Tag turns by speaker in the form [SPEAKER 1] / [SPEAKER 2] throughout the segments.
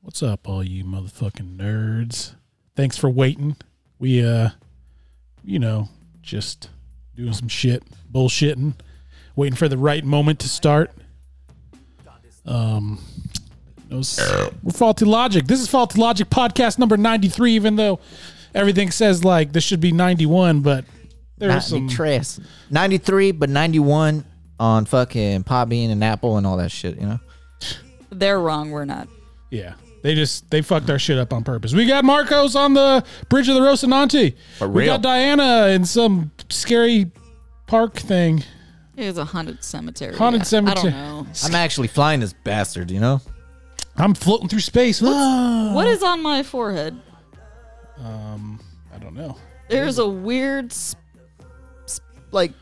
[SPEAKER 1] What's up, all you motherfucking nerds? Thanks for waiting. We, uh, you know, just doing some shit, bullshitting, waiting for the right moment to start. Um, no s- we're faulty logic. This is faulty logic podcast number ninety three. Even though everything says like this should be ninety one, but there's some
[SPEAKER 2] 93, 93, but 91 on fucking Podbean and Apple and all that shit, you know?
[SPEAKER 3] They're wrong. We're not.
[SPEAKER 1] Yeah. They just they fucked our shit up on purpose. We got Marcos on the bridge of the Rocinante.
[SPEAKER 4] For
[SPEAKER 1] We
[SPEAKER 4] real.
[SPEAKER 1] got Diana in some scary park thing.
[SPEAKER 3] It was a haunted cemetery.
[SPEAKER 1] Haunted cemetery.
[SPEAKER 3] I don't know.
[SPEAKER 2] I'm actually flying this bastard, you know?
[SPEAKER 1] I'm floating through space. Ah.
[SPEAKER 3] What is on my forehead?
[SPEAKER 1] Um, I don't know.
[SPEAKER 3] There's a weird, sp- sp- like,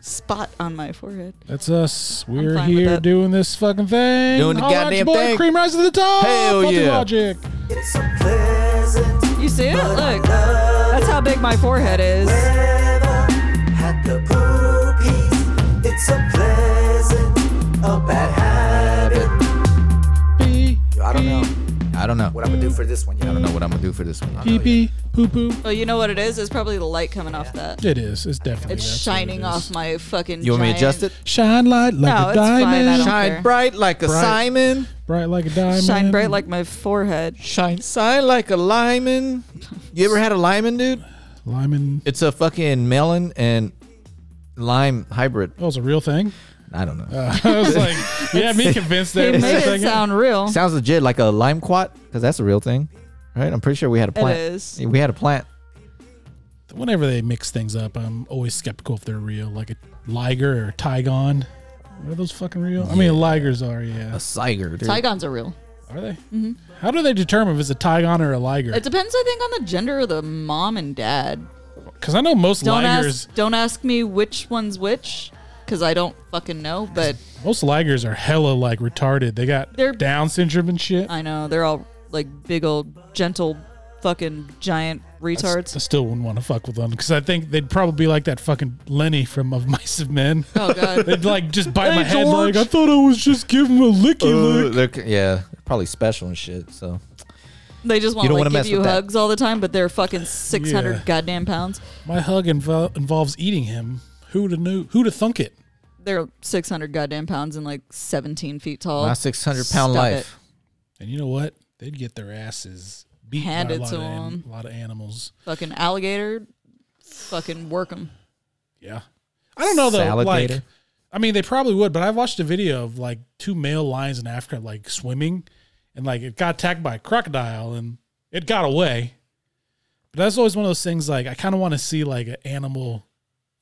[SPEAKER 3] spot on my forehead.
[SPEAKER 1] That's us. We're
[SPEAKER 3] fine with
[SPEAKER 1] here
[SPEAKER 3] that.
[SPEAKER 1] doing this fucking thing.
[SPEAKER 2] Doing the
[SPEAKER 1] Holla at
[SPEAKER 2] goddamn
[SPEAKER 1] your boy,
[SPEAKER 2] thing.
[SPEAKER 1] Cream rise to the top.
[SPEAKER 2] Hell
[SPEAKER 1] Fucking
[SPEAKER 2] yeah.
[SPEAKER 1] Logic.
[SPEAKER 5] It's so pleasant
[SPEAKER 3] You see it? Look. That's how big my forehead is.
[SPEAKER 5] weather at the poopies. It's a pleasant, a bad habit.
[SPEAKER 1] Pee,
[SPEAKER 5] I don't know
[SPEAKER 2] I don't know.
[SPEAKER 5] what I'm gonna do for this one. Yeah, I
[SPEAKER 2] I
[SPEAKER 5] don't
[SPEAKER 2] don't
[SPEAKER 5] know.
[SPEAKER 2] know what I'm gonna do for this one.
[SPEAKER 1] pee, pee, poo, poo.
[SPEAKER 3] Oh, you know what it is? It's probably the light coming off that.
[SPEAKER 1] It is. It's definitely.
[SPEAKER 3] It's
[SPEAKER 1] that's what it
[SPEAKER 3] shining
[SPEAKER 1] is.
[SPEAKER 3] off my fucking.
[SPEAKER 2] You want me to adjust it?
[SPEAKER 3] giant-
[SPEAKER 1] Shine light like a
[SPEAKER 3] No, it's fine. I
[SPEAKER 1] diamond.
[SPEAKER 3] don't-
[SPEAKER 2] Shine
[SPEAKER 3] care.
[SPEAKER 2] bright like a
[SPEAKER 1] Bright.
[SPEAKER 2] Simon.
[SPEAKER 1] Bright like a diamond.
[SPEAKER 3] Shine bright like my forehead.
[SPEAKER 2] Shine sign like a Lyman. You ever had a Lyman, dude?
[SPEAKER 1] Lyman.
[SPEAKER 2] It's a fucking melon and lime hybrid.
[SPEAKER 1] That was a real thing.
[SPEAKER 2] I don't know.
[SPEAKER 1] I was like, yeah, me convinced
[SPEAKER 3] He
[SPEAKER 1] that. was
[SPEAKER 3] made
[SPEAKER 1] a
[SPEAKER 3] it
[SPEAKER 1] thing.
[SPEAKER 3] sound real.
[SPEAKER 2] Sounds legit, like a lime quat, because that's a real thing, right? I'm pretty sure we had a
[SPEAKER 3] It
[SPEAKER 2] plant.
[SPEAKER 3] is.
[SPEAKER 2] We had a plant.
[SPEAKER 1] Whenever they mix things up, I'm always skeptical if they're real, like a liger or a tigon. Are those fucking real? I mean, ligers are,
[SPEAKER 2] A
[SPEAKER 1] yeah.
[SPEAKER 2] siger, dude.
[SPEAKER 3] Tigons are real.
[SPEAKER 1] Are they? Mm-hmm. How do they determine if it's a tigon or a liger?
[SPEAKER 3] It depends, I think, on the gender of the mom and dad.
[SPEAKER 1] Because I know most
[SPEAKER 3] Don't
[SPEAKER 1] ligers,
[SPEAKER 3] ask. Don't ask me which one's which, because I don't fucking know. But
[SPEAKER 1] most ligers are hella like retarded. They got
[SPEAKER 3] They're-
[SPEAKER 1] Down syndrome and shit.
[SPEAKER 3] I know they're all like big old gentle, fucking giant
[SPEAKER 1] I
[SPEAKER 3] retards.
[SPEAKER 1] still wouldn't want to fuck with them because I think they'd probably be like that fucking Lenny from Of Mice and Men.
[SPEAKER 3] oh god.
[SPEAKER 1] They'd like just bite my
[SPEAKER 3] Hey,
[SPEAKER 1] head like
[SPEAKER 3] George.
[SPEAKER 1] I thought I was just giving him a licky lick.
[SPEAKER 2] Uh, they're c- yeah, probably special and shit. So
[SPEAKER 3] They just want
[SPEAKER 2] don't
[SPEAKER 3] to
[SPEAKER 2] wanna
[SPEAKER 3] like, give
[SPEAKER 2] mess
[SPEAKER 3] you
[SPEAKER 2] with that.
[SPEAKER 3] hugs all the time, but they're fucking six hundred
[SPEAKER 1] Yeah.
[SPEAKER 3] goddamn pounds.
[SPEAKER 1] My hug invol involves eating him. Who'd have knew? Who'd have thunk it?
[SPEAKER 3] They're six hundred goddamn pounds and like seventeen feet tall.
[SPEAKER 2] my 600 pound
[SPEAKER 3] Oh, Stop
[SPEAKER 2] life.
[SPEAKER 1] And you know what? They'd get their asses beat
[SPEAKER 3] Handed
[SPEAKER 1] by a lot,
[SPEAKER 3] to
[SPEAKER 1] of an-
[SPEAKER 3] 'em.
[SPEAKER 1] a lot of animals.
[SPEAKER 3] it. Fucking alligator. Fucking work them.
[SPEAKER 1] Yeah, I don't know though. Like,
[SPEAKER 2] Saligator.
[SPEAKER 1] I mean, they probably would. But I watched a video of like two male lions in Africa like swimming, and like it got attacked by a crocodile and it got away. But that's always one of those things. Like I kind of want to see like an animal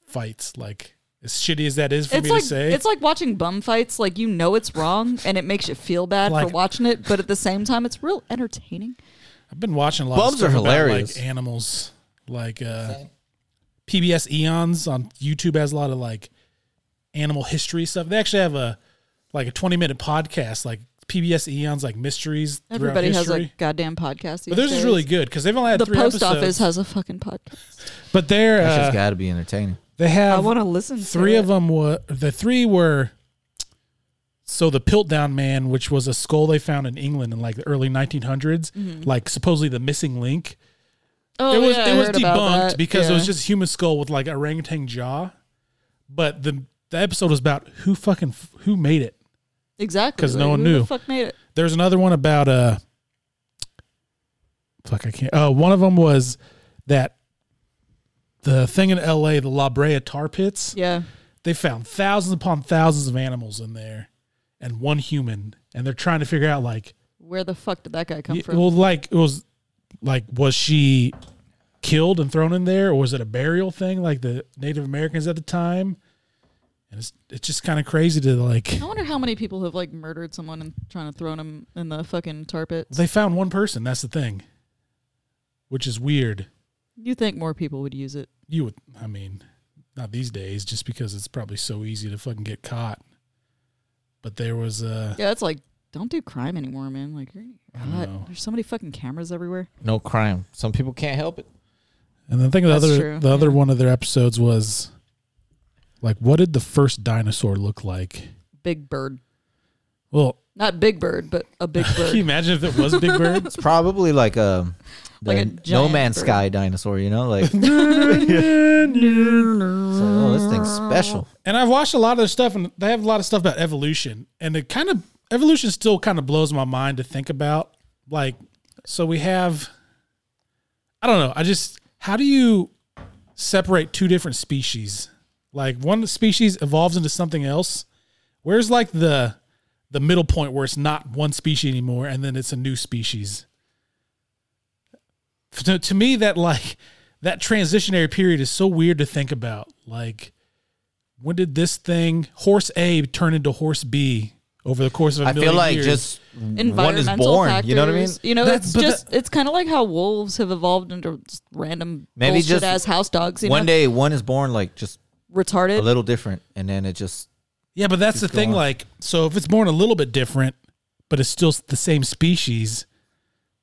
[SPEAKER 1] fights. Like as shitty as that is for
[SPEAKER 3] It's
[SPEAKER 1] me
[SPEAKER 3] like
[SPEAKER 1] to say,
[SPEAKER 3] it's like watching bum fights. Like you know it's wrong, and it makes you feel bad
[SPEAKER 1] Like-
[SPEAKER 3] for watching it, but at the same time, it's real entertaining.
[SPEAKER 1] I've been watching a lot of
[SPEAKER 2] Bubs
[SPEAKER 1] stuff
[SPEAKER 2] are
[SPEAKER 1] about,
[SPEAKER 2] hilarious.
[SPEAKER 1] like animals, like uh, PBS Eons on YouTube has a lot of like animal history stuff. They actually have a like a twenty minute podcast, like PBS Eons, like mysteries. throughout
[SPEAKER 3] Everybody has
[SPEAKER 1] history.
[SPEAKER 3] a goddamn podcast. These
[SPEAKER 1] but theirs
[SPEAKER 3] days.
[SPEAKER 1] is really good because they've only had
[SPEAKER 3] The
[SPEAKER 1] three
[SPEAKER 3] post
[SPEAKER 1] episodes.
[SPEAKER 3] office has a fucking podcast.
[SPEAKER 1] but they're
[SPEAKER 2] That's just
[SPEAKER 1] uh,
[SPEAKER 2] got to be entertaining.
[SPEAKER 1] they
[SPEAKER 3] I
[SPEAKER 1] have
[SPEAKER 3] want to listen.
[SPEAKER 1] three
[SPEAKER 3] to
[SPEAKER 1] of
[SPEAKER 3] it.
[SPEAKER 1] them were the three were so the Piltdown Man, which was a skull they found in England in like the early 1900s,
[SPEAKER 3] Mm-hmm.
[SPEAKER 1] like supposedly the missing link.
[SPEAKER 3] Oh,
[SPEAKER 1] it was
[SPEAKER 3] yeah, I
[SPEAKER 1] it was
[SPEAKER 3] heard about
[SPEAKER 1] debunked
[SPEAKER 3] that.
[SPEAKER 1] because it
[SPEAKER 3] Yeah.
[SPEAKER 1] was just a human skull with like orangutan jaw, but the the episode was about who fucking f- who made it.
[SPEAKER 3] exactly
[SPEAKER 1] 'cause no
[SPEAKER 3] like,
[SPEAKER 1] one
[SPEAKER 3] who
[SPEAKER 1] knew.
[SPEAKER 3] The fuck made it?
[SPEAKER 1] There's another one about uh, fuck I can't. Uh, one of them was that the thing in L.A. the La Brea tar pits.
[SPEAKER 3] Yeah,
[SPEAKER 1] They found thousands upon thousands of animals in there, and one human, and they're trying to figure out like
[SPEAKER 3] where the fuck did that guy come
[SPEAKER 1] Yeah,
[SPEAKER 3] from?
[SPEAKER 1] Well, like it was, like was she killed and thrown in there, or was it a burial thing like the Native Americans at the time? And it's it's just kind of crazy to like.
[SPEAKER 3] I wonder how many people have like murdered someone and trying to throw them in the fucking tar pit.
[SPEAKER 1] They found one person. That's the thing, which is weird.
[SPEAKER 3] You think more people would use it?
[SPEAKER 1] You would, I mean, not these days, just because it's probably so easy to fucking get caught. But there was uh, a
[SPEAKER 3] Yeah, it's like don't do crime anymore, man. Like, you're-
[SPEAKER 1] know.
[SPEAKER 3] God, there's so many fucking cameras everywhere.
[SPEAKER 2] No crime. Some people can't help it.
[SPEAKER 1] And I think the
[SPEAKER 3] That's
[SPEAKER 1] other
[SPEAKER 3] true,
[SPEAKER 1] the other
[SPEAKER 3] yeah.
[SPEAKER 1] one of their episodes was like, what did the first dinosaur look like?
[SPEAKER 3] Big bird.
[SPEAKER 1] Well,
[SPEAKER 3] Not Big Bird, but a big
[SPEAKER 1] Can you
[SPEAKER 3] bird.
[SPEAKER 1] imagine if it was Big Bird?
[SPEAKER 2] It's probably like a, the
[SPEAKER 3] Like a
[SPEAKER 2] No
[SPEAKER 3] giant
[SPEAKER 2] Man's
[SPEAKER 3] bird.
[SPEAKER 2] Sky dinosaur, you know? Like, it's like, oh, this thing's special.
[SPEAKER 1] and I've watched a lot of their stuff, and they have a lot of stuff about evolution, and it kind of evolution still kind of blows my mind to think about. Like, so we have, I don't know, I just how do you separate two different species? Like one species evolves into something else. Where's like the the middle point where it's not one species anymore, and then it's a new species? To, to me, that like that transitionary period is so weird to think about. Like when did this thing horse A turn into horse B over the course of a
[SPEAKER 2] I
[SPEAKER 1] million
[SPEAKER 2] feel like
[SPEAKER 1] years?
[SPEAKER 2] just one is
[SPEAKER 3] Environmental
[SPEAKER 2] born.
[SPEAKER 3] factors.
[SPEAKER 2] You know what I mean?
[SPEAKER 3] You know,
[SPEAKER 1] That's-
[SPEAKER 3] it's
[SPEAKER 1] but
[SPEAKER 3] just it's kind of like how wolves have evolved into just random
[SPEAKER 2] Maybe just
[SPEAKER 3] bullshit ass house dogs. You
[SPEAKER 2] One
[SPEAKER 3] know?
[SPEAKER 2] day, one is born like just
[SPEAKER 3] retarded.
[SPEAKER 2] a little different, and then it just
[SPEAKER 1] yeah, but that's the
[SPEAKER 2] go
[SPEAKER 1] thing.
[SPEAKER 2] on.
[SPEAKER 1] Like, so if it's born a little bit different, but it's still the same species,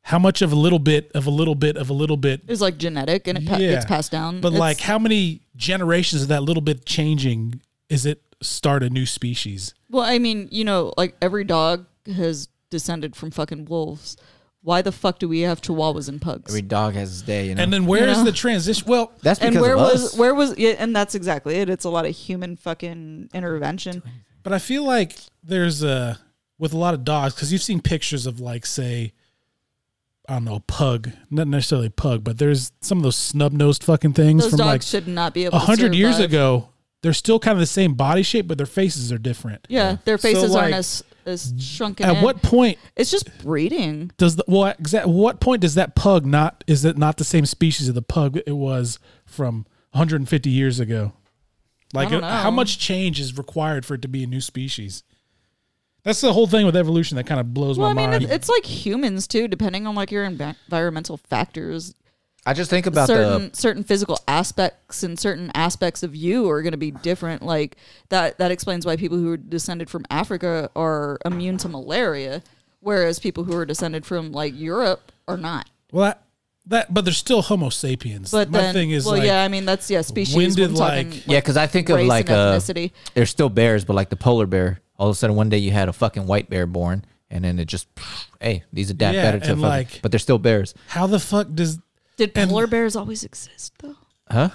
[SPEAKER 1] how much of a little bit of a little bit of a little bit?
[SPEAKER 3] It's like genetic and it pa-
[SPEAKER 1] Yeah.
[SPEAKER 3] gets passed down.
[SPEAKER 1] But
[SPEAKER 3] Mm, It's-
[SPEAKER 1] like, how many generations of that little bit changing is it start a new species?
[SPEAKER 3] well, I mean, you know, like every dog has descended from fucking wolves. Why the fuck do we have chihuahuas and pugs?
[SPEAKER 2] every dog has his day. You know,
[SPEAKER 1] And then where is
[SPEAKER 3] Yeah.
[SPEAKER 1] the transition? Well,
[SPEAKER 2] that's because
[SPEAKER 3] and where
[SPEAKER 2] of
[SPEAKER 3] was
[SPEAKER 2] us.
[SPEAKER 3] where was yeah, and that's exactly it. It's a lot of human fucking intervention.
[SPEAKER 1] But I feel like there's a with a lot of dogs because you've seen pictures of like say, I don't know, pug, not necessarily pug, but there's some of those snub nosed fucking things
[SPEAKER 3] Those
[SPEAKER 1] from
[SPEAKER 3] dogs
[SPEAKER 1] like
[SPEAKER 3] should not be able.
[SPEAKER 1] a hundred
[SPEAKER 3] to
[SPEAKER 1] years
[SPEAKER 3] survive.
[SPEAKER 1] ago. They're still kind of the same body shape, but their faces are different.
[SPEAKER 3] Yeah, their faces
[SPEAKER 1] like,
[SPEAKER 3] aren't as as shrunken.
[SPEAKER 1] At
[SPEAKER 3] in.
[SPEAKER 1] what point
[SPEAKER 3] It's just breeding.
[SPEAKER 1] does the well exact what point does that pug not is it not the same species of the pug it was from 150 years ago? Like
[SPEAKER 3] don't
[SPEAKER 1] how
[SPEAKER 3] know.
[SPEAKER 1] much change is required for it to be a new species? That's the whole thing with evolution that kind of blows
[SPEAKER 3] Well, I
[SPEAKER 1] my
[SPEAKER 3] mean,
[SPEAKER 1] mind.
[SPEAKER 3] it, it's like humans too. Depending on like your envi- environmental factors,
[SPEAKER 2] I just think about
[SPEAKER 3] certain
[SPEAKER 2] the
[SPEAKER 3] certain physical aspects and certain aspects of you are going to be different. Like that that explains why people who are descended from Africa are immune to malaria, whereas people who are descended from like Europe are not.
[SPEAKER 1] Well, that, that but they're still Homo sapiens.
[SPEAKER 3] But
[SPEAKER 1] My
[SPEAKER 3] then,
[SPEAKER 1] thing is
[SPEAKER 3] well,
[SPEAKER 1] like,
[SPEAKER 3] yeah, I mean that's yeah species.
[SPEAKER 1] when did,
[SPEAKER 3] we're talking,
[SPEAKER 1] like-
[SPEAKER 2] yeah, because I think of
[SPEAKER 3] race
[SPEAKER 2] like
[SPEAKER 3] and
[SPEAKER 2] uh,
[SPEAKER 3] ethnicity.
[SPEAKER 2] there's still bears, but like the polar bear. All of a sudden, one day you had a fucking white bear born, and then it just hey, these adapt
[SPEAKER 1] Yeah,
[SPEAKER 2] better to
[SPEAKER 1] and,
[SPEAKER 2] fucking,
[SPEAKER 1] like-
[SPEAKER 2] but they're still bears,
[SPEAKER 1] how the fuck does
[SPEAKER 3] Did
[SPEAKER 1] and-
[SPEAKER 3] polar bears always exist though?
[SPEAKER 2] huh?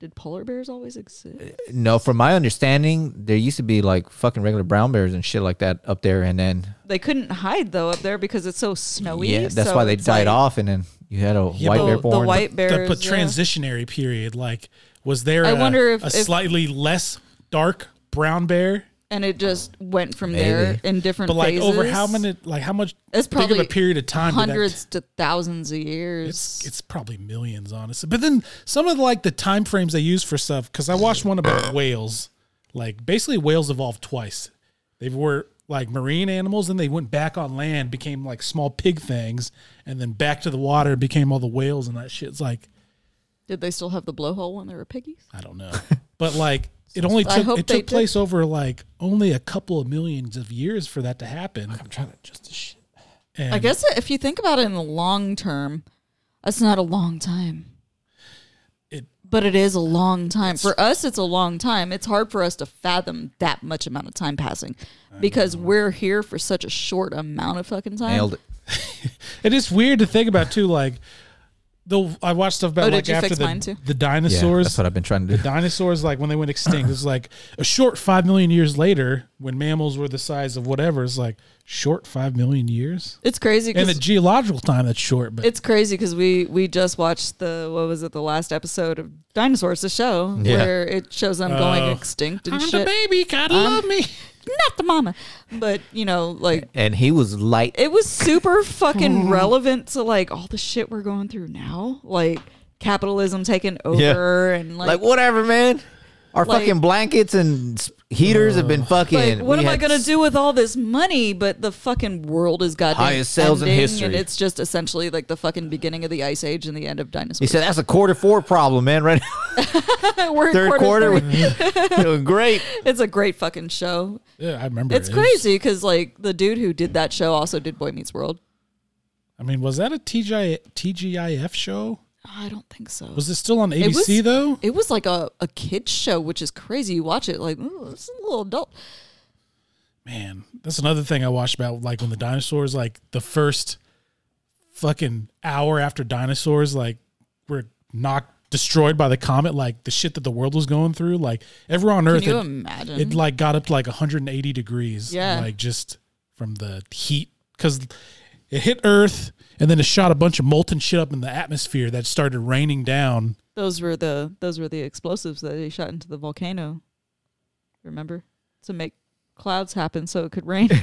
[SPEAKER 3] Did polar bears always exist?
[SPEAKER 2] No, from my understanding, there used to be like fucking regular brown bears and shit like that up there, and then
[SPEAKER 3] They couldn't hide though up there because it's so snowy.
[SPEAKER 2] yeah, that's
[SPEAKER 3] so
[SPEAKER 2] why they
[SPEAKER 3] it's
[SPEAKER 2] died
[SPEAKER 3] like
[SPEAKER 2] off, and then you had a white
[SPEAKER 3] the,
[SPEAKER 2] bear born.
[SPEAKER 3] The white bears.
[SPEAKER 1] that put
[SPEAKER 3] yeah.
[SPEAKER 1] transitionary period? Like, was there
[SPEAKER 3] I
[SPEAKER 1] a-
[SPEAKER 3] wonder if-
[SPEAKER 1] a
[SPEAKER 3] if-
[SPEAKER 1] slightly less dark brown bear?
[SPEAKER 3] and it just went from
[SPEAKER 2] Maybe.
[SPEAKER 3] there in different.
[SPEAKER 1] But like
[SPEAKER 3] phases.
[SPEAKER 1] over how many? Like how much?
[SPEAKER 3] It's
[SPEAKER 1] big of
[SPEAKER 3] probably
[SPEAKER 1] a period of time. did that-
[SPEAKER 3] hundreds to thousands of years.
[SPEAKER 1] it's it's probably millions, honestly. But then some of like the time frames they use for stuff, because I watched one about whales. Like basically, whales evolved twice. They were like marine animals, and they went back on land, became like small pig things, and then back to the water, became all the whales and that shit. It's like
[SPEAKER 3] Did they still have the blowhole when they were piggies?
[SPEAKER 1] I don't know, but like it only
[SPEAKER 3] I
[SPEAKER 1] took
[SPEAKER 3] hope
[SPEAKER 1] it
[SPEAKER 3] they
[SPEAKER 1] took
[SPEAKER 3] did.
[SPEAKER 1] place over like only a couple of millions of years for that to happen.
[SPEAKER 2] I'm trying to just the shit.
[SPEAKER 1] And
[SPEAKER 3] I guess if you think about it in the long term, that's not a long time.
[SPEAKER 1] It-
[SPEAKER 3] but it is a long time. For us, it's a long time. It's hard for us to fathom that much amount of time passing because we're here for such a short amount of fucking time.
[SPEAKER 2] Nailed it.
[SPEAKER 1] It is weird to think about too. Like, though I watched stuff about
[SPEAKER 3] Oh, did
[SPEAKER 1] like
[SPEAKER 3] you
[SPEAKER 1] after
[SPEAKER 3] fix mine
[SPEAKER 1] the,
[SPEAKER 3] too?
[SPEAKER 1] the
[SPEAKER 2] Yeah,
[SPEAKER 1] dinosaurs.
[SPEAKER 2] that's what I've been trying to do.
[SPEAKER 1] dinosaurs, like when they went extinct, it's like a short five million years later, when mammals were the size of whatever. It's like short five million years,
[SPEAKER 3] It's crazy
[SPEAKER 1] and the
[SPEAKER 3] because
[SPEAKER 1] geological time that's short. But
[SPEAKER 3] it's crazy because we we just watched the what was it the last episode of Dinosaurs the show
[SPEAKER 2] Yeah.
[SPEAKER 3] where it shows them going
[SPEAKER 1] Oh.
[SPEAKER 3] extinct and
[SPEAKER 1] I'm the
[SPEAKER 3] shit. Um,
[SPEAKER 1] baby, gotta love me.
[SPEAKER 3] Not the mama, but you know like
[SPEAKER 2] And he was light.
[SPEAKER 3] it was super fucking relevant to like all the shit we're going through now, like capitalism taking over and like,
[SPEAKER 2] like, whatever, man. Our
[SPEAKER 3] Like-
[SPEAKER 2] fucking blankets and s- heaters have been fucking.
[SPEAKER 3] like, what
[SPEAKER 2] we
[SPEAKER 3] am I
[SPEAKER 2] had
[SPEAKER 3] gonna
[SPEAKER 2] s-
[SPEAKER 3] do with all this money? But the fucking world is goddamn
[SPEAKER 2] Highest sales in
[SPEAKER 3] ending, and
[SPEAKER 2] history.
[SPEAKER 3] it's just essentially like the fucking beginning of the ice age and the end of
[SPEAKER 2] He
[SPEAKER 3] dinosaurs.
[SPEAKER 2] said that's a quarter four problem, man. Right, now,
[SPEAKER 3] We're in
[SPEAKER 2] third quarter,
[SPEAKER 3] three.
[SPEAKER 2] we're doing great.
[SPEAKER 3] It's a great fucking show.
[SPEAKER 1] Yeah, I remember.
[SPEAKER 3] It's
[SPEAKER 1] it. It was-
[SPEAKER 3] crazy because like the dude who did that show also did Boy Meets World.
[SPEAKER 1] I mean, was that a TGI, TGIF show?
[SPEAKER 3] I don't think so.
[SPEAKER 1] Was it still on
[SPEAKER 3] It was-
[SPEAKER 1] ABC though?
[SPEAKER 3] It was like a, a kid's show, which is crazy. You watch it like, ooh, this is a little adult.
[SPEAKER 1] man, that's another thing I watched about like when the dinosaurs, like the first fucking hour after dinosaurs, like were knocked destroyed by the comet, like the shit that the world was going through, like everyone on
[SPEAKER 3] Can
[SPEAKER 1] Earth,
[SPEAKER 3] you
[SPEAKER 1] it,
[SPEAKER 3] imagine?
[SPEAKER 1] it like got up to like 180 degrees,
[SPEAKER 3] Yeah.
[SPEAKER 1] like just from the heat because it hit Earth and then it shot a bunch of molten shit up in the atmosphere that started raining down.
[SPEAKER 3] those were the those were the explosives that they shot into the volcano. Remember to make clouds happen so it could rain.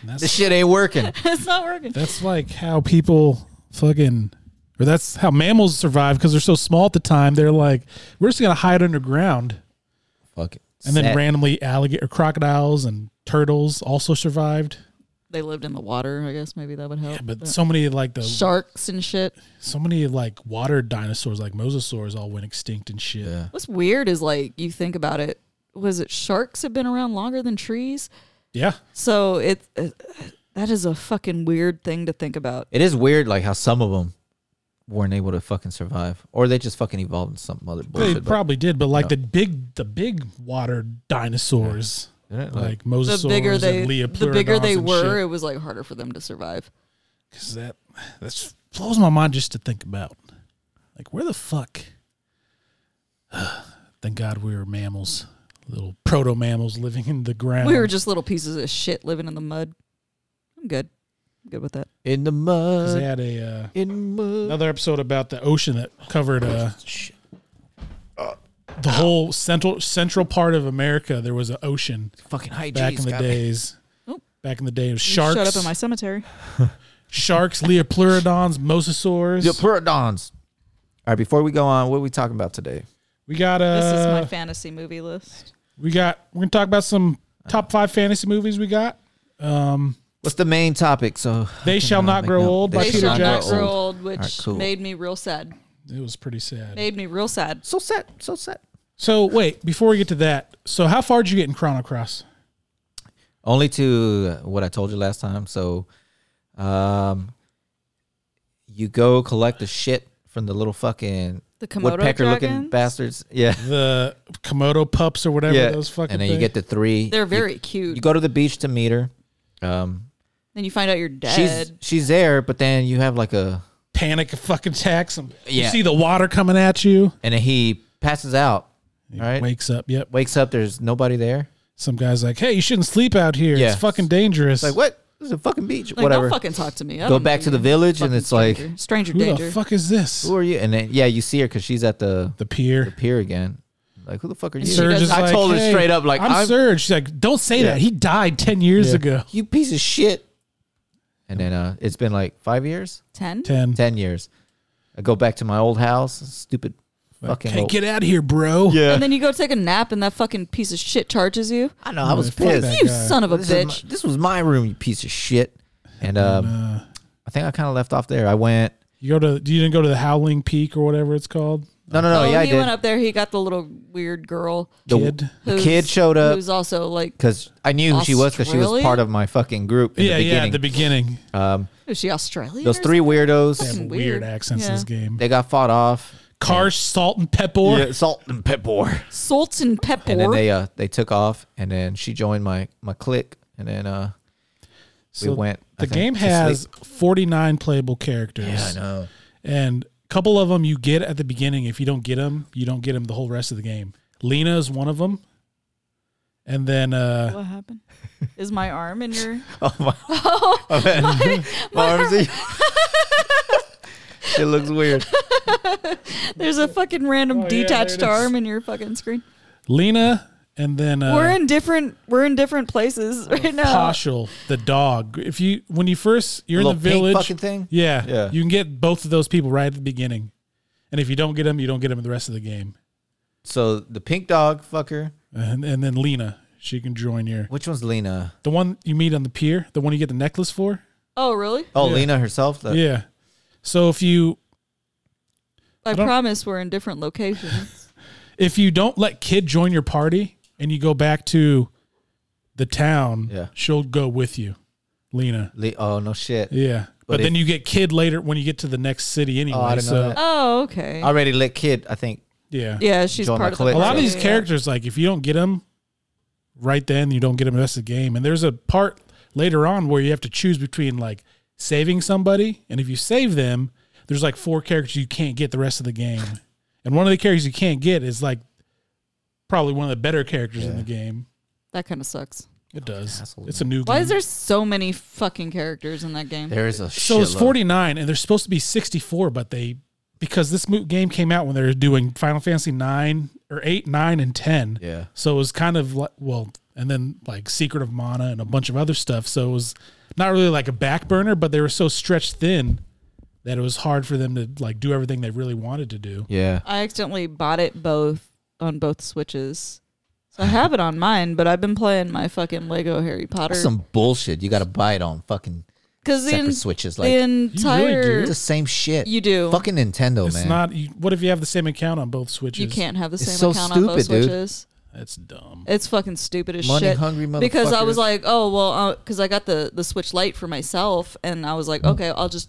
[SPEAKER 1] And that's
[SPEAKER 2] This shit ain't working.
[SPEAKER 3] it's not working.
[SPEAKER 1] That's like how people fucking, or that's how mammals survive because they're so small at the time. They're like, we're just gonna hide underground,
[SPEAKER 2] Fuck it.
[SPEAKER 1] and then
[SPEAKER 2] Sad.
[SPEAKER 1] randomly alligator, crocodiles, and turtles also survived.
[SPEAKER 3] They lived in the water. I guess maybe that would help.
[SPEAKER 1] Yeah, but
[SPEAKER 3] but-
[SPEAKER 1] so many like the
[SPEAKER 3] sharks and shit.
[SPEAKER 1] so many like water dinosaurs, like mosasaurs, all went extinct and shit.
[SPEAKER 2] Yeah.
[SPEAKER 3] What's weird is like you think about it. Was it sharks have been around longer than trees?
[SPEAKER 1] Yeah,
[SPEAKER 3] So it, it that is a fucking weird thing to think about.
[SPEAKER 2] It is weird, like how some of them weren't able to fucking survive, or they just fucking evolved in some other
[SPEAKER 1] they
[SPEAKER 2] bullshit. but-
[SPEAKER 1] probably did, but like the big the big water dinosaurs,
[SPEAKER 2] Yeah, like-
[SPEAKER 1] like
[SPEAKER 3] The
[SPEAKER 1] mosasaurs,
[SPEAKER 3] bigger they,
[SPEAKER 1] and leopards,
[SPEAKER 3] the bigger they were, it was like harder for them to survive.
[SPEAKER 1] Cause that that's blows my mind just to think about. Like where the fuck? Thank God we were mammals, little proto mammals living in the ground.
[SPEAKER 3] We were just little pieces of shit living in the mud. I'm good. I'm good with that.
[SPEAKER 2] in the
[SPEAKER 1] 'Cause they
[SPEAKER 2] mud,
[SPEAKER 1] had a uh,
[SPEAKER 2] in mud.
[SPEAKER 1] another episode about the ocean that covered uh, the whole central central part of America. There was an ocean
[SPEAKER 2] Fucking high
[SPEAKER 1] back
[SPEAKER 2] G's
[SPEAKER 1] in the
[SPEAKER 2] got me.
[SPEAKER 1] days.
[SPEAKER 3] Oh.
[SPEAKER 1] Back in the day, it was
[SPEAKER 3] You
[SPEAKER 1] sharks,
[SPEAKER 3] Shut up in my cemetery.
[SPEAKER 1] sharks, leopleurodons, mosasaurs.
[SPEAKER 2] The Purodons. All right, before we go on, what are we talking about today?
[SPEAKER 1] We got uh,
[SPEAKER 3] This is my fantasy movie list.
[SPEAKER 1] we got. We're gonna talk about some top five fantasy movies we got. Um,
[SPEAKER 2] What's the main topic? So
[SPEAKER 1] They
[SPEAKER 2] I
[SPEAKER 1] Shall
[SPEAKER 2] cannot
[SPEAKER 1] Not
[SPEAKER 2] make
[SPEAKER 1] Grow
[SPEAKER 2] notes.
[SPEAKER 1] Old by
[SPEAKER 3] They
[SPEAKER 1] Peter
[SPEAKER 3] shall not
[SPEAKER 1] Jackson.
[SPEAKER 3] grow old, which
[SPEAKER 2] Alright, cool.
[SPEAKER 3] made me real sad.
[SPEAKER 1] It was pretty sad.
[SPEAKER 3] Made me real sad.
[SPEAKER 2] So sad, so sad.
[SPEAKER 1] So wait, before we get to that, so how far did you get in Chrono Cross?
[SPEAKER 2] Only to uh, what I told you last time. So, um, you go collect the shit from the little fucking
[SPEAKER 3] The Komodo
[SPEAKER 2] woodpecker-looking
[SPEAKER 3] dragons?
[SPEAKER 2] bastards. Yeah,
[SPEAKER 1] The Komodo pups or whatever
[SPEAKER 2] yeah.
[SPEAKER 1] those fucking
[SPEAKER 2] and then you get
[SPEAKER 1] things?
[SPEAKER 2] the three.
[SPEAKER 3] They're very
[SPEAKER 2] You
[SPEAKER 3] cute.
[SPEAKER 2] go to the beach to meet her. Um,
[SPEAKER 3] then you find out you're dead.
[SPEAKER 2] she's she's there, but then you have like a
[SPEAKER 1] panic fucking attacks. And You
[SPEAKER 2] Yeah.
[SPEAKER 1] see the water coming at you.
[SPEAKER 2] and then he passes out.
[SPEAKER 1] He
[SPEAKER 2] All right.
[SPEAKER 1] Wakes up. Yep.
[SPEAKER 2] Wakes up. There's nobody there.
[SPEAKER 1] Some guy's like, "Hey, you shouldn't sleep out here.
[SPEAKER 2] Yeah.
[SPEAKER 1] It's fucking dangerous."
[SPEAKER 2] Like what? This is a fucking beach.
[SPEAKER 3] like,
[SPEAKER 2] Whatever.
[SPEAKER 3] Don't fucking talk to me. I
[SPEAKER 2] Go
[SPEAKER 3] don't
[SPEAKER 2] back
[SPEAKER 3] know
[SPEAKER 2] to the
[SPEAKER 3] you,
[SPEAKER 2] village, and
[SPEAKER 3] fucking
[SPEAKER 2] it's like,
[SPEAKER 3] stranger. stranger
[SPEAKER 1] Who
[SPEAKER 3] danger.
[SPEAKER 1] the fuck is this?
[SPEAKER 2] who are you? And then yeah, you see her because she's at the
[SPEAKER 1] The pier.
[SPEAKER 2] pier again. Like who the fuck are you?
[SPEAKER 3] she
[SPEAKER 1] Surge
[SPEAKER 3] does-
[SPEAKER 1] is
[SPEAKER 2] I
[SPEAKER 1] like,
[SPEAKER 2] told her
[SPEAKER 1] "Hey,
[SPEAKER 2] straight up, like
[SPEAKER 1] I'm,
[SPEAKER 2] I'm,
[SPEAKER 1] Surge. She's like, "Don't say
[SPEAKER 2] Yeah.
[SPEAKER 1] that. He died ten years
[SPEAKER 2] Yeah.
[SPEAKER 1] ago."
[SPEAKER 2] you piece of shit. And then uh, it's been like five years,
[SPEAKER 3] Ten.
[SPEAKER 1] Ten.
[SPEAKER 2] ten years. I go back to my old house. Stupid fucking.
[SPEAKER 1] Hey,
[SPEAKER 2] old-
[SPEAKER 1] get out of here, bro.
[SPEAKER 2] yeah.
[SPEAKER 3] And then you go take a nap, and that fucking piece of shit charges you.
[SPEAKER 2] I know. I was
[SPEAKER 1] fuck
[SPEAKER 2] pissed.
[SPEAKER 1] that
[SPEAKER 3] You
[SPEAKER 1] guy.
[SPEAKER 3] son of a
[SPEAKER 2] this is
[SPEAKER 3] bitch.
[SPEAKER 2] my- this was my room, you piece of shit. And um,
[SPEAKER 1] Uh,
[SPEAKER 2] I think I kind of left off there. I went.
[SPEAKER 1] you go to. You didn't go to the Howling Peak or whatever it's called.
[SPEAKER 2] No, no, no.
[SPEAKER 3] oh,
[SPEAKER 2] yeah, I
[SPEAKER 3] he went
[SPEAKER 2] did.
[SPEAKER 3] up there. He got the little weird girl.
[SPEAKER 2] The
[SPEAKER 1] Kid.
[SPEAKER 2] the
[SPEAKER 3] who's-
[SPEAKER 2] kid showed up
[SPEAKER 3] Who's also like,
[SPEAKER 2] because I knew who she was because she was
[SPEAKER 3] Australia?
[SPEAKER 2] part of my fucking group. In
[SPEAKER 1] yeah,
[SPEAKER 2] the
[SPEAKER 1] yeah, at
[SPEAKER 2] beginning.
[SPEAKER 1] the beginning.
[SPEAKER 2] um,
[SPEAKER 3] is she Australian?
[SPEAKER 2] those
[SPEAKER 3] or
[SPEAKER 2] three
[SPEAKER 1] They have
[SPEAKER 2] weirdos,
[SPEAKER 3] Fucking
[SPEAKER 1] weird,
[SPEAKER 3] weird.
[SPEAKER 1] accents in
[SPEAKER 3] Yeah.
[SPEAKER 1] this game.
[SPEAKER 2] they got fought off.
[SPEAKER 1] Car salt and pepper.
[SPEAKER 2] Yeah, salt and pepper.
[SPEAKER 3] something? Salts and pepper.
[SPEAKER 2] and then they uh they took off and then she joined my my clique and then uh
[SPEAKER 1] So
[SPEAKER 2] we went I
[SPEAKER 1] The
[SPEAKER 2] think,
[SPEAKER 1] game
[SPEAKER 2] to
[SPEAKER 1] has
[SPEAKER 2] sleep.
[SPEAKER 1] 49 playable characters.
[SPEAKER 2] yeah i know
[SPEAKER 1] And a couple of them you get at the beginning. If you don't get them, you don't get them the whole rest of the game. Lena is one of them. And then uh
[SPEAKER 3] What happened? Is my arm in your?
[SPEAKER 2] oh my, my, arms are- it looks weird
[SPEAKER 3] There's a fucking random
[SPEAKER 1] Oh, yeah, there it
[SPEAKER 3] detached
[SPEAKER 1] is.
[SPEAKER 3] arm in your fucking screen.
[SPEAKER 1] Lena and then uh
[SPEAKER 3] we're in different. We're in different places
[SPEAKER 2] uh,
[SPEAKER 3] right now.
[SPEAKER 1] Poshel, the dog. If you when you first you're in the
[SPEAKER 2] Little pink
[SPEAKER 1] village
[SPEAKER 2] fucking thing
[SPEAKER 1] Yeah.
[SPEAKER 2] Yeah.
[SPEAKER 1] You can get both of those people right at the beginning. And if you don't get them, you don't get them the rest of the game.
[SPEAKER 2] so the pink dog fucker
[SPEAKER 1] And and then Lena, she can join your
[SPEAKER 2] which one's lena
[SPEAKER 1] the one you meet on the pier, the one you get the necklace for.
[SPEAKER 3] Oh really?
[SPEAKER 2] oh
[SPEAKER 1] Yeah.
[SPEAKER 2] lena herself The-
[SPEAKER 1] yeah. So if you
[SPEAKER 3] I
[SPEAKER 1] don't-
[SPEAKER 3] promise we're in different locations.
[SPEAKER 1] if you don't let kid join your party and you go back to the town,
[SPEAKER 2] Yeah.
[SPEAKER 1] she'll go with you, Lena.
[SPEAKER 2] Le- oh no shit
[SPEAKER 1] Yeah. But,
[SPEAKER 2] But if-
[SPEAKER 1] then you get kid later when you get to the next city anyway.
[SPEAKER 2] I didn't know
[SPEAKER 1] so
[SPEAKER 2] that.
[SPEAKER 3] Oh okay.
[SPEAKER 2] I already let kid i think
[SPEAKER 1] yeah.
[SPEAKER 3] Yeah, she's
[SPEAKER 2] Join my
[SPEAKER 3] part of the
[SPEAKER 2] clique.
[SPEAKER 1] A lot of these
[SPEAKER 3] party, yeah.
[SPEAKER 1] characters, like if you don't get them right then you don't get them the rest of the game. And there's a part later on where you have to choose between like saving somebody, and if you save them, there's like four characters you can't get the rest of the game. And one of the characters you can't get is like probably one of the better characters in the game.
[SPEAKER 3] That kind of sucks.
[SPEAKER 2] Oh,
[SPEAKER 1] It does.
[SPEAKER 2] Absolutely.
[SPEAKER 1] It's a new game.
[SPEAKER 3] Why is there so many fucking characters in that game?
[SPEAKER 2] There is a
[SPEAKER 1] so it's
[SPEAKER 2] shitload.
[SPEAKER 1] 49 and there's supposed to be 64 but they because this mo- game came out when they were doing final fantasy 9 or 8 9 and 10
[SPEAKER 2] Yeah.
[SPEAKER 1] so it was kind of like well and then like secret of mana and a bunch of other stuff so it was not really like a back burner but they were so stretched thin that it was hard for them to like do everything they really wanted to do
[SPEAKER 2] Yeah.
[SPEAKER 3] I accidentally bought it both on both switches. So I have it on mine, but I've been playing my fucking Lego Harry Potter
[SPEAKER 2] That's some bullshit. You got to buy it on fucking
[SPEAKER 3] because the,
[SPEAKER 2] separate
[SPEAKER 3] en-
[SPEAKER 2] switches.
[SPEAKER 3] the
[SPEAKER 2] Like
[SPEAKER 3] entire
[SPEAKER 1] do?
[SPEAKER 2] it's the same shit.
[SPEAKER 3] You do.
[SPEAKER 2] Fucking Nintendo,
[SPEAKER 1] it's
[SPEAKER 2] Oh, man.
[SPEAKER 1] not you, what if you have the same account on both switches
[SPEAKER 3] you can't have the
[SPEAKER 2] It's
[SPEAKER 3] same
[SPEAKER 2] so
[SPEAKER 3] account on both
[SPEAKER 2] stupid, dude.
[SPEAKER 3] switches.
[SPEAKER 1] that's dumb
[SPEAKER 3] It's fucking stupid as
[SPEAKER 2] Money
[SPEAKER 3] shit.
[SPEAKER 2] hungry
[SPEAKER 3] because I was
[SPEAKER 2] motherfuckers.
[SPEAKER 3] like, oh well, because I got the the Switch Lite for myself, and I was like,
[SPEAKER 2] Mm.
[SPEAKER 3] okay, I'll just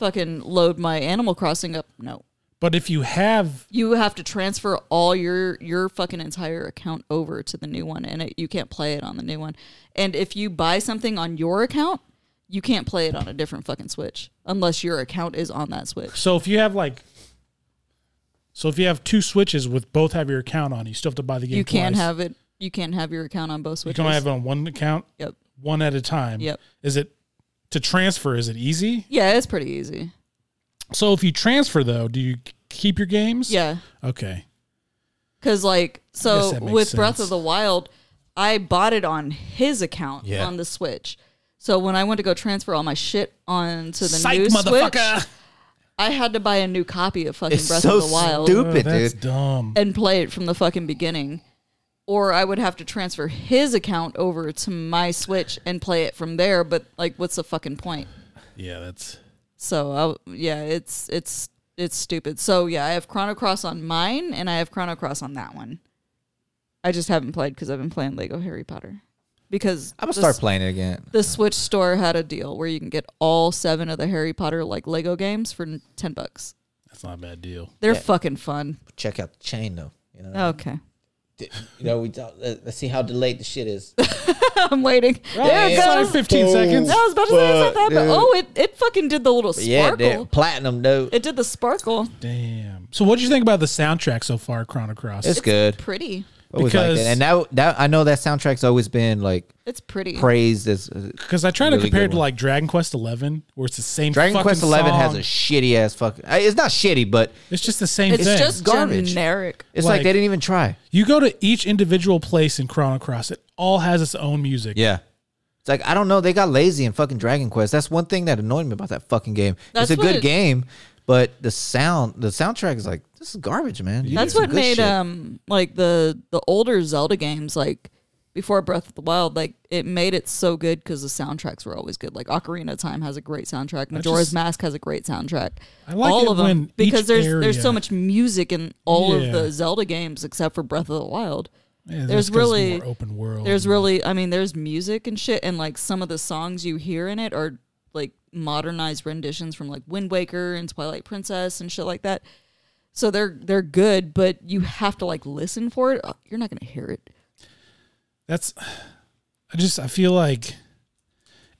[SPEAKER 3] fucking load my Animal Crossing up. No,
[SPEAKER 1] but if you have
[SPEAKER 3] you have to transfer all your your fucking entire account over to the new one, and it, you can't play it on the new one. And if you buy something on your account, you can't play it on a different fucking Switch unless your account is on that Switch.
[SPEAKER 1] So if you have like, so if you have two switches with both have your account on, you still have to buy the game.
[SPEAKER 3] You can't
[SPEAKER 1] twice.
[SPEAKER 3] have it. You can't have your account on both
[SPEAKER 1] You
[SPEAKER 3] switches.
[SPEAKER 1] can only have it on one account,
[SPEAKER 3] yep.
[SPEAKER 1] one at a time.
[SPEAKER 3] Yep.
[SPEAKER 1] Is it to transfer? Is it easy?
[SPEAKER 3] Yeah, it's pretty easy.
[SPEAKER 1] So if you transfer though, do you keep your games?
[SPEAKER 3] Yeah.
[SPEAKER 1] Okay.
[SPEAKER 3] Because like
[SPEAKER 1] Guess
[SPEAKER 3] so
[SPEAKER 1] that makes
[SPEAKER 3] with Breath
[SPEAKER 1] sense.
[SPEAKER 3] of the Wild, I bought it on his account
[SPEAKER 2] Yeah.
[SPEAKER 3] on the Switch. So when I went to go transfer all my shit onto the
[SPEAKER 1] Psych,
[SPEAKER 3] new
[SPEAKER 1] motherfucker.
[SPEAKER 2] Oh,
[SPEAKER 3] Switch, I had to buy a new copy of fucking
[SPEAKER 2] It's
[SPEAKER 3] Breath
[SPEAKER 2] so
[SPEAKER 3] of the Wild
[SPEAKER 1] Oh,
[SPEAKER 2] stupid,
[SPEAKER 1] that's
[SPEAKER 2] dude.
[SPEAKER 1] dumb.
[SPEAKER 3] and play it from the fucking beginning. Or I would have to transfer his account over to my Switch and play it from there. But like, what's the fucking point?
[SPEAKER 1] Yeah, that's
[SPEAKER 3] So I, yeah, it's it's it's stupid. So yeah, I have Chrono Cross on mine, and I have Chrono Cross on that one. I just haven't played because I've been playing Lego Harry Potter. Because
[SPEAKER 2] I'm gonna
[SPEAKER 3] the
[SPEAKER 2] start
[SPEAKER 3] s-
[SPEAKER 2] playing it again.
[SPEAKER 3] The Switch store had a deal where you can get all seven of the Harry Potter like Lego games for n- ten bucks.
[SPEAKER 1] that's not a bad deal.
[SPEAKER 3] They're
[SPEAKER 2] Yeah.
[SPEAKER 3] fucking fun.
[SPEAKER 2] Check out the chain though. You know,
[SPEAKER 1] Oh.
[SPEAKER 3] Okay,
[SPEAKER 2] D- you know we talk, let- let's see how delayed the shit is.
[SPEAKER 3] I'm waiting.
[SPEAKER 1] Yeah,
[SPEAKER 3] it
[SPEAKER 1] it's only
[SPEAKER 3] goes.
[SPEAKER 1] 15 seconds.
[SPEAKER 3] I was about to say it's not that, but
[SPEAKER 2] Dude.
[SPEAKER 3] oh, it, it fucking did the little
[SPEAKER 2] yeah,
[SPEAKER 3] sparkle.
[SPEAKER 2] dude, platinum dude.
[SPEAKER 3] it did the sparkle.
[SPEAKER 1] Damn. So what do you think about the soundtrack so far, Chrono Cross?
[SPEAKER 2] It's good.
[SPEAKER 3] Pretty.
[SPEAKER 2] Always liked
[SPEAKER 1] because-
[SPEAKER 2] it. and that that I know that soundtrack's always been like
[SPEAKER 3] It's pretty.
[SPEAKER 2] praised as uh,
[SPEAKER 1] Because I try to
[SPEAKER 2] really
[SPEAKER 1] compare it
[SPEAKER 2] good
[SPEAKER 1] to
[SPEAKER 2] one.
[SPEAKER 1] like Dragon Quest Eleven, where it's the same.
[SPEAKER 2] Dragon
[SPEAKER 1] fucking
[SPEAKER 2] Quest Eleven has
[SPEAKER 1] song.
[SPEAKER 2] a shitty ass fucking. I- It's not shitty, but
[SPEAKER 1] It's just the same
[SPEAKER 3] it's
[SPEAKER 1] thing.
[SPEAKER 3] just
[SPEAKER 2] Garbage.
[SPEAKER 3] generic.
[SPEAKER 2] it's like,
[SPEAKER 1] Like-
[SPEAKER 2] they didn't even try.
[SPEAKER 1] You go to each individual place in Chrono Cross, it all has its own music.
[SPEAKER 2] Yeah. It's like I don't know. They got lazy in fucking Dragon Quest. That's one thing that annoyed me about that fucking game.
[SPEAKER 3] That's
[SPEAKER 2] it's a
[SPEAKER 3] what
[SPEAKER 2] good
[SPEAKER 3] it-
[SPEAKER 2] game, but the sound, the soundtrack is like this is garbage, man. You
[SPEAKER 3] That's
[SPEAKER 2] did some
[SPEAKER 3] what
[SPEAKER 2] good
[SPEAKER 3] made
[SPEAKER 2] shit.
[SPEAKER 3] um like the the older Zelda games like before Breath of the Wild like it made it so good because the soundtracks were always good. Like Ocarina of Time has a great soundtrack. Majora's
[SPEAKER 1] just-
[SPEAKER 3] Mask has a great soundtrack.
[SPEAKER 1] I like
[SPEAKER 3] all
[SPEAKER 1] it
[SPEAKER 3] of them
[SPEAKER 1] when
[SPEAKER 3] because
[SPEAKER 1] each
[SPEAKER 3] there's there's so
[SPEAKER 1] area-
[SPEAKER 3] much music in all
[SPEAKER 1] Yeah.
[SPEAKER 3] of the Zelda games except for Breath of the Wild.
[SPEAKER 1] Yeah, that's
[SPEAKER 3] There's
[SPEAKER 1] 'cause
[SPEAKER 3] really-
[SPEAKER 1] more open world.
[SPEAKER 3] There's really I mean there's music and shit and like some of the songs you hear in it are like modernized renditions from like Wind Waker and Twilight Princess and shit like that. So they're they're good, but you have to like listen for it. Uh, You're not gonna hear it.
[SPEAKER 1] that's. I just I feel like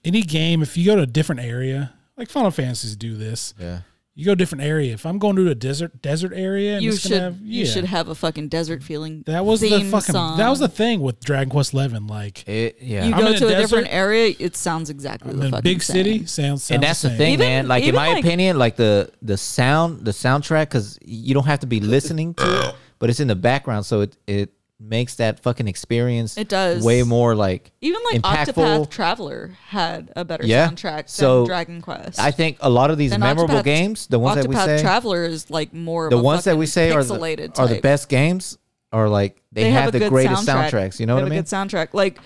[SPEAKER 1] any game if you go to a different area, like Final Fantasies do this.
[SPEAKER 2] Yeah.
[SPEAKER 1] You go to a different area. If I'm going to a desert desert area, and
[SPEAKER 3] you
[SPEAKER 1] it's gonna
[SPEAKER 3] should
[SPEAKER 1] have-
[SPEAKER 3] you
[SPEAKER 1] yeah.
[SPEAKER 3] should have a fucking desert feeling.
[SPEAKER 1] That was the
[SPEAKER 3] theme
[SPEAKER 1] fucking.
[SPEAKER 3] song.
[SPEAKER 1] That was the thing with Dragon Quest Eleven. Like
[SPEAKER 2] It, yeah.
[SPEAKER 3] You
[SPEAKER 1] I'm
[SPEAKER 3] go
[SPEAKER 1] in
[SPEAKER 3] to
[SPEAKER 1] a
[SPEAKER 3] a
[SPEAKER 1] desert,
[SPEAKER 3] different area, it sounds exactly the
[SPEAKER 1] in
[SPEAKER 3] fucking
[SPEAKER 1] big
[SPEAKER 3] same.
[SPEAKER 1] city sounds. sounds
[SPEAKER 2] and that's the
[SPEAKER 1] same.
[SPEAKER 2] thing,
[SPEAKER 3] Even-
[SPEAKER 2] man. Like in
[SPEAKER 3] even
[SPEAKER 2] my
[SPEAKER 3] like-
[SPEAKER 2] opinion, like the the sound, the soundtrack, because you don't have to be listening to it, but it's in the background, so it it makes that fucking experience.
[SPEAKER 3] It does.
[SPEAKER 2] way more like
[SPEAKER 3] Even like
[SPEAKER 2] impactful.
[SPEAKER 3] Octopath Traveler had a better
[SPEAKER 2] Yeah.
[SPEAKER 3] soundtrack
[SPEAKER 2] So,
[SPEAKER 3] than Dragon Quest.
[SPEAKER 2] I think a lot of these
[SPEAKER 3] And
[SPEAKER 2] memorable
[SPEAKER 3] Octopath-
[SPEAKER 2] games, the ones
[SPEAKER 3] Octopath
[SPEAKER 2] that we say,
[SPEAKER 3] Traveler is like more of
[SPEAKER 2] the
[SPEAKER 3] a
[SPEAKER 2] ones that
[SPEAKER 3] fucking
[SPEAKER 2] we say are the,
[SPEAKER 3] pixelated
[SPEAKER 2] are the
[SPEAKER 3] type.
[SPEAKER 2] best games, are like they, have,
[SPEAKER 3] a
[SPEAKER 2] the
[SPEAKER 3] good
[SPEAKER 2] greatest
[SPEAKER 3] soundtrack.
[SPEAKER 2] soundtracks. You know
[SPEAKER 3] They
[SPEAKER 2] what I mean?
[SPEAKER 3] have A good soundtrack. Like,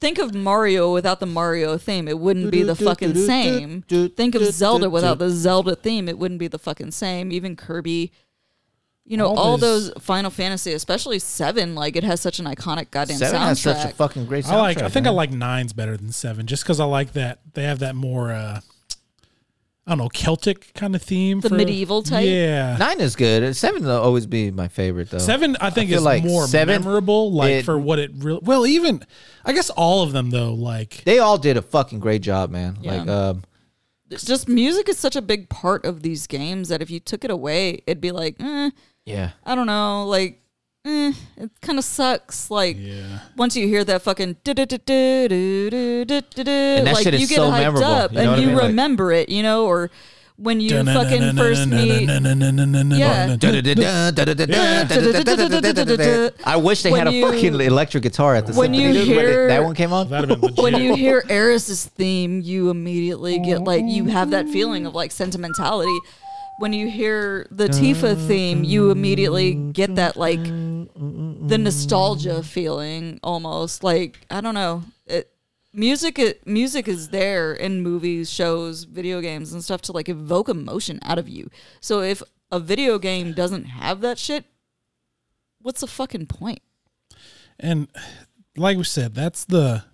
[SPEAKER 3] think of Mario without the Mario theme. It wouldn't be the fucking same. Think of Zelda without the Zelda theme. It wouldn't be the fucking same. Even Kirby. You know,
[SPEAKER 1] All
[SPEAKER 3] all
[SPEAKER 1] this-
[SPEAKER 3] those Final Fantasy, especially seven, like it has such an iconic goddamn
[SPEAKER 2] Seven
[SPEAKER 3] soundtrack.
[SPEAKER 2] has such a fucking great soundtrack.
[SPEAKER 1] I like. I think I
[SPEAKER 2] man.
[SPEAKER 1] like nine's better than seven, just because I like that they have that more. uh I don't know Celtic kind of theme.
[SPEAKER 3] The medieval type?
[SPEAKER 1] Yeah.
[SPEAKER 2] Nine is good. Seven will always be my favorite though.
[SPEAKER 1] Seven, I think,
[SPEAKER 2] feel
[SPEAKER 1] is
[SPEAKER 2] like
[SPEAKER 1] more
[SPEAKER 2] seven,
[SPEAKER 1] memorable, like
[SPEAKER 2] it-
[SPEAKER 1] for what it really. Well, even I guess all of them though, like
[SPEAKER 2] They all did a fucking great job, man.
[SPEAKER 3] Yeah.
[SPEAKER 2] Like um,
[SPEAKER 3] It's just music is such a big part of these games that if you took it away, it'd be like, eh,
[SPEAKER 2] yeah.
[SPEAKER 3] I don't know, like, eh, it kind of sucks. Like,
[SPEAKER 1] yeah,
[SPEAKER 3] once you hear that fucking and
[SPEAKER 2] that
[SPEAKER 3] like
[SPEAKER 2] shit is
[SPEAKER 3] you get
[SPEAKER 2] so
[SPEAKER 3] hyped
[SPEAKER 2] memorable,
[SPEAKER 3] up
[SPEAKER 2] you know what I
[SPEAKER 3] and you
[SPEAKER 2] mean? Like-
[SPEAKER 3] remember it, you know, or when you fucking first meet. Yeah.
[SPEAKER 1] Yeah.
[SPEAKER 3] Yeah.
[SPEAKER 2] I wish they
[SPEAKER 3] When
[SPEAKER 2] had a
[SPEAKER 3] you-
[SPEAKER 2] fucking electric guitar at the
[SPEAKER 3] when you
[SPEAKER 2] symphony, dude, but it-
[SPEAKER 3] hear-
[SPEAKER 2] that one came on.
[SPEAKER 1] That'd have been legit.
[SPEAKER 3] When you hear Eris's theme, you immediately get like you have that feeling of
[SPEAKER 1] Mm.
[SPEAKER 3] like sentimentality. When you hear the Tifa theme, you immediately get that like
[SPEAKER 1] mm,
[SPEAKER 3] the nostalgia feeling almost. Like I don't know, it music it, music is there in movies, shows, video games and stuff to like evoke emotion out of you. So if a video game doesn't have that shit, what's the fucking point?
[SPEAKER 1] and like we said, that's the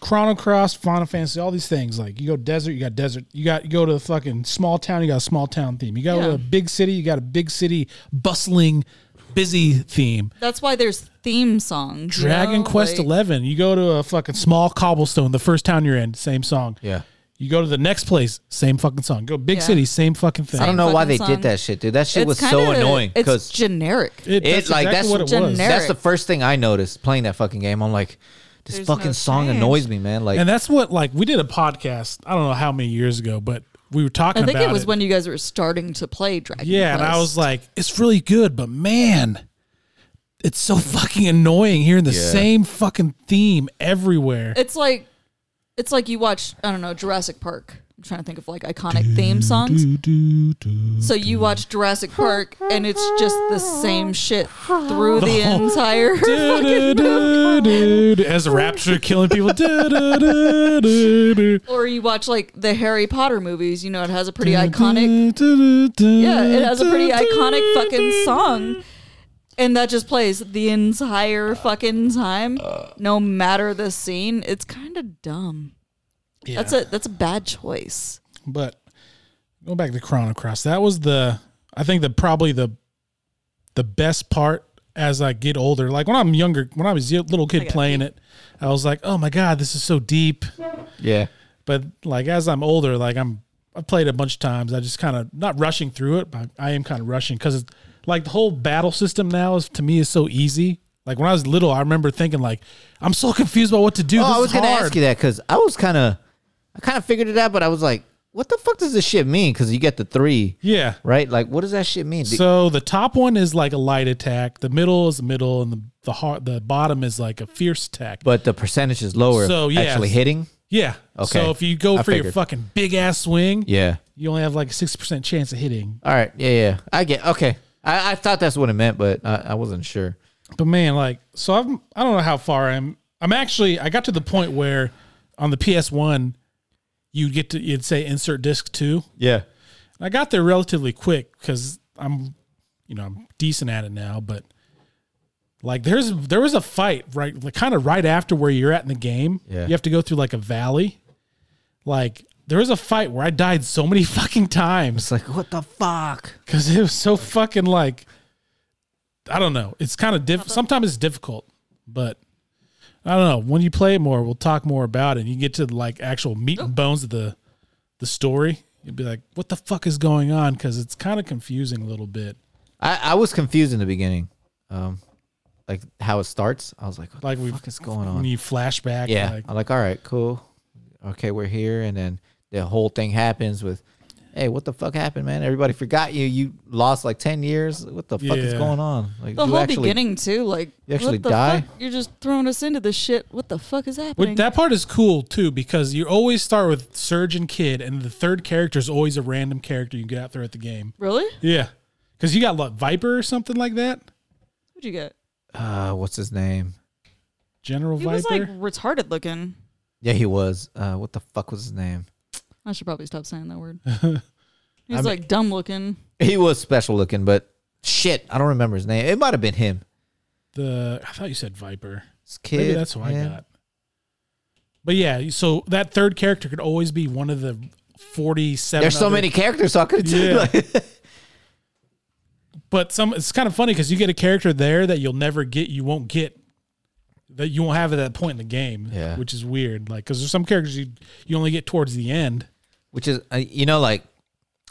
[SPEAKER 1] Chrono Cross, Final Fantasy, all these things. Like you go desert, you got desert. You got you go to the fucking small town, you got a small town theme. You go to
[SPEAKER 3] Yeah.
[SPEAKER 1] a big city, you got a big city bustling, busy theme.
[SPEAKER 3] That's why there's theme songs. you
[SPEAKER 1] Dragon
[SPEAKER 3] know?
[SPEAKER 1] Quest
[SPEAKER 3] Like-
[SPEAKER 1] Eleven, you go to a fucking small cobblestone, the first town you're in, same song.
[SPEAKER 2] Yeah.
[SPEAKER 1] You go to the next place, same fucking song. Go big
[SPEAKER 3] Yeah.
[SPEAKER 1] city, same fucking thing.
[SPEAKER 2] I don't know why they
[SPEAKER 3] fucking
[SPEAKER 2] did
[SPEAKER 3] song.
[SPEAKER 2] that shit, dude. That shit
[SPEAKER 3] It's
[SPEAKER 2] was so
[SPEAKER 3] kinda-
[SPEAKER 2] annoying
[SPEAKER 3] It's
[SPEAKER 2] because
[SPEAKER 3] generic.
[SPEAKER 1] It,
[SPEAKER 2] It, like, that's
[SPEAKER 3] generic.
[SPEAKER 2] that's the first thing I noticed playing that fucking game. I'm like, this
[SPEAKER 3] There's
[SPEAKER 2] fucking
[SPEAKER 3] no
[SPEAKER 2] song
[SPEAKER 3] change.
[SPEAKER 2] annoys me, man. Like,
[SPEAKER 1] And that's what like we did a podcast. I don't know how many years ago, but we were talking.
[SPEAKER 3] I think
[SPEAKER 1] about
[SPEAKER 3] it was when you guys were starting to play Dragon
[SPEAKER 1] Yeah,
[SPEAKER 3] Quest.
[SPEAKER 1] and I was like, it's really good, but man, it's so fucking annoying hearing the
[SPEAKER 2] Yeah.
[SPEAKER 1] same fucking theme everywhere.
[SPEAKER 3] it's like, it's like you watch, I don't know, Jurassic Park. I'm trying to think of like iconic theme songs.
[SPEAKER 1] Do, do, do.
[SPEAKER 3] So you watch Jurassic Park, and it's just the same shit through the entire.
[SPEAKER 1] Do, do, do, do, do. As the rapture killing people. Do, do, do, do, do.
[SPEAKER 3] Or you watch like the Harry Potter movies. You know, it has a pretty
[SPEAKER 1] Do,
[SPEAKER 3] iconic.
[SPEAKER 1] do, do, do,
[SPEAKER 3] Yeah, it has a pretty
[SPEAKER 1] do, do,
[SPEAKER 3] iconic
[SPEAKER 1] do,
[SPEAKER 3] fucking
[SPEAKER 1] do.
[SPEAKER 3] song. And that just plays the entire fucking time, no matter the scene. It's kind of dumb.
[SPEAKER 1] Yeah.
[SPEAKER 3] That's a that's a bad choice.
[SPEAKER 1] But go back to Chrono Cross. That was the I think the probably the the best part as I get older. Like when I'm younger, when I was a little kid
[SPEAKER 3] got
[SPEAKER 1] playing it, I was like, "Oh my god, this is so deep."
[SPEAKER 2] yeah,
[SPEAKER 1] But like as I'm older, like I'm I've played a bunch of times. I just kind of not rushing through it, but I am kind of rushing because like the whole battle system now is to me is so easy. Like when I was little, I remember thinking like, "I'm so confused about what to do."
[SPEAKER 2] Oh,
[SPEAKER 1] this
[SPEAKER 2] I was
[SPEAKER 1] is
[SPEAKER 2] gonna
[SPEAKER 1] hard.
[SPEAKER 2] ask you that because I was kind of, I kind of figured it out, but I was like, what the fuck does this shit mean? Because you get the three,
[SPEAKER 1] Yeah.
[SPEAKER 2] right? Like, what does that shit mean? The-
[SPEAKER 1] So the top one is like a light attack. The middle is middle, and the the heart, the bottom is like a fierce attack.
[SPEAKER 2] but the percentage is lower.
[SPEAKER 1] So,
[SPEAKER 2] So
[SPEAKER 1] yes.
[SPEAKER 2] actually hitting.
[SPEAKER 1] yeah.
[SPEAKER 2] Okay.
[SPEAKER 1] So if you go
[SPEAKER 2] I
[SPEAKER 1] for your
[SPEAKER 2] figured.
[SPEAKER 1] fucking big ass swing,
[SPEAKER 2] Yeah.
[SPEAKER 1] you only have like a sixty percent chance of hitting.
[SPEAKER 2] All right. Yeah. Yeah. I get. Okay. I, I thought that's what it meant, but I, I wasn't sure.
[SPEAKER 1] But man, like, so I'm I don't know how far I'm. I'm actually I got to the point where on the PS One, you get to you'd say insert disc two.
[SPEAKER 2] Yeah.
[SPEAKER 1] I got there relatively quick because I'm, you know, I'm decent at it now. But like, there's there was a fight right, like, kind of right after where you're at in the game.
[SPEAKER 2] Yeah.
[SPEAKER 1] You have to go through like a valley. Like there was a fight where I died so many fucking times
[SPEAKER 2] It's like what the fuck.
[SPEAKER 1] because it was so fucking like, I don't know. It's kind of diff. Sometimes it's difficult, but. I don't know. When you play it more, we'll talk more about it. And you get to like actual meat and bones of the the story. You'd be like, "What the fuck is going on?" Because it's kind of confusing a little bit.
[SPEAKER 2] I, I was confused in the beginning, um, like how it starts. I was like, what
[SPEAKER 1] Like
[SPEAKER 2] the
[SPEAKER 1] we-
[SPEAKER 2] fuck is going
[SPEAKER 1] When
[SPEAKER 2] on?
[SPEAKER 1] you flashback,
[SPEAKER 2] Yeah.
[SPEAKER 1] like,
[SPEAKER 2] I'm like, all right, cool. Okay, we're here, and then the whole thing happens with, hey, what the fuck happened, man? Everybody forgot you. You lost like ten years. What the fuck is
[SPEAKER 1] Yeah.
[SPEAKER 2] going on? Like
[SPEAKER 3] The
[SPEAKER 2] you
[SPEAKER 3] whole
[SPEAKER 2] actually-
[SPEAKER 3] beginning too, like
[SPEAKER 2] you actually
[SPEAKER 3] what the
[SPEAKER 2] die?
[SPEAKER 3] Fuck? You're just throwing us into this shit. What the fuck is happening?
[SPEAKER 1] but that part is cool too because you always start with Surgeon Kid, and the third character is always a random character you get out throughout the game.
[SPEAKER 3] really?
[SPEAKER 1] Yeah, because you got like Viper or something like that.
[SPEAKER 3] What'd you get?
[SPEAKER 2] Uh, what's his name?
[SPEAKER 1] General
[SPEAKER 3] He
[SPEAKER 1] Viper.
[SPEAKER 3] was like retarded looking.
[SPEAKER 2] Yeah, he was. Uh, what the fuck was his name?
[SPEAKER 3] I should probably stop saying that word.
[SPEAKER 2] I
[SPEAKER 3] He's
[SPEAKER 2] mean-
[SPEAKER 3] like dumb looking.
[SPEAKER 2] He was special looking, but shit, I don't remember his name. It might have been him.
[SPEAKER 1] the I thought you said Viper.
[SPEAKER 2] This kid.
[SPEAKER 1] Maybe that's what I
[SPEAKER 2] him.
[SPEAKER 1] got. But yeah, so that third character could always be one of the 47.
[SPEAKER 2] There's so
[SPEAKER 1] other-
[SPEAKER 2] many characters, so I could
[SPEAKER 1] Yeah.
[SPEAKER 2] have like,
[SPEAKER 1] But some it's kind of funny because you get a character there that you'll never get, you won't get, that you won't have at that point in the game,
[SPEAKER 2] Yeah.
[SPEAKER 1] which is weird. Like, because there's some characters you, you only get towards the end.
[SPEAKER 2] which is uh, you know like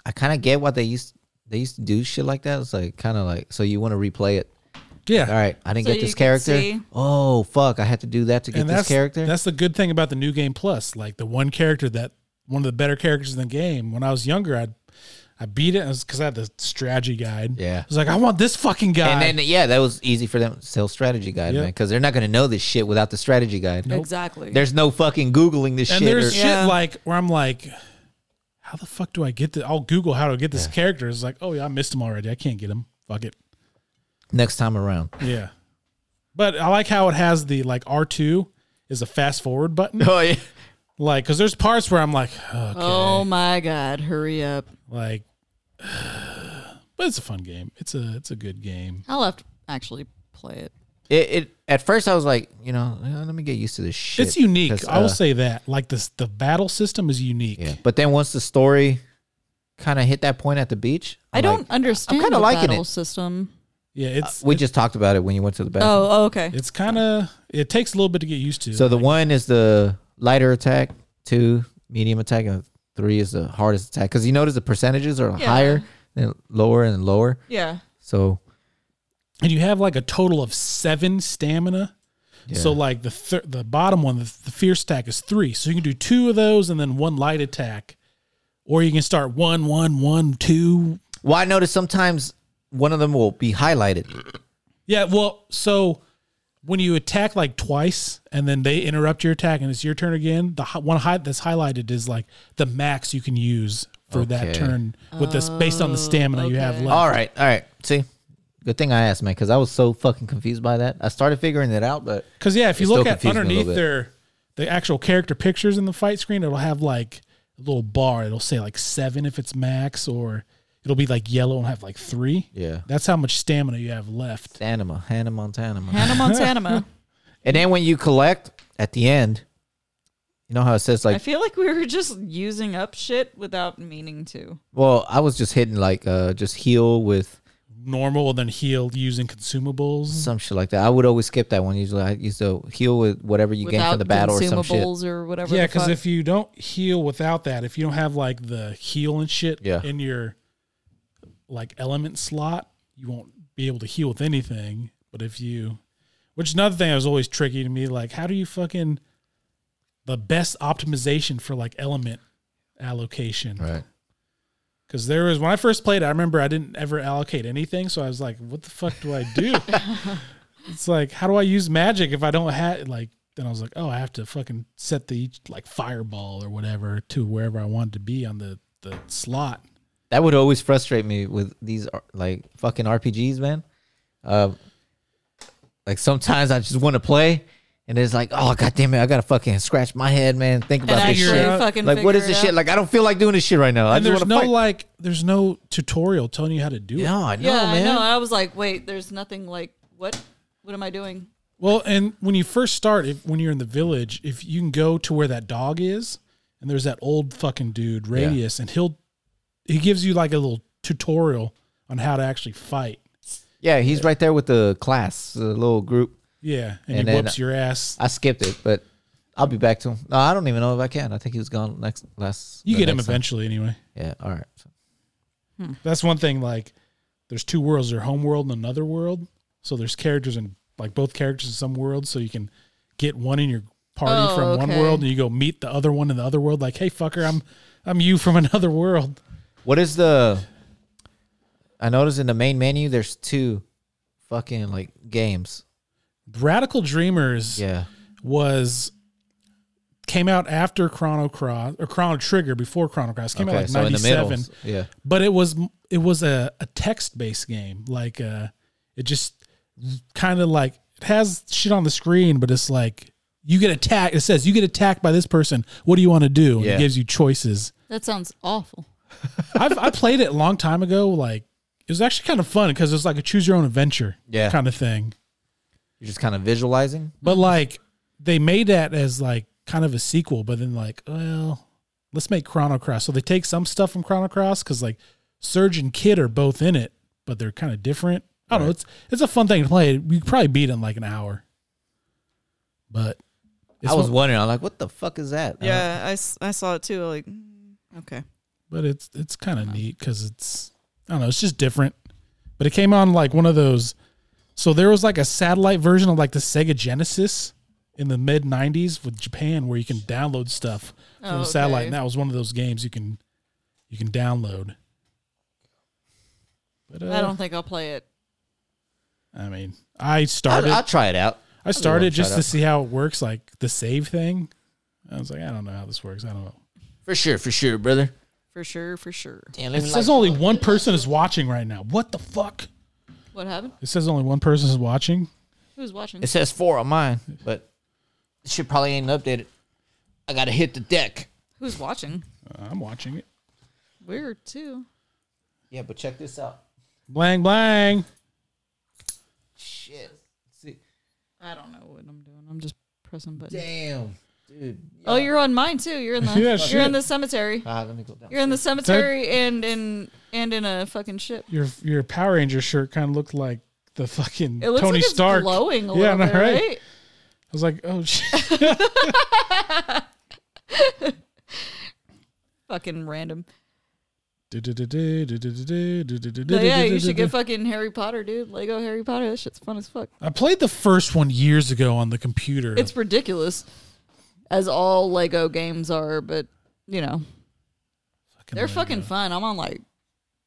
[SPEAKER 2] I kind of get what they used they used to do shit like that. It's like kind of like so you want to replay it.
[SPEAKER 1] Yeah.
[SPEAKER 2] All right, I didn't
[SPEAKER 3] So
[SPEAKER 2] get
[SPEAKER 3] you
[SPEAKER 2] this
[SPEAKER 3] can
[SPEAKER 2] character.
[SPEAKER 3] see-
[SPEAKER 2] Oh fuck, I had to do that to get
[SPEAKER 1] and
[SPEAKER 2] this
[SPEAKER 1] that's
[SPEAKER 2] character.
[SPEAKER 1] that's the good thing about the new game plus like the one character that one of the better characters in the game when i was younger i'd i beat it because i had the strategy guide
[SPEAKER 2] Yeah.
[SPEAKER 1] i was like i want this fucking guy
[SPEAKER 2] and then yeah, that was easy for them to sell strategy guide,
[SPEAKER 1] Yeah.
[SPEAKER 2] man, because they're not gonna know this shit without the strategy guide.
[SPEAKER 3] Exactly.
[SPEAKER 2] There's no fucking googling this
[SPEAKER 1] and
[SPEAKER 2] shit.
[SPEAKER 1] there's
[SPEAKER 2] or-
[SPEAKER 1] shit
[SPEAKER 3] Yeah.
[SPEAKER 1] like where i'm like how the fuck do i get this i'll google how to get this character it's like oh yeah i missed him already i can't get him fuck it
[SPEAKER 2] next time around.
[SPEAKER 1] yeah but i like how it has the like r2 is a fast forward button
[SPEAKER 2] Oh yeah.
[SPEAKER 1] like because there's parts where i'm like okay.
[SPEAKER 3] Oh my god, hurry up.
[SPEAKER 1] like but it's a fun game it's a it's a good game
[SPEAKER 3] I'll have to actually play it.
[SPEAKER 2] It, it at first I was like, you know, eh, let me get used to this shit.
[SPEAKER 1] it's unique
[SPEAKER 2] 'Cause,
[SPEAKER 1] i will
[SPEAKER 2] uh,
[SPEAKER 1] say that like this the battle system is unique
[SPEAKER 2] Yeah. But then once the story kind of hit that point at the beach,
[SPEAKER 3] I
[SPEAKER 2] I'm
[SPEAKER 3] don't
[SPEAKER 2] like-
[SPEAKER 3] understand
[SPEAKER 2] kinda
[SPEAKER 3] the
[SPEAKER 2] liking
[SPEAKER 3] battle
[SPEAKER 2] it.
[SPEAKER 3] system.
[SPEAKER 1] yeah it's
[SPEAKER 2] we just talked about it when you went to the bathroom.
[SPEAKER 3] Oh, oh, okay.
[SPEAKER 1] it's kind of it takes a little bit to get used to
[SPEAKER 2] so the one is the lighter attack, two medium attack, and three is the hardest attack. Because you notice the percentages are
[SPEAKER 3] Yeah.
[SPEAKER 2] higher and lower and lower.
[SPEAKER 3] Yeah.
[SPEAKER 2] So
[SPEAKER 1] and you have like a total of seven stamina
[SPEAKER 2] yeah.
[SPEAKER 1] so like the thir- the bottom one the, the fierce attack is three so you can do two of those and then one light attack or you can start one one one two
[SPEAKER 2] well, I noticed sometimes one of them will be highlighted.
[SPEAKER 1] yeah well so when you attack like twice and then they interrupt your attack and it's your turn again the hi- one hi- that's highlighted is like the max you can use for that
[SPEAKER 2] Okay.
[SPEAKER 1] turn with this based on the stamina you have
[SPEAKER 3] okay.
[SPEAKER 1] left
[SPEAKER 2] All right, all right. See, good thing I asked, man, because I was so fucking confused by that. I started figuring it out, but
[SPEAKER 1] Because yeah, if you
[SPEAKER 2] It
[SPEAKER 1] look
[SPEAKER 2] still
[SPEAKER 1] at
[SPEAKER 2] confused me a little
[SPEAKER 1] underneath
[SPEAKER 2] bit.
[SPEAKER 1] their the actual character pictures in the fight screen, it'll have like a little bar. It'll say like seven if it's max, or it'll be like yellow and have like three.
[SPEAKER 2] Yeah.
[SPEAKER 1] that's how much stamina you have left.
[SPEAKER 2] Anima, Hannah Montana. man.
[SPEAKER 3] Hannah Montana.
[SPEAKER 2] And then when you collect at the end, you know how it says
[SPEAKER 3] I
[SPEAKER 2] like,
[SPEAKER 3] feel like we were just using up shit without meaning to.
[SPEAKER 2] well, I was just hitting like uh just heal with
[SPEAKER 1] Normal and then heal using consumables.
[SPEAKER 2] some shit like that. I would always skip that one. Usually, I used to heal with whatever you gain
[SPEAKER 3] without
[SPEAKER 2] from the battle or some shit.
[SPEAKER 3] consumables or whatever.
[SPEAKER 1] yeah,
[SPEAKER 3] the
[SPEAKER 1] because
[SPEAKER 3] fuck.
[SPEAKER 1] if you don't heal without that, if you don't have like the heal and shit
[SPEAKER 2] Yeah.
[SPEAKER 1] in your like element slot, you won't be able to heal with anything. But if you, which is another thing that was always tricky to me, like how do you fucking the best optimization for like element allocation?
[SPEAKER 2] Right.
[SPEAKER 1] Because there was when I first played, I remember I didn't ever allocate anything, so I was like, "What the fuck do I do?" it's like, how do I use magic if I don't have like? Then I was like, "Oh, I have to fucking set the like fireball or whatever to wherever I wanted to be on the the slot."
[SPEAKER 2] That would always frustrate me with these ar- like fucking RPGs, man. Uh, like sometimes I just want to play, and it's like, oh god damn it, I gotta fucking scratch my head, man. Think about this
[SPEAKER 1] actually
[SPEAKER 2] shit.
[SPEAKER 3] fucking
[SPEAKER 2] Like, what
[SPEAKER 3] figure
[SPEAKER 2] is this
[SPEAKER 3] it
[SPEAKER 2] shit?
[SPEAKER 3] out.
[SPEAKER 2] Like, I don't feel like doing this shit right now. I
[SPEAKER 1] And
[SPEAKER 2] just
[SPEAKER 1] there's
[SPEAKER 2] want
[SPEAKER 1] no
[SPEAKER 2] to fight.
[SPEAKER 1] like, there's no tutorial telling you how to do it.
[SPEAKER 2] No, I know,
[SPEAKER 3] yeah,
[SPEAKER 2] man.
[SPEAKER 3] I know. I was like, wait, there's nothing like what? What am I doing?
[SPEAKER 1] Well, and when you first start, if, when you're in the village, if you can go to where that dog is, and there's that old fucking dude Radius, and he'll he gives you like a little tutorial on how to actually fight.
[SPEAKER 2] Yeah, he's right there with the class, the little group.
[SPEAKER 1] Yeah, and,
[SPEAKER 2] And
[SPEAKER 1] he
[SPEAKER 2] then- uh,
[SPEAKER 1] whoops your ass.
[SPEAKER 2] I skipped it, but I'll be back to him. No, I don't even know if I can. I think he was gone next last.
[SPEAKER 1] You
[SPEAKER 2] the
[SPEAKER 1] get him
[SPEAKER 2] next time.
[SPEAKER 1] eventually anyway.
[SPEAKER 2] Yeah. All right.
[SPEAKER 1] That's one thing. Like, there's two worlds: there's home world and another world. So there's characters in like both characters in some worlds. So you can get one in your party
[SPEAKER 3] Oh,
[SPEAKER 1] from one
[SPEAKER 3] okay.
[SPEAKER 1] world, and you go meet the other one in the other world. Like, hey, fucker, I'm I'm you from another world.
[SPEAKER 2] What is the? I noticed in the main menu there's two, fucking like games.
[SPEAKER 1] Radical Dreamers
[SPEAKER 2] Yeah.
[SPEAKER 1] was came out after Chrono Cross or Chrono Trigger before Chrono Cross came out like
[SPEAKER 2] in the middle.
[SPEAKER 1] 97.
[SPEAKER 2] Yeah.
[SPEAKER 1] but it was it was a, a text based game like uh it just kind of like it has shit on the screen but it's like you get attacked it says you get attacked by this person what do you want to do and
[SPEAKER 2] Yeah.
[SPEAKER 1] it gives you choices
[SPEAKER 3] That sounds awful.
[SPEAKER 1] i've i played it a long time ago like it was actually kind of fun because it was like a choose your own adventure
[SPEAKER 2] Yeah.
[SPEAKER 1] kind of thing
[SPEAKER 2] You're just kind of visualizing.
[SPEAKER 1] but like they made that as like kind of a sequel but then like well let's make Chrono Cross. So they take some stuff from Chrono Cross because like Surge and Kid are both in it, but they're kind of different. I don't know. It's it's a fun thing to play. You could probably beat in like an hour, but it's
[SPEAKER 2] I was
[SPEAKER 1] one-
[SPEAKER 2] wondering. I'm like, what the fuck is that? I don't-
[SPEAKER 4] Yeah, I, s- I saw it too. Like, mm, okay.
[SPEAKER 1] but it's it's kind of neat because it's I don't know, it's just different. But it came on like one of those. So there was like a satellite version of like the Sega Genesis in the mid '90s with Japan, where you can download stuff from
[SPEAKER 3] Oh,
[SPEAKER 1] the satellite,
[SPEAKER 3] okay.
[SPEAKER 1] and that was one of those games you can you can download. But uh,
[SPEAKER 3] I don't think I'll play it.
[SPEAKER 1] I mean, I started.
[SPEAKER 2] Uh, I'll,
[SPEAKER 1] I,
[SPEAKER 2] I'll try it out.
[SPEAKER 1] started
[SPEAKER 2] Everyone
[SPEAKER 1] just
[SPEAKER 2] shut
[SPEAKER 1] to
[SPEAKER 2] up.
[SPEAKER 1] see how it works, like the save thing. I was like, I don't know how this works. I don't know.
[SPEAKER 2] For sure, for sure, brother.
[SPEAKER 3] For sure, for sure.
[SPEAKER 2] Damn,
[SPEAKER 1] It says only one person is watching right now. What the fuck?
[SPEAKER 3] What happened?
[SPEAKER 1] It says only one person is watching.
[SPEAKER 3] Who's watching?
[SPEAKER 2] It says four on mine, but this shit probably ain't updated. I gotta hit the deck.
[SPEAKER 3] Who's watching?
[SPEAKER 1] Uh, I'm watching it.
[SPEAKER 3] Weird too.
[SPEAKER 2] Yeah, but check this out.
[SPEAKER 1] Blang blang.
[SPEAKER 2] Shit. See,
[SPEAKER 3] I don't know what I'm doing. I'm just pressing buttons.
[SPEAKER 2] damn, dude.
[SPEAKER 3] Oh, you're on mine too. You're in the
[SPEAKER 1] Yeah,
[SPEAKER 3] you're
[SPEAKER 1] shit.
[SPEAKER 3] in the cemetery.
[SPEAKER 2] Ah, let me go down.
[SPEAKER 3] You're in the cemetery and in and in a fucking ship.
[SPEAKER 1] Your your Power Ranger shirt kind of looked like the fucking
[SPEAKER 3] It looks
[SPEAKER 1] Tony
[SPEAKER 3] like it's
[SPEAKER 1] Stark.
[SPEAKER 3] glowing a
[SPEAKER 1] Yeah,
[SPEAKER 3] little
[SPEAKER 1] I know,
[SPEAKER 3] bit,
[SPEAKER 1] right?
[SPEAKER 3] right?
[SPEAKER 1] I was like, oh shit.
[SPEAKER 3] Fucking random. But yeah,
[SPEAKER 1] yeah,
[SPEAKER 3] you should get fucking Harry Potter, dude. Lego Harry Potter. That shit's fun as fuck.
[SPEAKER 1] I played the first one years ago on the computer.
[SPEAKER 3] It's ridiculous, as all Lego games are. But you know,
[SPEAKER 1] fucking
[SPEAKER 3] they're
[SPEAKER 1] Lego.
[SPEAKER 3] fucking fun. I'm on like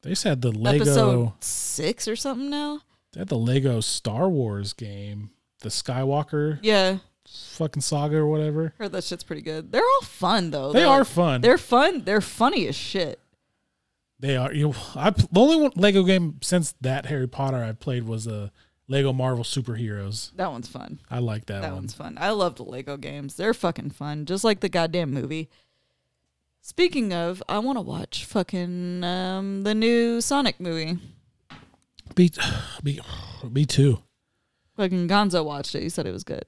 [SPEAKER 1] They just had the Lego.
[SPEAKER 3] episode six or something now.
[SPEAKER 1] They had the Lego Star Wars game, the Skywalker
[SPEAKER 3] Yeah,
[SPEAKER 1] fucking saga or whatever.
[SPEAKER 3] heard that shit's pretty good. They're all fun though.
[SPEAKER 1] They
[SPEAKER 3] Oh, They're,
[SPEAKER 1] are
[SPEAKER 3] like-
[SPEAKER 1] fun.
[SPEAKER 3] They're fun. They're funny as shit.
[SPEAKER 1] They are. You, I the only one Lego game since that Harry Potter I played was uh, Lego Marvel Superheroes.
[SPEAKER 3] That one's fun.
[SPEAKER 1] I like that,
[SPEAKER 3] That
[SPEAKER 1] one.
[SPEAKER 3] one's fun. I love the Lego games. They're fucking fun, just like the goddamn movie. Speaking of, I want to watch fucking um, the new Sonic movie.
[SPEAKER 1] Me, me, me too.
[SPEAKER 3] Fucking Gonzo watched it. He said it was good.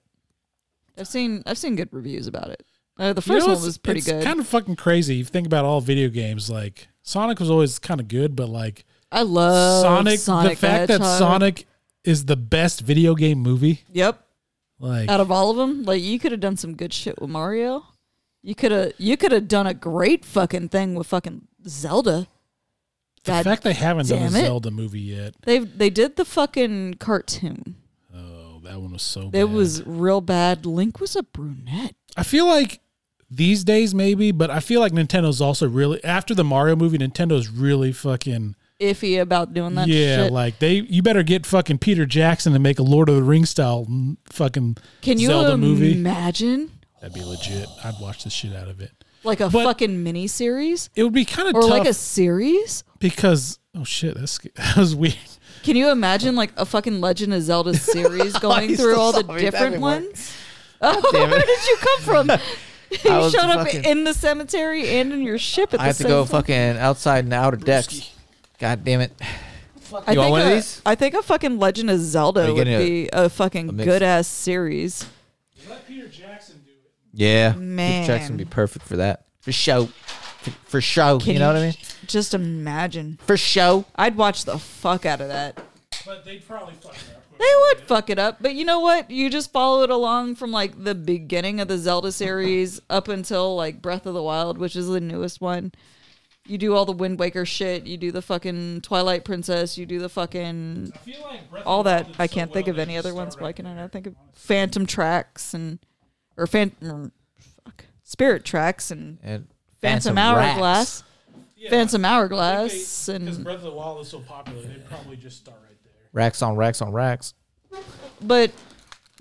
[SPEAKER 3] I've seen I've seen good reviews about it. Uh, the
[SPEAKER 1] You know,
[SPEAKER 3] first one
[SPEAKER 1] it's-
[SPEAKER 3] was pretty
[SPEAKER 1] it's
[SPEAKER 3] good.
[SPEAKER 1] Kind of fucking crazy. You think about all video games, like Sonic was always kind of good, but like
[SPEAKER 3] I love
[SPEAKER 1] Sonic,
[SPEAKER 3] Oh, Sonic.
[SPEAKER 1] the fact that
[SPEAKER 3] Hedgehog.
[SPEAKER 1] Sonic is the best video game movie,
[SPEAKER 3] Yep.
[SPEAKER 1] like
[SPEAKER 3] Out of all of them, like you could have done some good shit with Mario. You could have you could have done a great fucking thing with fucking Zelda.
[SPEAKER 1] the
[SPEAKER 3] God
[SPEAKER 1] fact they haven't done a
[SPEAKER 3] damn it.
[SPEAKER 1] Zelda movie yet.
[SPEAKER 3] They they did the fucking cartoon.
[SPEAKER 1] Oh, that one was so.
[SPEAKER 3] It
[SPEAKER 1] bad.
[SPEAKER 3] was real bad. Link was a brunette.
[SPEAKER 1] I feel like these days maybe, but I feel like Nintendo's also really after the Mario movie. Nintendo's really fucking
[SPEAKER 3] Iffy about doing that
[SPEAKER 1] yeah.
[SPEAKER 3] shit.
[SPEAKER 1] Like they, you better get fucking Peter Jackson to make a Lord of the Rings style mm, fucking
[SPEAKER 3] Can you
[SPEAKER 1] Zelda movie.
[SPEAKER 3] imagine
[SPEAKER 1] That'd be legit. I'd watch the shit out of it.
[SPEAKER 3] like a
[SPEAKER 1] But-
[SPEAKER 3] fucking mini series
[SPEAKER 1] It would be kind of
[SPEAKER 3] or
[SPEAKER 1] tough
[SPEAKER 3] like a series?
[SPEAKER 1] because oh shit, that's that was weird.
[SPEAKER 3] Can you imagine like a fucking Legend of Zelda series going
[SPEAKER 2] He's
[SPEAKER 3] through
[SPEAKER 2] so
[SPEAKER 3] all the
[SPEAKER 2] sorry, that
[SPEAKER 3] different
[SPEAKER 2] didn't work.
[SPEAKER 3] ones? Oh,
[SPEAKER 2] Damn it.
[SPEAKER 3] where did you come from?
[SPEAKER 2] I
[SPEAKER 3] you
[SPEAKER 2] was
[SPEAKER 3] showed up
[SPEAKER 2] fucking-
[SPEAKER 3] in the cemetery and in your ship at
[SPEAKER 2] I
[SPEAKER 3] the
[SPEAKER 2] have to
[SPEAKER 3] same
[SPEAKER 2] go
[SPEAKER 3] time.
[SPEAKER 2] fucking outside and outer decks. God damn it.
[SPEAKER 3] I
[SPEAKER 2] You want
[SPEAKER 3] think
[SPEAKER 2] one of
[SPEAKER 3] a-
[SPEAKER 2] these?
[SPEAKER 3] I think a fucking Legend of Zelda
[SPEAKER 2] you
[SPEAKER 3] would
[SPEAKER 2] getting a-
[SPEAKER 3] be a fucking
[SPEAKER 2] mix?
[SPEAKER 3] good ass series.
[SPEAKER 1] Let Peter Jackson do it.
[SPEAKER 2] Yeah,
[SPEAKER 3] Man.
[SPEAKER 2] Peter Jackson would be perfect for that. For show. For, for show.
[SPEAKER 3] Can
[SPEAKER 2] you know what I mean?
[SPEAKER 3] Just imagine.
[SPEAKER 2] For show.
[SPEAKER 3] I'd watch the fuck out of that.
[SPEAKER 1] But they'd probably fuck it up.
[SPEAKER 3] They would fuck it up, but you know what? You just follow it along from like the beginning of the Zelda series up until like Breath of the Wild, which is the newest one. You do all the Wind Waker shit. You do the fucking Twilight Princess. You do the fucking
[SPEAKER 1] I feel like Breath
[SPEAKER 3] all
[SPEAKER 1] of the Wild
[SPEAKER 3] that.
[SPEAKER 1] did
[SPEAKER 3] I
[SPEAKER 1] so
[SPEAKER 3] can't
[SPEAKER 1] well,
[SPEAKER 3] think of
[SPEAKER 1] they
[SPEAKER 3] any
[SPEAKER 1] just
[SPEAKER 3] other
[SPEAKER 1] start
[SPEAKER 3] ones.
[SPEAKER 1] right
[SPEAKER 3] Why can I
[SPEAKER 1] there.
[SPEAKER 3] not think of Phantom Tracks and or Phantom fuck Spirit Tracks and
[SPEAKER 2] And
[SPEAKER 3] Phantom,
[SPEAKER 2] rats.
[SPEAKER 3] Hourglass,
[SPEAKER 1] Yeah, I
[SPEAKER 3] Phantom
[SPEAKER 1] think they-
[SPEAKER 3] Hourglass,
[SPEAKER 1] because
[SPEAKER 3] and
[SPEAKER 1] Breath of the Wild is so popular, they'd probably just start right there.
[SPEAKER 2] Racks on racks on racks.
[SPEAKER 3] but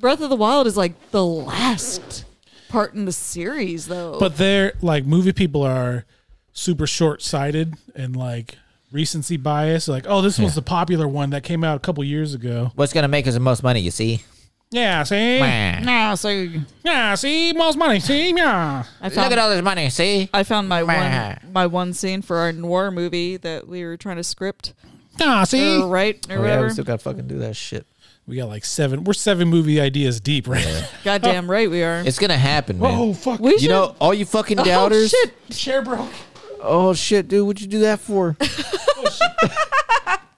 [SPEAKER 3] Breath of the Wild is like the last part in the series, though.
[SPEAKER 1] But they're like movie people are super short sighted and like recency bias. Like, oh, this was the popular one that came out a couple years ago.
[SPEAKER 2] What's gonna make us the most money, you see?
[SPEAKER 1] Yeah, see,
[SPEAKER 2] Man.
[SPEAKER 3] nah, so
[SPEAKER 1] yeah, see, most money, see, yeah.
[SPEAKER 3] I
[SPEAKER 2] Look
[SPEAKER 3] found
[SPEAKER 2] at all this money, see?
[SPEAKER 3] I found my
[SPEAKER 2] Meh.
[SPEAKER 3] one my one scene for our noir movie that we were trying to script
[SPEAKER 1] Nah, see,
[SPEAKER 3] or write or
[SPEAKER 1] Eh.
[SPEAKER 2] Oh, yeah, we
[SPEAKER 3] whatever.
[SPEAKER 2] still gotta fucking do that shit.
[SPEAKER 1] We got like seven. We're seven movie ideas deep, right?
[SPEAKER 3] Goddamn right we are.
[SPEAKER 2] It's gonna happen, man.
[SPEAKER 1] Whoa, fuck!
[SPEAKER 3] We
[SPEAKER 2] you
[SPEAKER 3] should.
[SPEAKER 2] know, all you fucking
[SPEAKER 3] oh
[SPEAKER 2] doubters.
[SPEAKER 3] shit!
[SPEAKER 1] Share broke.
[SPEAKER 2] Oh, shit, dude, what'd you do that for?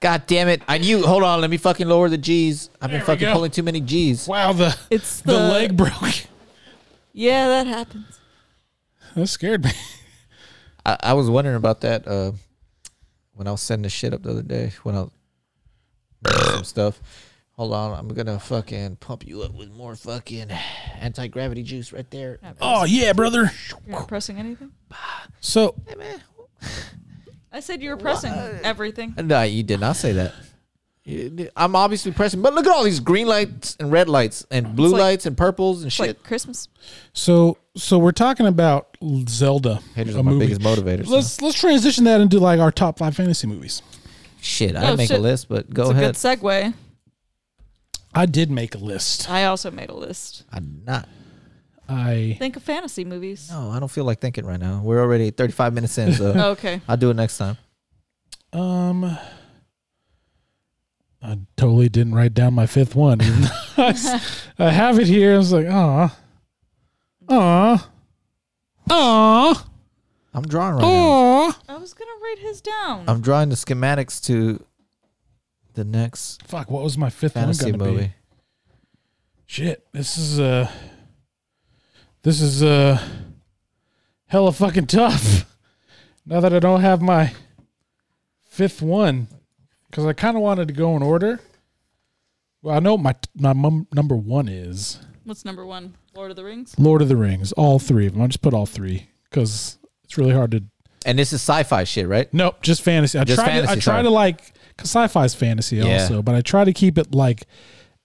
[SPEAKER 2] God damn it! I knew. Hold on, let me fucking lower the G's. I've been
[SPEAKER 1] There we
[SPEAKER 2] fucking
[SPEAKER 1] go.
[SPEAKER 2] pulling too many G's.
[SPEAKER 1] Wow, the
[SPEAKER 3] It's
[SPEAKER 1] the,
[SPEAKER 3] the,
[SPEAKER 1] leg broke.
[SPEAKER 3] Yeah, that happens.
[SPEAKER 1] That scared me.
[SPEAKER 2] I, I was wondering about that uh, when I was setting the shit up the other day. When I was doing some stuff. Hold on, I'm gonna fucking pump you up with more fucking anti gravity juice right there.
[SPEAKER 1] Oh yeah, brother.
[SPEAKER 3] You're not pressing anything.
[SPEAKER 1] So
[SPEAKER 3] I said you were pressing everything.
[SPEAKER 2] No, uh, you did not say that. You- I'm obviously pressing, but look at all these green lights and red lights and blue
[SPEAKER 3] like-
[SPEAKER 2] lights and purples and
[SPEAKER 3] It's
[SPEAKER 2] shit.
[SPEAKER 3] like Christmas.
[SPEAKER 1] so so we're talking about Zelda,
[SPEAKER 2] Haters
[SPEAKER 1] a
[SPEAKER 2] are my
[SPEAKER 1] movie.
[SPEAKER 2] biggest motivators.
[SPEAKER 1] Let's let's transition that into like our top five fantasy movies.
[SPEAKER 2] Shit, I
[SPEAKER 3] Oh,
[SPEAKER 2] didn't make
[SPEAKER 3] shit.
[SPEAKER 2] a list, but go
[SPEAKER 3] It's a
[SPEAKER 2] ahead.
[SPEAKER 3] good segue.
[SPEAKER 1] I did make a list.
[SPEAKER 3] I also made a list.
[SPEAKER 2] I did not.
[SPEAKER 1] I
[SPEAKER 3] Think of fantasy movies.
[SPEAKER 2] No, I don't feel like thinking right now. We're already 35 minutes in, so
[SPEAKER 3] Okay.
[SPEAKER 2] I'll do it next time.
[SPEAKER 1] um I totally didn't write down my fifth one. even though I s- I have it here. I was like, ah, ah, ah,
[SPEAKER 2] I'm drawing right
[SPEAKER 3] Oh.
[SPEAKER 2] now.
[SPEAKER 1] ah.
[SPEAKER 3] I was gonna write his down.
[SPEAKER 2] I'm drawing the schematics to the next
[SPEAKER 1] Fuck, what was my fifth
[SPEAKER 2] fantasy
[SPEAKER 1] one gonna
[SPEAKER 2] movie.
[SPEAKER 1] be? Shit, this is uh, this is uh, hella fucking tough. Now that I don't have my fifth one, because I kind of wanted to go in order. Well, I know my my mum, number one is
[SPEAKER 3] What's number one? Lord of the Rings.
[SPEAKER 1] Lord of the Rings. All three of them. I just put all three because it's really hard to.
[SPEAKER 2] And this is sci-fi shit, right?
[SPEAKER 1] Nope, just fantasy. I
[SPEAKER 2] Just
[SPEAKER 1] try to, I
[SPEAKER 2] fantasy,
[SPEAKER 1] try
[SPEAKER 2] sorry.
[SPEAKER 1] to like because sci-fi is fantasy
[SPEAKER 2] Yeah.
[SPEAKER 1] also, but I try to keep it like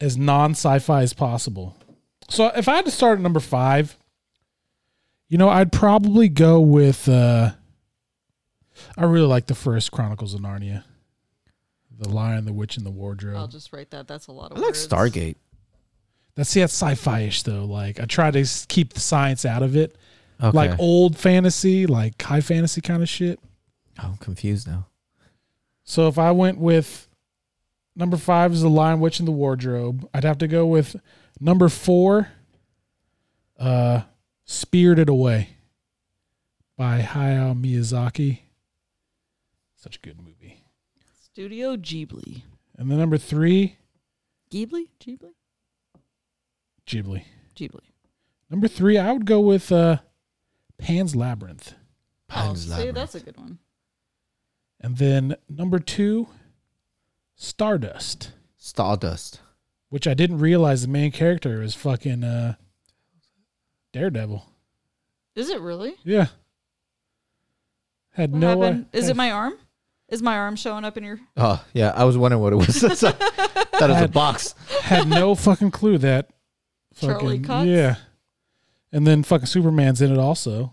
[SPEAKER 1] as non-sci-fi as possible. So if I had to start at number five, you know, I'd probably go with. uh I really like the first Chronicles of Narnia, the Lion, the Witch, and the
[SPEAKER 3] I'll
[SPEAKER 1] Wardrobe.
[SPEAKER 3] just write that. That's a lot of.
[SPEAKER 2] I like
[SPEAKER 3] words.
[SPEAKER 2] Stargate.
[SPEAKER 1] That's see, that's sci-fi-ish though. Like I try to s- keep the science out of it,
[SPEAKER 2] Okay.
[SPEAKER 1] like old fantasy, like high fantasy kind of shit.
[SPEAKER 2] I'm confused now.
[SPEAKER 1] So if I went with number five is the Lion Witch in the Wardrobe, I'd have to go with number four, uh, Spirited Away by Hayao Miyazaki. Such a good movie.
[SPEAKER 3] Studio Ghibli.
[SPEAKER 1] And then number three,
[SPEAKER 3] Ghibli. Ghibli.
[SPEAKER 1] Ghibli.
[SPEAKER 3] Ghibli.
[SPEAKER 1] Number three, I would go with uh, Pan's Labyrinth.
[SPEAKER 3] Oh,
[SPEAKER 2] Pan's
[SPEAKER 3] see,
[SPEAKER 2] Labyrinth.
[SPEAKER 3] that's a good one.
[SPEAKER 1] And then number two, Stardust,
[SPEAKER 2] Stardust.
[SPEAKER 1] which I didn't realize the main character was fucking uh, Daredevil.
[SPEAKER 3] Is it really?
[SPEAKER 1] Yeah. Had
[SPEAKER 3] What
[SPEAKER 1] no
[SPEAKER 3] happened?
[SPEAKER 1] i-
[SPEAKER 3] Is it
[SPEAKER 1] had-
[SPEAKER 3] my arm? Is my arm showing up in your?
[SPEAKER 2] Oh yeah, I was wondering what it was. Thought it was a box.
[SPEAKER 1] had no fucking clue that
[SPEAKER 3] Charlie
[SPEAKER 1] fucking
[SPEAKER 3] Cox?
[SPEAKER 1] yeah. And then fucking Superman's in it also.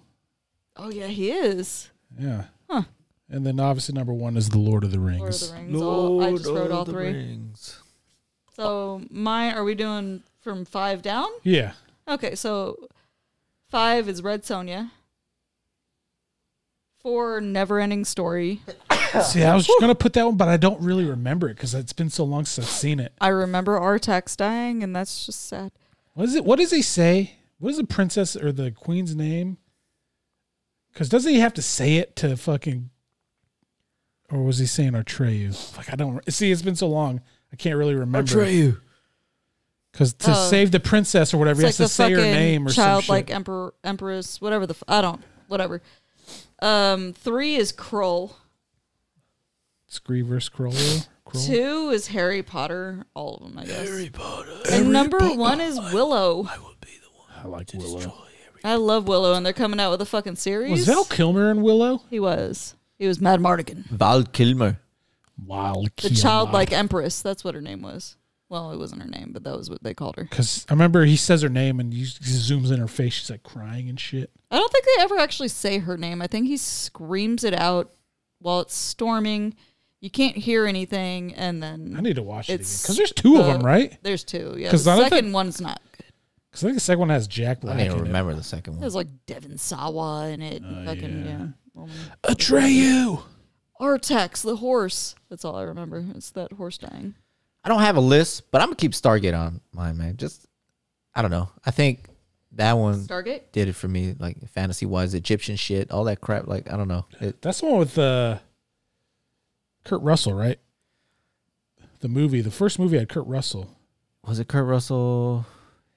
[SPEAKER 3] Oh yeah, he is.
[SPEAKER 1] Yeah.
[SPEAKER 3] Huh.
[SPEAKER 1] And then obviously number one is the Lord of the Rings.
[SPEAKER 3] Lord of the Rings. all, I just wrote all three. So my, are we doing from five down?
[SPEAKER 1] Yeah.
[SPEAKER 3] Okay, so five is Red Sonja. Four, Never Ending Story.
[SPEAKER 1] See, I was gonna put that one, but I don't really remember it because it's been so long since I've seen it.
[SPEAKER 3] I remember Artax dying, and that's just sad.
[SPEAKER 1] What is it? What does he say? What is the princess or the queen's name? Because doesn't he have to say it to fucking, or was he saying Atreyu? Like I don't see. It's been so long, I can't really remember.
[SPEAKER 2] you.
[SPEAKER 1] Because to
[SPEAKER 3] Oh.
[SPEAKER 1] save the princess or whatever, he has
[SPEAKER 3] It's like
[SPEAKER 1] to
[SPEAKER 3] the
[SPEAKER 1] say her
[SPEAKER 3] fucking
[SPEAKER 1] name or
[SPEAKER 3] childlike
[SPEAKER 1] some shit.
[SPEAKER 3] emperor, empress, whatever the f- I don't, whatever. Um, three is Kroll.
[SPEAKER 1] Screever's Crowley.
[SPEAKER 3] Two is Harry Potter. All of them, I guess. Harry Potter. And number one is Willow.
[SPEAKER 1] I like Willow.
[SPEAKER 3] I love Willow, and they're coming out with a fucking series.
[SPEAKER 1] Was Val Kilmer in Willow?
[SPEAKER 3] He was. He was Mad Mardigan.
[SPEAKER 2] Val Kilmer.
[SPEAKER 1] Wild
[SPEAKER 3] The childlike empress. That's what her name was. Well, it wasn't her name, but that was what they called her.
[SPEAKER 1] Because I remember he says her name and he zooms in her face. She's like crying and shit.
[SPEAKER 3] I don't think they ever actually say her name. I think he screams it out while it's storming. You can't hear anything, and
[SPEAKER 1] I
[SPEAKER 3] then
[SPEAKER 1] need to watch it again.
[SPEAKER 3] It's
[SPEAKER 1] Because there's two of
[SPEAKER 3] the-
[SPEAKER 1] them, right?
[SPEAKER 3] there's two. Yeah, the
[SPEAKER 1] 'Cause I don't
[SPEAKER 3] second
[SPEAKER 1] think-
[SPEAKER 3] one's not good.
[SPEAKER 1] Because I think the second one has Jack
[SPEAKER 2] I
[SPEAKER 1] Black.
[SPEAKER 2] don't even
[SPEAKER 1] in it.
[SPEAKER 2] remember the second one.
[SPEAKER 3] There's like Devin Sawa in it.
[SPEAKER 1] Oh,
[SPEAKER 3] and fucking yeah. Um,
[SPEAKER 1] Atreyu.
[SPEAKER 3] Artax the horse. That's all I remember. It's that horse dying.
[SPEAKER 2] I don't have a list, but I'm gonna keep Stargate on mine, man. Just I don't know. I think that one
[SPEAKER 3] Stargate.
[SPEAKER 2] did it for me, like fantasy wise, Egyptian shit, all that crap. Like I don't know. It,
[SPEAKER 1] That's the one with uh, Kurt Russell, right? The movie, the first movie had Kurt Russell.
[SPEAKER 2] was it Kurt Russell?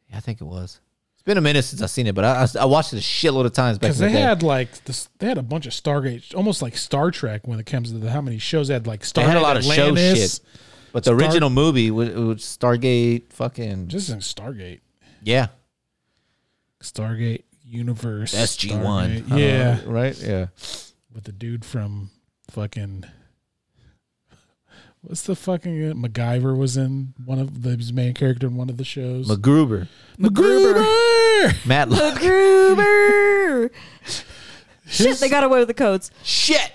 [SPEAKER 2] Yeah, I think it was. It's been a minute since I've seen it, but I, I, I watched it a shitload of times back in
[SPEAKER 1] Because
[SPEAKER 2] the
[SPEAKER 1] they
[SPEAKER 2] day.
[SPEAKER 1] had like this, they had a bunch of Stargate, almost like Star Trek when it comes to the, how many shows they had like Stargate.
[SPEAKER 2] They had a lot of show
[SPEAKER 1] Atlantis,
[SPEAKER 2] shit. but the
[SPEAKER 1] Star-
[SPEAKER 2] original movie was, was Stargate fucking
[SPEAKER 1] Just in Stargate,
[SPEAKER 2] yeah.
[SPEAKER 1] Stargate Universe,
[SPEAKER 2] SG one. Uh-huh.
[SPEAKER 1] Stargate. yeah,
[SPEAKER 2] right? Yeah.
[SPEAKER 1] with the dude from fucking what's the fucking uh, MacGyver was in one of the his main character in one of the shows.
[SPEAKER 2] MacGruber.
[SPEAKER 1] MacGruber.
[SPEAKER 2] Matt Luck.
[SPEAKER 3] Gruber. Shit,
[SPEAKER 1] His-
[SPEAKER 3] they got away with the codes.
[SPEAKER 2] Shit.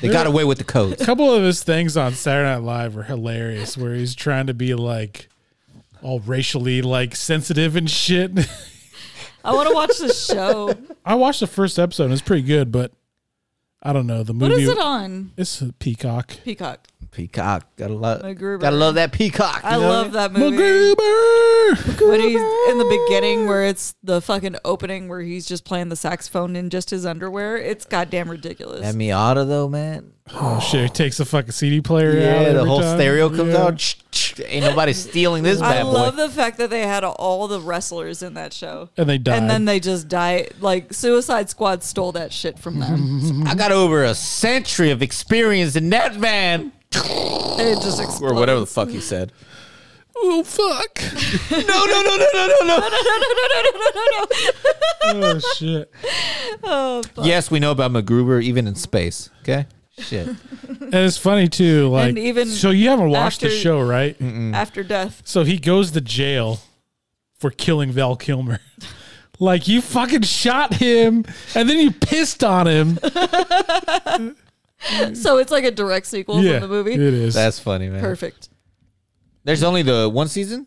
[SPEAKER 2] They got away with the codes.
[SPEAKER 1] A couple of his things on Saturday Night Live are hilarious, where he's trying to be like all racially like sensitive and shit.
[SPEAKER 3] I want to watch the show.
[SPEAKER 1] I watched the first episode; and it's pretty good, but I don't know the
[SPEAKER 3] what
[SPEAKER 1] movie.
[SPEAKER 3] is it on?
[SPEAKER 1] It's a Peacock.
[SPEAKER 3] Peacock.
[SPEAKER 2] Peacock. Gotta love
[SPEAKER 3] MacGruber.
[SPEAKER 2] Gotta love that peacock.
[SPEAKER 3] I love that movie.
[SPEAKER 1] MacGruber.
[SPEAKER 2] Oh.
[SPEAKER 3] When he's in the beginning, where it's the fucking opening, where he's just playing the saxophone in just his underwear, it's goddamn ridiculous.
[SPEAKER 2] That Miata though, man.
[SPEAKER 1] Oh shit! He takes the fucking CD player out.
[SPEAKER 2] Yeah, the
[SPEAKER 1] every
[SPEAKER 2] whole
[SPEAKER 1] time.
[SPEAKER 2] stereo comes
[SPEAKER 1] Yeah.
[SPEAKER 2] out. Ain't nobody stealing this
[SPEAKER 3] I
[SPEAKER 2] bad boy.
[SPEAKER 3] love the fact that they had all the wrestlers in that show.
[SPEAKER 1] and they die.
[SPEAKER 3] And then they just die. Like, Suicide Squad stole that shit from them.
[SPEAKER 2] I got over a century of experience in that van.
[SPEAKER 3] it just explodes.
[SPEAKER 2] Or whatever the fuck he said.
[SPEAKER 1] oh fuck!
[SPEAKER 2] no, no, no, no, no, no, no.
[SPEAKER 3] No, no, no, no, no, no, no.
[SPEAKER 1] oh shit!
[SPEAKER 2] Yes, we know about MacGruber even in space. Okay? Shit.
[SPEAKER 1] And it's funny too. Like
[SPEAKER 3] And even
[SPEAKER 1] so, you haven't watched the
[SPEAKER 3] after-
[SPEAKER 1] show, right?
[SPEAKER 3] After death.
[SPEAKER 1] So he goes to jail for killing Val Kilmer. like you fucking shot him and then you pissed on him.
[SPEAKER 3] So it's like a direct sequel
[SPEAKER 1] yeah,
[SPEAKER 3] from the movie.
[SPEAKER 1] it is.
[SPEAKER 2] That's funny, man.
[SPEAKER 3] Perfect.
[SPEAKER 2] There's only the one season?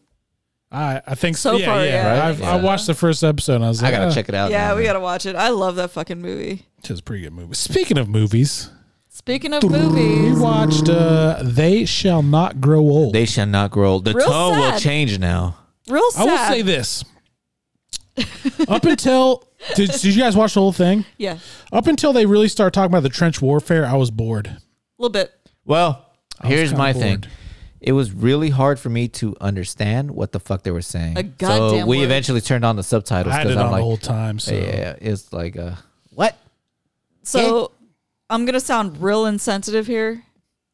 [SPEAKER 1] I I think so.
[SPEAKER 3] So
[SPEAKER 1] yeah,
[SPEAKER 3] far,
[SPEAKER 1] yeah.
[SPEAKER 2] yeah.
[SPEAKER 1] I've,
[SPEAKER 2] Right?
[SPEAKER 1] I
[SPEAKER 2] Yeah.
[SPEAKER 1] watched the first episode. and I was
[SPEAKER 2] I
[SPEAKER 1] like,
[SPEAKER 2] gotta
[SPEAKER 1] "Ah,
[SPEAKER 2] check it out.
[SPEAKER 3] yeah,
[SPEAKER 2] now,
[SPEAKER 3] we
[SPEAKER 2] man.
[SPEAKER 3] gotta watch it. I love that fucking movie.
[SPEAKER 1] It's a pretty good movie. Speaking of movies,
[SPEAKER 3] Speaking of movies,
[SPEAKER 1] we watched uh, "They Shall Not Grow Old."
[SPEAKER 2] They shall not grow old. The
[SPEAKER 3] Real
[SPEAKER 2] tone will
[SPEAKER 3] sad.
[SPEAKER 2] change now.
[SPEAKER 3] real sad.
[SPEAKER 1] I will say this. Up until did, did you guys watch the whole thing?
[SPEAKER 3] Yeah, a
[SPEAKER 1] Up until they really start talking about the trench warfare, I was bored.
[SPEAKER 3] little bit.
[SPEAKER 2] Well,
[SPEAKER 1] was
[SPEAKER 2] here's
[SPEAKER 1] kinda
[SPEAKER 2] my thing.
[SPEAKER 1] bored.
[SPEAKER 2] It was really hard for me to understand what the fuck they were saying.
[SPEAKER 3] A goddamn
[SPEAKER 2] so we
[SPEAKER 3] word.
[SPEAKER 2] eventually turned on the subtitles
[SPEAKER 1] I had
[SPEAKER 2] because
[SPEAKER 1] it on
[SPEAKER 2] I'm
[SPEAKER 1] the whole
[SPEAKER 2] like,
[SPEAKER 1] time. So
[SPEAKER 2] yeah, it's like, uh, what?
[SPEAKER 3] So I'm gonna sound real insensitive here,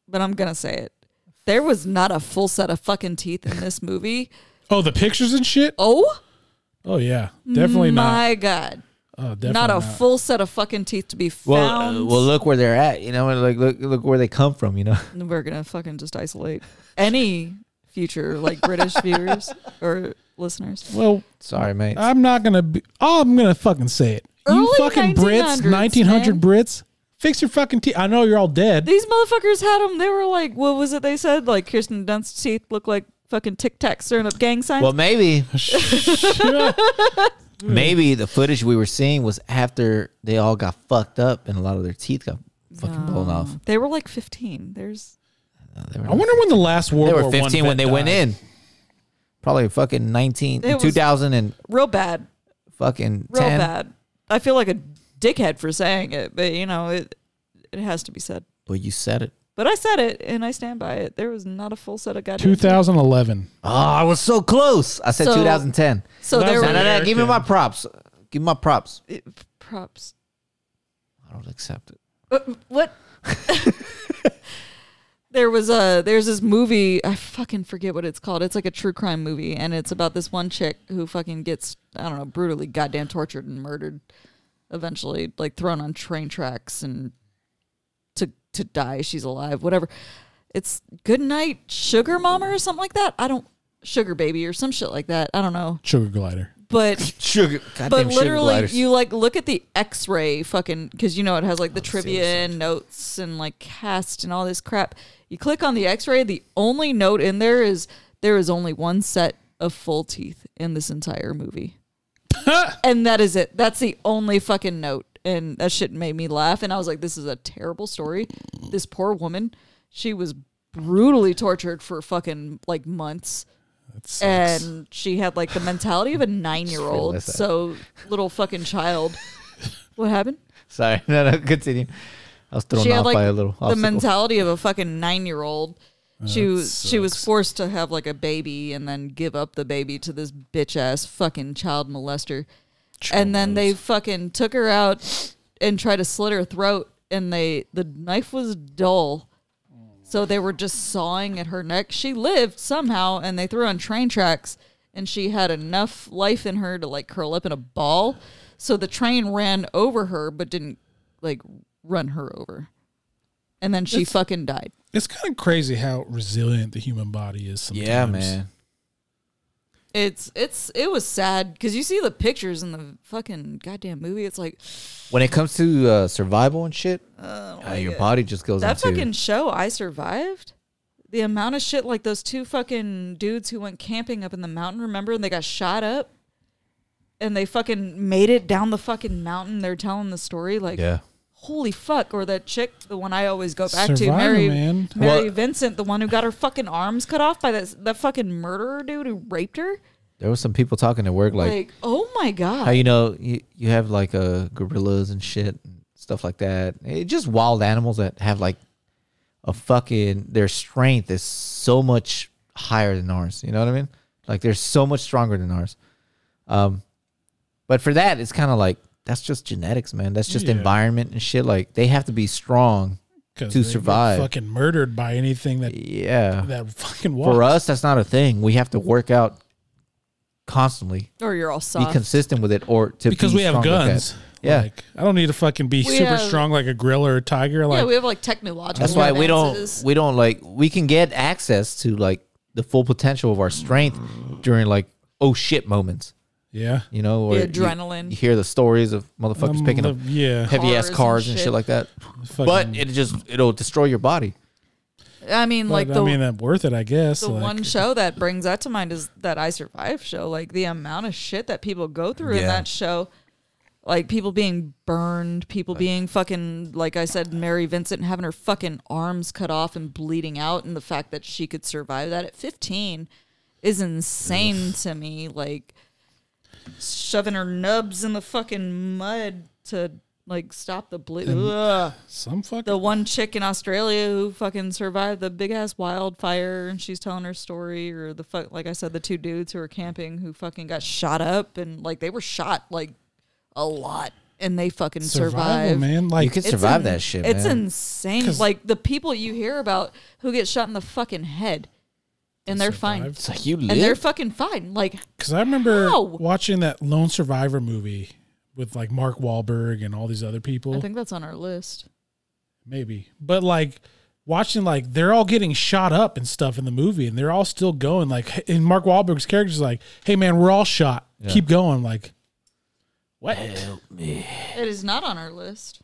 [SPEAKER 3] but I'm gonna say it. There was not a full set of fucking teeth in this movie.
[SPEAKER 1] Oh, the pictures and shit.
[SPEAKER 3] Oh
[SPEAKER 1] Oh yeah, definitely not.
[SPEAKER 3] my god,
[SPEAKER 1] Oh, definitely
[SPEAKER 3] not a full set of fucking teeth to be
[SPEAKER 2] Well, uh,
[SPEAKER 3] found.
[SPEAKER 2] well, look where they're at. You know, and like look, look where they come from. You know,
[SPEAKER 3] We're gonna fucking just isolate any future like British viewers or listeners.
[SPEAKER 1] Well,
[SPEAKER 2] sorry, mate.
[SPEAKER 1] I'm not gonna. Be, oh, I'm gonna fucking say it. you
[SPEAKER 3] Early
[SPEAKER 1] fucking Brits,
[SPEAKER 3] 1900s,
[SPEAKER 1] 1900
[SPEAKER 3] man.
[SPEAKER 1] Brits, fix your fucking teeth. I know you're all dead.
[SPEAKER 3] These motherfuckers had them. They were like, what was it they said? Like Kirsten Dunst's teeth look like fucking Tic Tacs stirring up gang signs.
[SPEAKER 2] well, maybe,
[SPEAKER 1] Shit. Mm.
[SPEAKER 2] maybe the footage we were seeing was after they all got fucked up and a lot of their teeth got fucking blown off.
[SPEAKER 3] they were like 15. There's
[SPEAKER 2] They were,
[SPEAKER 1] I wonder when the last World
[SPEAKER 2] they
[SPEAKER 1] War
[SPEAKER 2] were 15
[SPEAKER 1] I
[SPEAKER 2] when they
[SPEAKER 1] vet
[SPEAKER 2] went
[SPEAKER 1] died.
[SPEAKER 2] in. Probably fucking 19,
[SPEAKER 3] It was-
[SPEAKER 2] 2000 and
[SPEAKER 3] real bad,
[SPEAKER 2] fucking
[SPEAKER 3] real
[SPEAKER 2] 10.
[SPEAKER 3] bad. I feel like a dickhead for saying it, but you know it. It has to be said.
[SPEAKER 2] Well, you said it.
[SPEAKER 3] But I said it, and I stand by it. There was not a full set of goddamn. teeth.
[SPEAKER 1] 2011.
[SPEAKER 2] Oh, I was so close. I said
[SPEAKER 3] So-
[SPEAKER 2] 2010.
[SPEAKER 3] So
[SPEAKER 1] That
[SPEAKER 3] there
[SPEAKER 1] was
[SPEAKER 2] No,
[SPEAKER 3] were
[SPEAKER 2] no, no. Give me
[SPEAKER 1] American.
[SPEAKER 2] my props. Give me my props.
[SPEAKER 3] props.
[SPEAKER 2] I don't accept it.
[SPEAKER 3] Uh, what? there was a there's this movie I fucking forget what it's called. It's like a true crime movie, and it's about this one chick who fucking gets I don't know brutally goddamn tortured and murdered, eventually like thrown on train tracks and to to die. She's alive, whatever. It's Good Night Sugar Mama or something like that. I don't Sugar Baby or some shit like that. I don't know,
[SPEAKER 1] Sugar glider.
[SPEAKER 3] but
[SPEAKER 2] Sugar. Goddamn
[SPEAKER 3] but
[SPEAKER 2] sugar
[SPEAKER 3] literally,
[SPEAKER 2] gliders.
[SPEAKER 3] you like look at the X-ray fucking because you know it has like the trivia
[SPEAKER 2] Oh, seriously.
[SPEAKER 3] and notes and like cast and all this crap. You click on the X-ray. The only note in there is there is only one set of full teeth in this entire movie, and that is it. That's the only fucking note, and that shit made me laugh. And I was like, this is a terrible story. This poor woman, she was brutally tortured for fucking like months.
[SPEAKER 1] That sucks.
[SPEAKER 3] And she had like the mentality of a nine year old.
[SPEAKER 2] realized that.
[SPEAKER 3] So little fucking child. What happened?
[SPEAKER 2] Sorry, no, no, continue. I was thrown
[SPEAKER 3] she had
[SPEAKER 2] off
[SPEAKER 3] like
[SPEAKER 2] by a little obstacle.
[SPEAKER 3] the mentality of a fucking nine year old. She
[SPEAKER 1] That
[SPEAKER 3] was she was
[SPEAKER 1] sucks.
[SPEAKER 3] forced to have like a baby and then give up the baby to this bitch ass fucking child molester. And then they fucking took her out and tried to slit her throat and they the knife was dull. So they were just sawing at her neck. She lived somehow and they threw her on train tracks and she had enough life in her to like curl up in a ball. So the train ran over her but didn't like run her over. And then she fucking died.
[SPEAKER 1] It's kind of crazy how resilient the human body is. Sometimes.
[SPEAKER 2] yeah, man.
[SPEAKER 3] It's it's it was sad because you see the pictures in the fucking goddamn movie. It's like
[SPEAKER 2] When it comes to uh, survival and shit, uh, your body just goes
[SPEAKER 3] that
[SPEAKER 2] into
[SPEAKER 3] fucking show. I survived. The amount of shit like those two fucking dudes who went camping up in the mountain. Remember, and they got shot up, and they fucking made it down the fucking mountain. They're telling the story like,
[SPEAKER 2] yeah.
[SPEAKER 3] holy fuck. Or that chick, the one I always go back to,
[SPEAKER 1] Survivor,
[SPEAKER 3] Mary
[SPEAKER 1] man.
[SPEAKER 3] Mary
[SPEAKER 2] Well-
[SPEAKER 3] Vincent, the one who got her fucking arms cut off by that that fucking murderer dude who raped her.
[SPEAKER 2] There were some people talking at work
[SPEAKER 3] Like,
[SPEAKER 2] like,
[SPEAKER 3] oh my god.
[SPEAKER 2] how you know you, you have like uh, gorillas and shit and stuff like that. It, just wild animals that have like a fucking their strength is so much higher than ours. You know what I mean? Like they're so much stronger than ours. Um, but for that, it's kind of like that's just genetics, man. That's just
[SPEAKER 1] Yeah.
[SPEAKER 2] environment and shit. Like they have to be strong.
[SPEAKER 1] 'Cause
[SPEAKER 2] to
[SPEAKER 1] they get
[SPEAKER 2] survive.
[SPEAKER 1] fucking murdered by anything that
[SPEAKER 2] Yeah.
[SPEAKER 1] that fucking walks.
[SPEAKER 2] For us, that's not a thing. We have to work out constantly,
[SPEAKER 3] or you're all
[SPEAKER 2] be
[SPEAKER 3] soft.
[SPEAKER 2] consistent with it, or to
[SPEAKER 1] because
[SPEAKER 2] be
[SPEAKER 1] we have
[SPEAKER 2] strong with that.
[SPEAKER 1] guns.
[SPEAKER 2] Yeah.
[SPEAKER 1] Like, I don't need to fucking be
[SPEAKER 3] We
[SPEAKER 1] super
[SPEAKER 3] have-
[SPEAKER 1] strong like a gorilla or a tiger. Like,
[SPEAKER 3] yeah, we have like technological.
[SPEAKER 2] That's why we don't
[SPEAKER 3] advances.
[SPEAKER 2] we don't like we can get access to like the full potential of our strength during like oh shit moments,
[SPEAKER 1] yeah.
[SPEAKER 2] you know, or
[SPEAKER 3] The
[SPEAKER 2] you-
[SPEAKER 3] adrenaline.
[SPEAKER 2] You, hear the stories of motherfuckers
[SPEAKER 1] Um,
[SPEAKER 2] picking up
[SPEAKER 1] the- yeah.
[SPEAKER 2] heavy
[SPEAKER 3] Cars
[SPEAKER 2] ass
[SPEAKER 3] and
[SPEAKER 2] cars and
[SPEAKER 3] shit.
[SPEAKER 2] shit. like that.
[SPEAKER 1] Fucking-
[SPEAKER 2] But it just it'll destroy your body.
[SPEAKER 3] I mean,
[SPEAKER 1] but
[SPEAKER 3] like the
[SPEAKER 1] I mean, that's worth it, I guess.
[SPEAKER 3] the
[SPEAKER 1] like,
[SPEAKER 3] one show that brings that to mind is that I Survive show. Like the amount of shit that people go through in
[SPEAKER 2] Yeah.
[SPEAKER 3] that show, like people being burned, people being fucking, like I said, Mary Vincent having her fucking arms cut off and bleeding out, and the fact that she could survive that at 15 is insane to me. Like shoving her nubs in the fucking mud to like stop the bleed. Ugh.
[SPEAKER 1] some fucking
[SPEAKER 3] the one chick in Australia who fucking survived the big ass wildfire and she's telling her story or the fuck like I said the two dudes who were camping who fucking got shot up and like they were shot like a lot and they fucking
[SPEAKER 1] survival,
[SPEAKER 3] survived.
[SPEAKER 1] man. Like,
[SPEAKER 2] you can
[SPEAKER 3] It's
[SPEAKER 2] survive
[SPEAKER 3] in-
[SPEAKER 2] that shit,
[SPEAKER 3] It's
[SPEAKER 2] man.
[SPEAKER 3] insane. Like the people you hear about who get shot in the fucking head and they're fine.
[SPEAKER 2] it's like you
[SPEAKER 3] And they're
[SPEAKER 2] live.
[SPEAKER 3] fucking fine. Like
[SPEAKER 1] Because I remember
[SPEAKER 3] How?
[SPEAKER 1] watching that Lone Survivor movie with like Mark Wahlberg and all these other people.
[SPEAKER 3] I think that's on our list.
[SPEAKER 1] maybe, but like watching like they're all getting shot up and stuff in the movie, and they're all still going. Like, and Mark Wahlberg's character's like, "Hey man, we're all shot. Keep going." Like, what?
[SPEAKER 3] It is not on our list.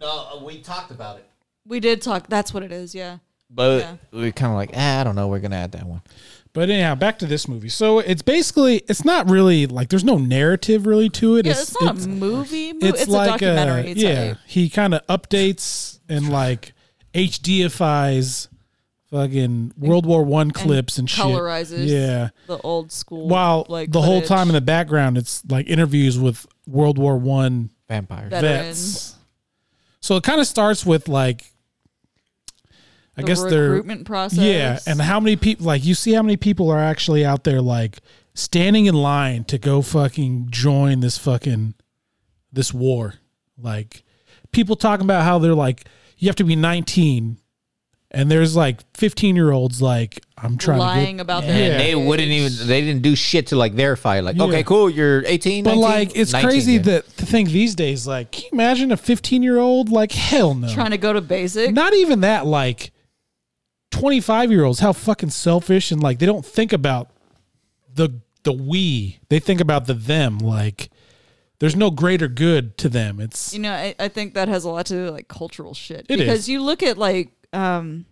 [SPEAKER 2] No, uh, we talked about it,
[SPEAKER 3] We did talk. That's what it is. Yeah.
[SPEAKER 2] but
[SPEAKER 3] Yeah.
[SPEAKER 2] we're kind of like ah, I don't know. We're gonna add that one.
[SPEAKER 1] But anyhow, back to this movie. So it's basically it's not really like there's no narrative really to it.
[SPEAKER 3] Yeah, it's, not a movie. mo- It's,
[SPEAKER 1] it's, like
[SPEAKER 3] a documentary.
[SPEAKER 1] uh,
[SPEAKER 3] it's
[SPEAKER 1] yeah,
[SPEAKER 3] like-
[SPEAKER 1] he kind of updates and like HDifies fucking World War One clips and, shit.
[SPEAKER 3] colorizes
[SPEAKER 1] Yeah.
[SPEAKER 3] the old school.
[SPEAKER 1] While
[SPEAKER 3] like
[SPEAKER 1] the whole
[SPEAKER 3] footage.
[SPEAKER 1] time in the background, it's like interviews with World War One
[SPEAKER 2] Vampires.
[SPEAKER 3] That- Veterans.
[SPEAKER 1] vets. So it kind of starts with like, I
[SPEAKER 3] the
[SPEAKER 1] guess they're
[SPEAKER 3] recruitment process.
[SPEAKER 1] yeah, and how many people like you see how many people are actually out there like standing in line to go fucking join this fucking this war. Like people talking about how they're like you have to be 19 and there's like 15 year olds like I'm trying
[SPEAKER 3] lying
[SPEAKER 1] to
[SPEAKER 3] about
[SPEAKER 1] Yeah.
[SPEAKER 3] their
[SPEAKER 2] And they
[SPEAKER 3] age.
[SPEAKER 2] wouldn't even. They didn't do shit to like verify. Like,
[SPEAKER 1] Yeah.
[SPEAKER 2] okay, cool, you're 18,
[SPEAKER 1] get But
[SPEAKER 2] 19?
[SPEAKER 1] like it's
[SPEAKER 2] 19,
[SPEAKER 1] crazy
[SPEAKER 2] yeah.
[SPEAKER 1] that to think these days like can you imagine a 15 year old like hell no.
[SPEAKER 3] trying to go to basic.
[SPEAKER 1] Not even that like 25 year olds how fucking selfish and like they don't think about the the we they think about the them like there's no greater good to them it's
[SPEAKER 3] You know, I, I think that has a lot to do with like cultural shit.
[SPEAKER 1] It
[SPEAKER 3] because
[SPEAKER 1] is.
[SPEAKER 3] you look at like um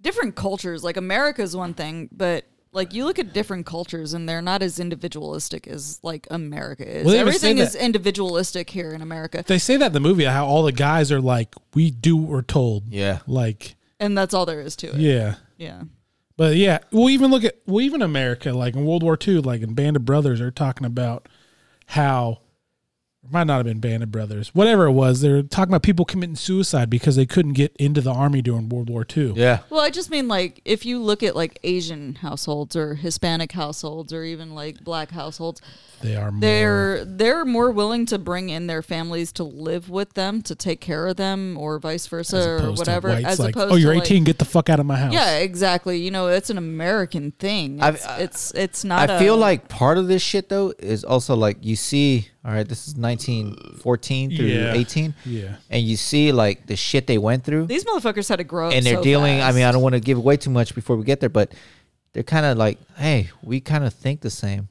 [SPEAKER 3] different cultures, like America's one thing, but Like you look at different cultures and they're not as individualistic as like America is.
[SPEAKER 1] Well, they even say
[SPEAKER 3] Everything is
[SPEAKER 1] that-
[SPEAKER 3] individualistic here in America.
[SPEAKER 1] They say that in the movie how all the guys are like, we do what we're told.
[SPEAKER 2] Yeah.
[SPEAKER 1] Like,
[SPEAKER 3] And that's all there is to it.
[SPEAKER 1] yeah.
[SPEAKER 3] yeah.
[SPEAKER 1] But yeah, well, even look at well, even America, like in World War II, like in Band of Brothers, they're talking about how it might not have been Band of Brothers, whatever it was. They're talking about people committing suicide because they couldn't get into the army during World War II.
[SPEAKER 2] Yeah.
[SPEAKER 3] Well, I just mean like if you look at like Asian households or Hispanic households or even like black households,
[SPEAKER 1] They are more,
[SPEAKER 3] they're they're more willing to bring in their families to live with them, to take care of them or vice
[SPEAKER 1] as
[SPEAKER 3] versa or
[SPEAKER 1] opposed to
[SPEAKER 3] whatever
[SPEAKER 1] whites,
[SPEAKER 3] as
[SPEAKER 1] like,
[SPEAKER 3] opposed
[SPEAKER 1] oh, you're
[SPEAKER 3] to like-
[SPEAKER 1] 18, get the fuck out of my house.
[SPEAKER 3] yeah, exactly. You know, it's an American thing.
[SPEAKER 2] I've-
[SPEAKER 3] It's it's, it's not
[SPEAKER 2] I feel
[SPEAKER 3] a-
[SPEAKER 2] like part of this shit though is also like you see, all right, this is 1914 through
[SPEAKER 1] Yeah.
[SPEAKER 2] 18,
[SPEAKER 1] yeah.
[SPEAKER 2] and you see like the shit they went through,
[SPEAKER 3] these motherfuckers had to grow up
[SPEAKER 2] and they're
[SPEAKER 3] so
[SPEAKER 2] dealing. I mean, I
[SPEAKER 3] fast.
[SPEAKER 2] don't want to give away too much before we get there, but they're kind of like, hey, we kind of think the same.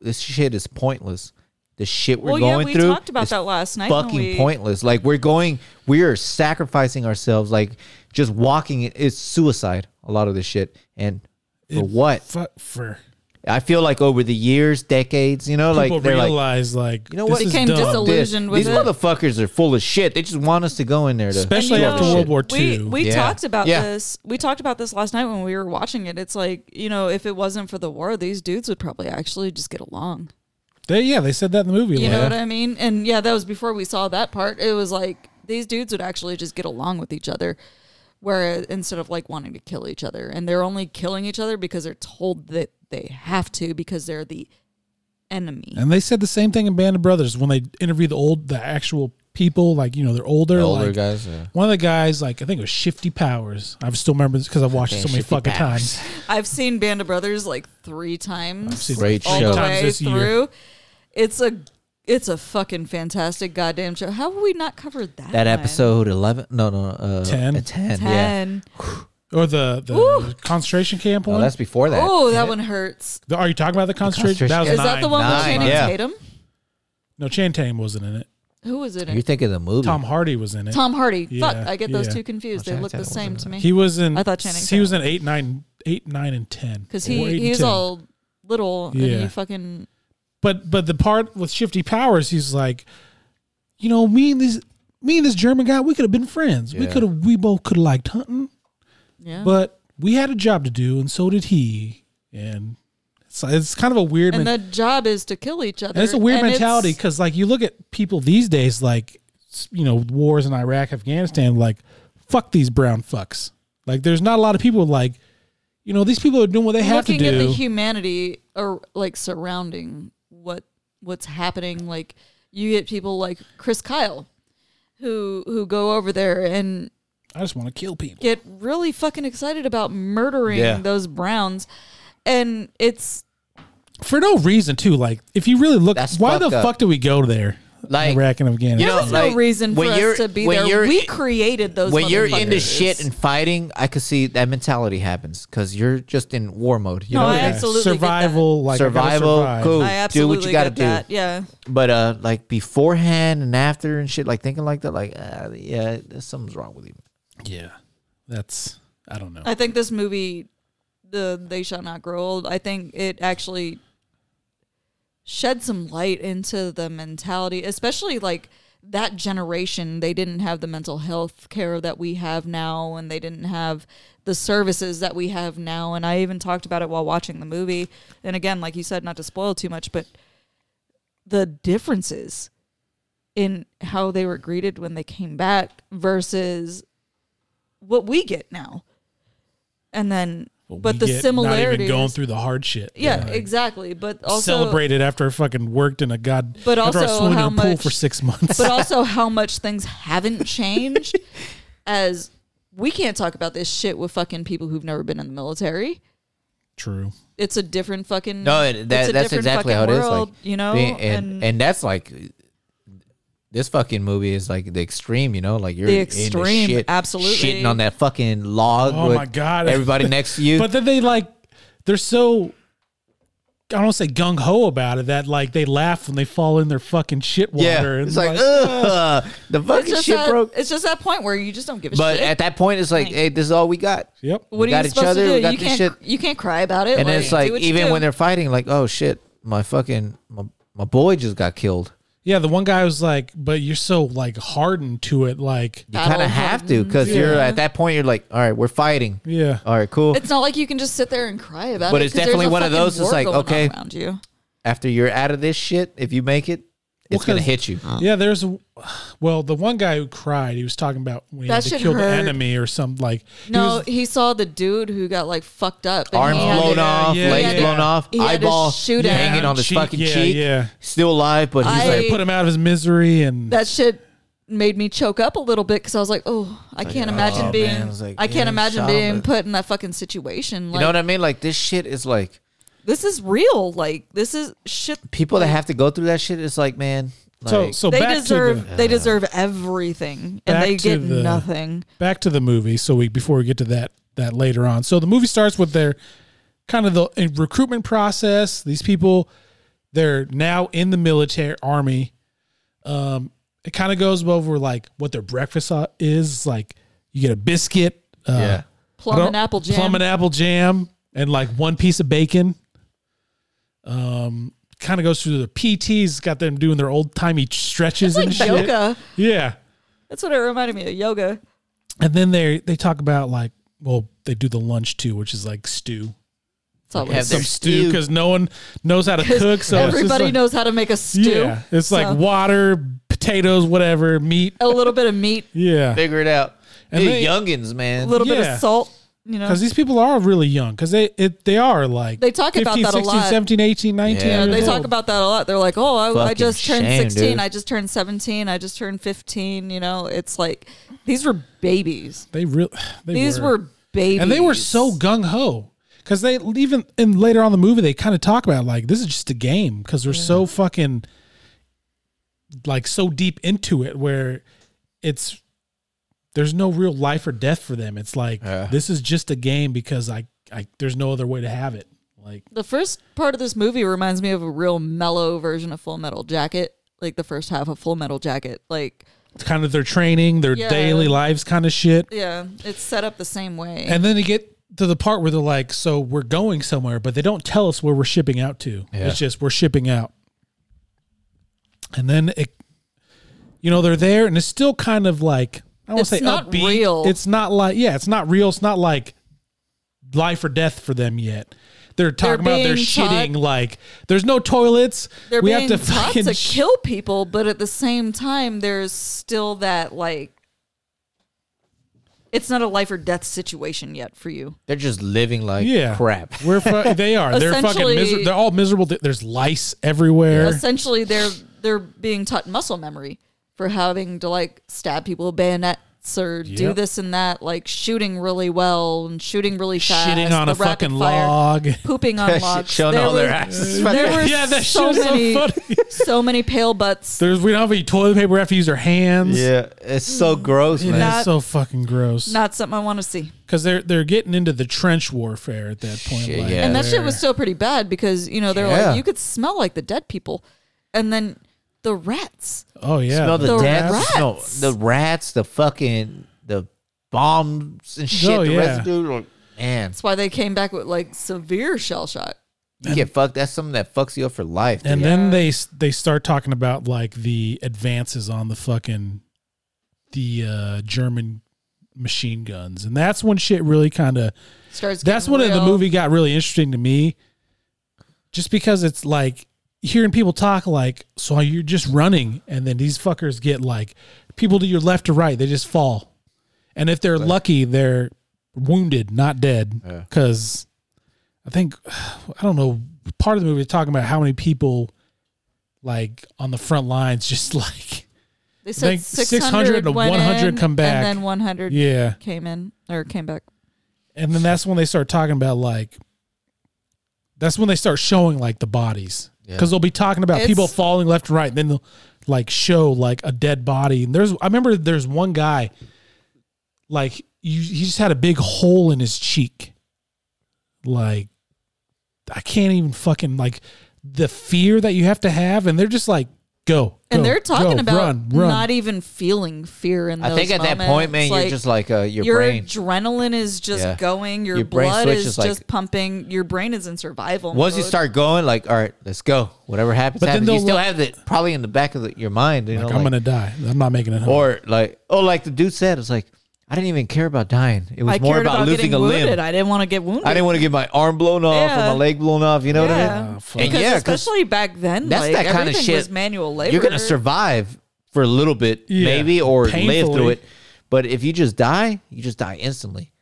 [SPEAKER 2] This shit is pointless. The shit we're
[SPEAKER 3] Well, yeah,
[SPEAKER 2] going
[SPEAKER 3] we
[SPEAKER 2] through
[SPEAKER 3] talked about
[SPEAKER 2] is
[SPEAKER 3] that last night when
[SPEAKER 2] Fucking
[SPEAKER 3] we-
[SPEAKER 2] pointless. Like we're going, we are sacrificing ourselves. Like just walking it is suicide. A lot of this shit, and for
[SPEAKER 1] It-
[SPEAKER 2] what?
[SPEAKER 1] Fuck for
[SPEAKER 2] I feel like over the years, decades, you know, like
[SPEAKER 1] people
[SPEAKER 2] they're like,
[SPEAKER 1] realize like
[SPEAKER 2] you know what?
[SPEAKER 1] this is
[SPEAKER 3] Became
[SPEAKER 1] dumb.
[SPEAKER 3] disillusioned.
[SPEAKER 2] this,
[SPEAKER 3] Illusion with
[SPEAKER 2] these
[SPEAKER 3] it.
[SPEAKER 2] motherfuckers are full of shit. They just want us to go in there to
[SPEAKER 1] Especially
[SPEAKER 3] And, you
[SPEAKER 1] after
[SPEAKER 3] know,
[SPEAKER 1] World War
[SPEAKER 3] We,
[SPEAKER 1] II.
[SPEAKER 3] we
[SPEAKER 2] Yeah.
[SPEAKER 3] talked about
[SPEAKER 2] Yeah.
[SPEAKER 3] this. We talked about this last night when we were watching it. It's like you know, if it wasn't for the war, these dudes would probably actually just get along.
[SPEAKER 1] They, yeah, they said that in the movie.
[SPEAKER 3] You
[SPEAKER 1] like,
[SPEAKER 3] know what I mean? And yeah, that was before we saw that part. It was like these dudes would actually just get along with each other, where instead of like wanting to kill each other, and they're only killing each other because they're told that they have to because they're the enemy.
[SPEAKER 1] And they said the same thing in Band of Brothers when they interviewed the old, the actual people, like you know, they're older,
[SPEAKER 2] The older
[SPEAKER 1] like,
[SPEAKER 2] guys, yeah.
[SPEAKER 1] One of the guys, like I think it was Shifty Powers. I still remember this because I've watched it so
[SPEAKER 2] Damn,
[SPEAKER 1] many
[SPEAKER 2] Shifty
[SPEAKER 1] fucking
[SPEAKER 2] Powers.
[SPEAKER 1] times.
[SPEAKER 3] I've seen Band of Brothers like three times.
[SPEAKER 1] I've seen it
[SPEAKER 2] Great
[SPEAKER 1] three
[SPEAKER 3] all
[SPEAKER 2] show.
[SPEAKER 3] the
[SPEAKER 1] times
[SPEAKER 3] way
[SPEAKER 1] this year.
[SPEAKER 3] through. It's a it's a fucking fantastic goddamn show. How have we not covered that?
[SPEAKER 2] that
[SPEAKER 3] one?
[SPEAKER 2] episode 11, no, no, uh,
[SPEAKER 1] 10?
[SPEAKER 2] uh, 10, yeah.
[SPEAKER 3] Ten.
[SPEAKER 1] Or the the
[SPEAKER 3] Woo.
[SPEAKER 1] concentration camp
[SPEAKER 2] No,
[SPEAKER 1] one.
[SPEAKER 2] that's before that.
[SPEAKER 3] Oh, that one hurts.
[SPEAKER 1] The- Are you talking about the concentration?
[SPEAKER 2] concentration
[SPEAKER 1] That was
[SPEAKER 3] Is
[SPEAKER 1] nine.
[SPEAKER 3] that the one with
[SPEAKER 2] nine,
[SPEAKER 3] Channing
[SPEAKER 2] yeah.
[SPEAKER 3] Tatum?
[SPEAKER 1] No, Channing wasn't in it.
[SPEAKER 3] Who was it? In?
[SPEAKER 2] You're thinking of the movie.
[SPEAKER 1] Tom Hardy was in it.
[SPEAKER 3] Tom Hardy.
[SPEAKER 1] Yeah,
[SPEAKER 3] Fuck, I get those
[SPEAKER 1] yeah.
[SPEAKER 3] two confused.
[SPEAKER 2] Oh,
[SPEAKER 3] They look the
[SPEAKER 2] Channing Tatum
[SPEAKER 3] same
[SPEAKER 2] was
[SPEAKER 3] to me.
[SPEAKER 1] He was in.
[SPEAKER 3] I thought Channing
[SPEAKER 1] He was in eight, nine, eight, nine, and ten.
[SPEAKER 3] Because
[SPEAKER 1] Or eight
[SPEAKER 3] he
[SPEAKER 1] and
[SPEAKER 3] he's
[SPEAKER 1] 10.
[SPEAKER 3] all little and
[SPEAKER 1] Yeah.
[SPEAKER 3] he fucking
[SPEAKER 1] But but the part with Shifty Powers, he's like, you know, me and this me and this German guy, we could have been friends. We
[SPEAKER 2] Yeah.
[SPEAKER 1] could have we both could have liked hunting.
[SPEAKER 3] yeah.
[SPEAKER 1] but we had a job to do, and so did he. And it's, it's kind of a weird,
[SPEAKER 3] and
[SPEAKER 1] men-
[SPEAKER 3] the job is to kill each other.
[SPEAKER 1] and it's a weird
[SPEAKER 3] and it's-
[SPEAKER 1] mentality because, like, you look at people these days, like, s- you know, wars in Iraq, Afghanistan, like, fuck these brown fucks. Like, there's not a lot of people like, you know, these people are doing what they have to
[SPEAKER 3] looking at the
[SPEAKER 1] do.
[SPEAKER 3] humanity or like surrounding what what's happening like you get people like chris kyle who who go over there and
[SPEAKER 1] I just want to kill people.
[SPEAKER 3] get really fucking excited about murdering
[SPEAKER 2] Yeah.
[SPEAKER 3] those browns and it's
[SPEAKER 1] For no reason, too. Like, if you really look,
[SPEAKER 2] That's
[SPEAKER 1] why the
[SPEAKER 2] fucked up.
[SPEAKER 1] fuck do we go there?
[SPEAKER 2] Like,
[SPEAKER 1] Iraq and Afghanistan.
[SPEAKER 2] you know,
[SPEAKER 3] there's no
[SPEAKER 2] like,
[SPEAKER 3] reason for
[SPEAKER 2] when you're-
[SPEAKER 3] us to be
[SPEAKER 2] when
[SPEAKER 3] there
[SPEAKER 2] you're
[SPEAKER 3] we
[SPEAKER 2] in-
[SPEAKER 3] created those
[SPEAKER 2] when you're into
[SPEAKER 3] motherfuckers.
[SPEAKER 2] shit and fighting, I could see that mentality happens because you're just in war mode. You
[SPEAKER 3] No,
[SPEAKER 2] know,
[SPEAKER 3] I
[SPEAKER 2] Like,
[SPEAKER 1] Yeah.
[SPEAKER 3] absolutely get that.
[SPEAKER 1] survival, like I gotta
[SPEAKER 2] Survival,
[SPEAKER 1] survive.
[SPEAKER 2] cool.
[SPEAKER 3] i
[SPEAKER 2] do
[SPEAKER 3] absolutely
[SPEAKER 2] what you gotta
[SPEAKER 3] get
[SPEAKER 2] do.
[SPEAKER 3] that yeah
[SPEAKER 2] but uh, like beforehand and after and shit, like thinking like that, like uh, yeah, something's wrong with you.
[SPEAKER 1] Yeah, that's I don't know.
[SPEAKER 3] I think this movie, the They Shall Not Grow Old, I think it actually shed some light into the mentality, especially like that generation. They didn't have the mental health care that we have now, and they didn't have the services that we have now. And I even talked about it while watching the movie. And again, like you said, not to spoil too much, but the differences in how they were greeted when they came back versus what we get now. And then,
[SPEAKER 1] What
[SPEAKER 3] but
[SPEAKER 1] we
[SPEAKER 3] the
[SPEAKER 1] get, not
[SPEAKER 3] similarities.
[SPEAKER 1] even going through the hard shit.
[SPEAKER 3] yeah,
[SPEAKER 1] Like,
[SPEAKER 3] exactly. But also,
[SPEAKER 1] celebrated after I fucking worked in a god.
[SPEAKER 3] But
[SPEAKER 1] after
[SPEAKER 3] also
[SPEAKER 1] I swung in
[SPEAKER 3] how
[SPEAKER 1] a pool
[SPEAKER 3] much-
[SPEAKER 1] for six months.
[SPEAKER 3] but also how much things haven't changed. as we can't talk about this shit with fucking people who've never been in the military.
[SPEAKER 1] True.
[SPEAKER 3] It's a different fucking.
[SPEAKER 2] No,
[SPEAKER 3] Mm-hmm. it's a
[SPEAKER 2] it, that, that's
[SPEAKER 3] different
[SPEAKER 2] exactly how it
[SPEAKER 3] fucking
[SPEAKER 2] is.
[SPEAKER 3] world,
[SPEAKER 2] like,
[SPEAKER 3] you know,
[SPEAKER 2] being- and, and that's like this fucking movie is like the extreme. You know, like you're
[SPEAKER 3] The
[SPEAKER 2] in
[SPEAKER 3] extreme,
[SPEAKER 2] shit,
[SPEAKER 3] absolutely.
[SPEAKER 2] shitting on that fucking log.
[SPEAKER 1] Oh
[SPEAKER 2] with
[SPEAKER 1] my God.
[SPEAKER 2] Everybody next to you.
[SPEAKER 1] But then they like they're so I don't say gung ho about it. That like they laugh when they fall in their fucking shit water.
[SPEAKER 2] Yeah,
[SPEAKER 1] and
[SPEAKER 2] it's like, ugh, the
[SPEAKER 3] It's
[SPEAKER 2] fucking
[SPEAKER 3] just,
[SPEAKER 2] shit
[SPEAKER 3] that,
[SPEAKER 2] broke.
[SPEAKER 3] it's just that point where you just don't give a
[SPEAKER 2] But
[SPEAKER 3] shit.
[SPEAKER 2] at that point, it's like, hey, this is all we got.
[SPEAKER 1] yep.
[SPEAKER 3] what
[SPEAKER 2] we
[SPEAKER 3] are
[SPEAKER 2] got
[SPEAKER 3] you
[SPEAKER 2] each
[SPEAKER 3] supposed
[SPEAKER 2] other,
[SPEAKER 3] to
[SPEAKER 2] we
[SPEAKER 3] do?
[SPEAKER 2] got
[SPEAKER 3] you
[SPEAKER 2] this
[SPEAKER 3] can't
[SPEAKER 2] shit.
[SPEAKER 3] you can't cry about it.
[SPEAKER 2] And
[SPEAKER 3] like,
[SPEAKER 2] then it's like,
[SPEAKER 3] do what you
[SPEAKER 2] even
[SPEAKER 3] do.
[SPEAKER 2] when they're fighting, like, oh shit, my fucking my, my boy just got killed.
[SPEAKER 1] Yeah, the one guy was like, "But you're so like hardened to it, like
[SPEAKER 2] You kind
[SPEAKER 3] Battle
[SPEAKER 2] of have to because
[SPEAKER 1] hardened.
[SPEAKER 2] you're
[SPEAKER 1] Yeah.
[SPEAKER 2] at that point. You're like, all right, we're fighting.
[SPEAKER 1] yeah."
[SPEAKER 2] All right, cool.
[SPEAKER 3] it's not like you can just sit there and cry about
[SPEAKER 2] But
[SPEAKER 3] it.
[SPEAKER 2] it's
[SPEAKER 3] 'cause there's
[SPEAKER 2] definitely
[SPEAKER 3] a
[SPEAKER 2] one of
[SPEAKER 3] fucking
[SPEAKER 2] those that's
[SPEAKER 3] war
[SPEAKER 2] like,
[SPEAKER 3] going on
[SPEAKER 2] okay.
[SPEAKER 3] around you.
[SPEAKER 2] After you're out of this shit, if you make it, it's gonna
[SPEAKER 1] 'cause-
[SPEAKER 2] hit you.
[SPEAKER 1] Yeah, there's a- well, the one guy who cried, he was talking about when he
[SPEAKER 3] That
[SPEAKER 1] had to
[SPEAKER 3] shit
[SPEAKER 1] kill the
[SPEAKER 3] hurt.
[SPEAKER 1] enemy or something like he
[SPEAKER 3] No,
[SPEAKER 1] was-
[SPEAKER 3] he saw the dude who got like fucked up. and
[SPEAKER 2] Arm
[SPEAKER 3] he had to-
[SPEAKER 2] blown off,
[SPEAKER 1] yeah,
[SPEAKER 2] leg
[SPEAKER 1] yeah.
[SPEAKER 2] blown off,
[SPEAKER 3] He had to
[SPEAKER 2] eyeball
[SPEAKER 3] shoot at
[SPEAKER 2] hanging
[SPEAKER 3] him.
[SPEAKER 2] on his
[SPEAKER 1] Cheek,
[SPEAKER 2] fucking
[SPEAKER 1] yeah,
[SPEAKER 2] cheek,
[SPEAKER 1] yeah.
[SPEAKER 2] still alive, but he's
[SPEAKER 3] I-
[SPEAKER 2] like,
[SPEAKER 1] put him out of his misery and
[SPEAKER 3] That shit made me choke up a little bit because I was like, oh, I can't imagine
[SPEAKER 2] man.
[SPEAKER 3] being.
[SPEAKER 2] It's like,
[SPEAKER 3] I
[SPEAKER 2] yeah,
[SPEAKER 3] can't
[SPEAKER 2] you
[SPEAKER 3] imagine
[SPEAKER 2] shot him,
[SPEAKER 3] being
[SPEAKER 2] but-
[SPEAKER 3] put in that fucking situation.
[SPEAKER 2] you
[SPEAKER 3] Like
[SPEAKER 2] know what I mean? Like this shit is like
[SPEAKER 3] this is real. Like this is shit.
[SPEAKER 2] people that have to go through that shit. It's like, man, like,
[SPEAKER 1] so so
[SPEAKER 3] they
[SPEAKER 1] back to
[SPEAKER 3] deserve.
[SPEAKER 1] the,
[SPEAKER 3] they deserve everything, and
[SPEAKER 1] Back
[SPEAKER 3] they
[SPEAKER 1] to
[SPEAKER 3] get
[SPEAKER 1] the-
[SPEAKER 3] nothing.
[SPEAKER 1] back to the movie. So we before we get to that that later on. So the movie starts with their kind of the uh, recruitment process. These people they're now in the military army. Um, it kind of goes over like what their breakfast uh, is. Like you get a biscuit, uh,
[SPEAKER 2] yeah.
[SPEAKER 3] Plum
[SPEAKER 1] I
[SPEAKER 3] and
[SPEAKER 1] don't-
[SPEAKER 3] apple jam.
[SPEAKER 1] plum and apple jam, and like one piece of bacon. Um, kind of goes through the PTs. Got them doing their old timey stretches
[SPEAKER 3] it's like
[SPEAKER 1] and shit.
[SPEAKER 3] yoga.
[SPEAKER 1] Yeah,
[SPEAKER 3] That's what it reminded me of. Yoga.
[SPEAKER 1] and then they they talk about like, well, they do the lunch too, which is like stew,
[SPEAKER 3] It's always
[SPEAKER 2] Have
[SPEAKER 1] some
[SPEAKER 2] their
[SPEAKER 1] stew
[SPEAKER 2] stew.
[SPEAKER 1] because no one knows how to
[SPEAKER 3] 'Cause
[SPEAKER 1] cook. So it's just
[SPEAKER 3] everybody
[SPEAKER 1] like-
[SPEAKER 3] knows how to make a stew.
[SPEAKER 1] Yeah, it's like
[SPEAKER 3] So,
[SPEAKER 1] water, potatoes, whatever, meat.
[SPEAKER 3] a little bit of meat,
[SPEAKER 1] Yeah,
[SPEAKER 2] Figure it out.
[SPEAKER 1] And
[SPEAKER 2] Dude,
[SPEAKER 1] they-
[SPEAKER 2] youngins,
[SPEAKER 3] a
[SPEAKER 2] man.
[SPEAKER 3] little bit
[SPEAKER 1] Yeah.
[SPEAKER 3] of salt. You know,
[SPEAKER 1] because these people are really young because they it, they are like
[SPEAKER 3] They talk about that a
[SPEAKER 1] 16,
[SPEAKER 3] lot.
[SPEAKER 1] 17, 18, 19.
[SPEAKER 2] Yeah,
[SPEAKER 3] Yeah,
[SPEAKER 1] years
[SPEAKER 3] they talk
[SPEAKER 1] old.
[SPEAKER 3] about that a lot. They're like, "Oh, I, I
[SPEAKER 2] Fucking
[SPEAKER 3] just turned
[SPEAKER 2] shame,
[SPEAKER 3] 16.
[SPEAKER 2] dude.
[SPEAKER 3] I just turned 17. I just turned 15." You know, it's like these were babies.
[SPEAKER 1] they really they
[SPEAKER 3] These were, babies,
[SPEAKER 1] and they were so gung ho because they even and later on in the movie they kind of talk about like this is just a game because they're so fucking like so deep into it where it's there's no real life or death for them. It's like
[SPEAKER 2] Yeah.
[SPEAKER 1] this is just a game because I I there's no other way to have it. Like
[SPEAKER 3] The first part of this movie reminds me of a real mellow version of Full Metal Jacket, like the first half of Full Metal Jacket. Like,
[SPEAKER 1] it's kind of their training, their
[SPEAKER 3] Yeah.
[SPEAKER 1] daily lives kind of shit.
[SPEAKER 3] yeah, it's set up the same way.
[SPEAKER 1] And then you get to the part where they're like, so we're going somewhere, but they don't tell us where we're shipping out to.
[SPEAKER 2] Yeah.
[SPEAKER 1] It's just we're shipping out. And then it, you know, they're there and it's still kind of like, I won't
[SPEAKER 3] It's
[SPEAKER 1] say
[SPEAKER 3] not
[SPEAKER 1] upbeat.
[SPEAKER 3] real.
[SPEAKER 1] It's not like, yeah, it's not real. It's not like life or death for them yet. They're talking about they're
[SPEAKER 3] being taught-
[SPEAKER 1] shitting like there's no toilets.
[SPEAKER 3] They're
[SPEAKER 1] we
[SPEAKER 3] being
[SPEAKER 1] have to
[SPEAKER 3] taught
[SPEAKER 1] fucking
[SPEAKER 3] to
[SPEAKER 1] sh-
[SPEAKER 3] kill people, but at the same time, there's still that like. It's not a life or death situation yet for you.
[SPEAKER 2] They're just living like
[SPEAKER 1] yeah
[SPEAKER 2] crap.
[SPEAKER 1] We're fu- they are. They're fucking
[SPEAKER 3] Essentially-
[SPEAKER 1] miser- They're all miserable. There's lice everywhere.
[SPEAKER 3] essentially they're they're being taught muscle memory for having to like stab people with bayonets or do
[SPEAKER 1] Yep.
[SPEAKER 3] this and that, like shooting really well and shooting really fast,
[SPEAKER 1] Shitting on
[SPEAKER 3] uh, the
[SPEAKER 1] a
[SPEAKER 3] rapid
[SPEAKER 1] fucking
[SPEAKER 3] fire,
[SPEAKER 1] log.
[SPEAKER 3] pooping on logs.
[SPEAKER 2] Showing
[SPEAKER 3] There
[SPEAKER 2] all their
[SPEAKER 3] was-
[SPEAKER 2] asses.
[SPEAKER 3] There were
[SPEAKER 1] Yeah, that
[SPEAKER 3] so
[SPEAKER 1] shit's so
[SPEAKER 3] many,
[SPEAKER 1] funny.
[SPEAKER 3] so many pale butts.
[SPEAKER 1] There's we don't have any toilet paper. We have to use our hands.
[SPEAKER 2] Yeah, it's so gross,
[SPEAKER 1] It is
[SPEAKER 2] man.
[SPEAKER 3] Not-
[SPEAKER 1] so fucking gross.
[SPEAKER 3] Not something I want to see.
[SPEAKER 1] Because they're they're getting into the trench warfare at that point.
[SPEAKER 2] Shit,
[SPEAKER 1] like,
[SPEAKER 2] yeah.
[SPEAKER 3] and that shit
[SPEAKER 1] where-
[SPEAKER 3] was still pretty bad because you know they're
[SPEAKER 2] Yeah.
[SPEAKER 3] like you could smell like the dead people, and then the rats.
[SPEAKER 1] Oh yeah.
[SPEAKER 2] smell the,
[SPEAKER 3] The
[SPEAKER 2] death.
[SPEAKER 3] rats.
[SPEAKER 2] Smell the rats, the fucking the bombs and shit.
[SPEAKER 1] Oh,
[SPEAKER 2] the
[SPEAKER 1] yeah.
[SPEAKER 2] residue. Like, man,
[SPEAKER 3] That's why they came back with like severe shell shock.
[SPEAKER 2] you get fucked. That's something that fucks you up for life.
[SPEAKER 1] and
[SPEAKER 2] dude.
[SPEAKER 1] then they s- they start talking about like the advances on the fucking the uh, German machine guns, and that's when shit really kind of
[SPEAKER 3] Starts.
[SPEAKER 1] That's
[SPEAKER 3] getting
[SPEAKER 1] when the
[SPEAKER 3] real.
[SPEAKER 1] movie got really interesting to me, just because it's like hearing people talk like, so you're just running, and then these fuckers get like people to your left to right, they just fall, and if they're lucky, they're wounded, not dead,
[SPEAKER 2] Yeah.
[SPEAKER 1] because I think I don't know. Part of the movie is talking about how many people like on the front lines, just like
[SPEAKER 3] They
[SPEAKER 1] I
[SPEAKER 3] said
[SPEAKER 1] think
[SPEAKER 3] 600,
[SPEAKER 1] 600 to
[SPEAKER 3] went
[SPEAKER 1] 100
[SPEAKER 3] in,
[SPEAKER 1] come back.
[SPEAKER 3] And then 100
[SPEAKER 1] yeah,
[SPEAKER 3] came in or came back.
[SPEAKER 1] And then that's when they start talking about like that's when they start showing like the bodies.
[SPEAKER 2] Yeah.
[SPEAKER 1] Cuz they'll be talking about people
[SPEAKER 3] It's-
[SPEAKER 1] falling left and right and then they'll like show like a dead body. And there's I remember there's one guy like you, he just had a big hole in his cheek. Like I can't even fucking like the fear that you have to have, and they're just like, go.
[SPEAKER 3] And
[SPEAKER 1] go,
[SPEAKER 3] they're talking
[SPEAKER 1] go,
[SPEAKER 3] about
[SPEAKER 1] run, run.
[SPEAKER 3] not even feeling fear in
[SPEAKER 2] I
[SPEAKER 3] those
[SPEAKER 2] think at that point,
[SPEAKER 3] moments.
[SPEAKER 2] man, you're just like uh, your,
[SPEAKER 3] your
[SPEAKER 2] brain.
[SPEAKER 3] adrenaline is just
[SPEAKER 2] Yeah.
[SPEAKER 3] going. Your,
[SPEAKER 2] Your brain
[SPEAKER 3] blood
[SPEAKER 2] switch
[SPEAKER 3] is,
[SPEAKER 2] is like-
[SPEAKER 3] just pumping. Your brain is in survival.
[SPEAKER 2] Once you
[SPEAKER 3] mode.
[SPEAKER 2] start going, like, all right, let's go. Whatever happens,
[SPEAKER 1] But then
[SPEAKER 2] happens.
[SPEAKER 1] they'll
[SPEAKER 2] you still
[SPEAKER 1] look-
[SPEAKER 2] have it probably in the back of the, your mind. You know,
[SPEAKER 1] like,
[SPEAKER 2] like-
[SPEAKER 1] I'm gonna die. I'm not making it home.
[SPEAKER 2] or like, oh, like the dude said, it's like I didn't even care about dying. It was
[SPEAKER 4] I
[SPEAKER 2] more
[SPEAKER 4] cared
[SPEAKER 2] about,
[SPEAKER 4] about
[SPEAKER 2] losing
[SPEAKER 4] getting
[SPEAKER 2] a limb.
[SPEAKER 4] wounded. I didn't want to get wounded.
[SPEAKER 2] I didn't want to get my arm blown off or
[SPEAKER 4] Yeah.
[SPEAKER 2] my leg blown off. You know what I
[SPEAKER 4] Yeah.
[SPEAKER 2] mean?
[SPEAKER 1] Uh, fuck.
[SPEAKER 2] And
[SPEAKER 3] because
[SPEAKER 2] yeah, 'cause
[SPEAKER 3] especially back then,
[SPEAKER 2] That's
[SPEAKER 3] like,
[SPEAKER 2] that kind of
[SPEAKER 3] everything
[SPEAKER 2] shit.
[SPEAKER 3] Was manual labor.
[SPEAKER 2] You're gonna survive for a little bit,
[SPEAKER 1] Yeah,
[SPEAKER 2] maybe, or live
[SPEAKER 1] painfully.
[SPEAKER 2] through it. But if you just die, you just die instantly.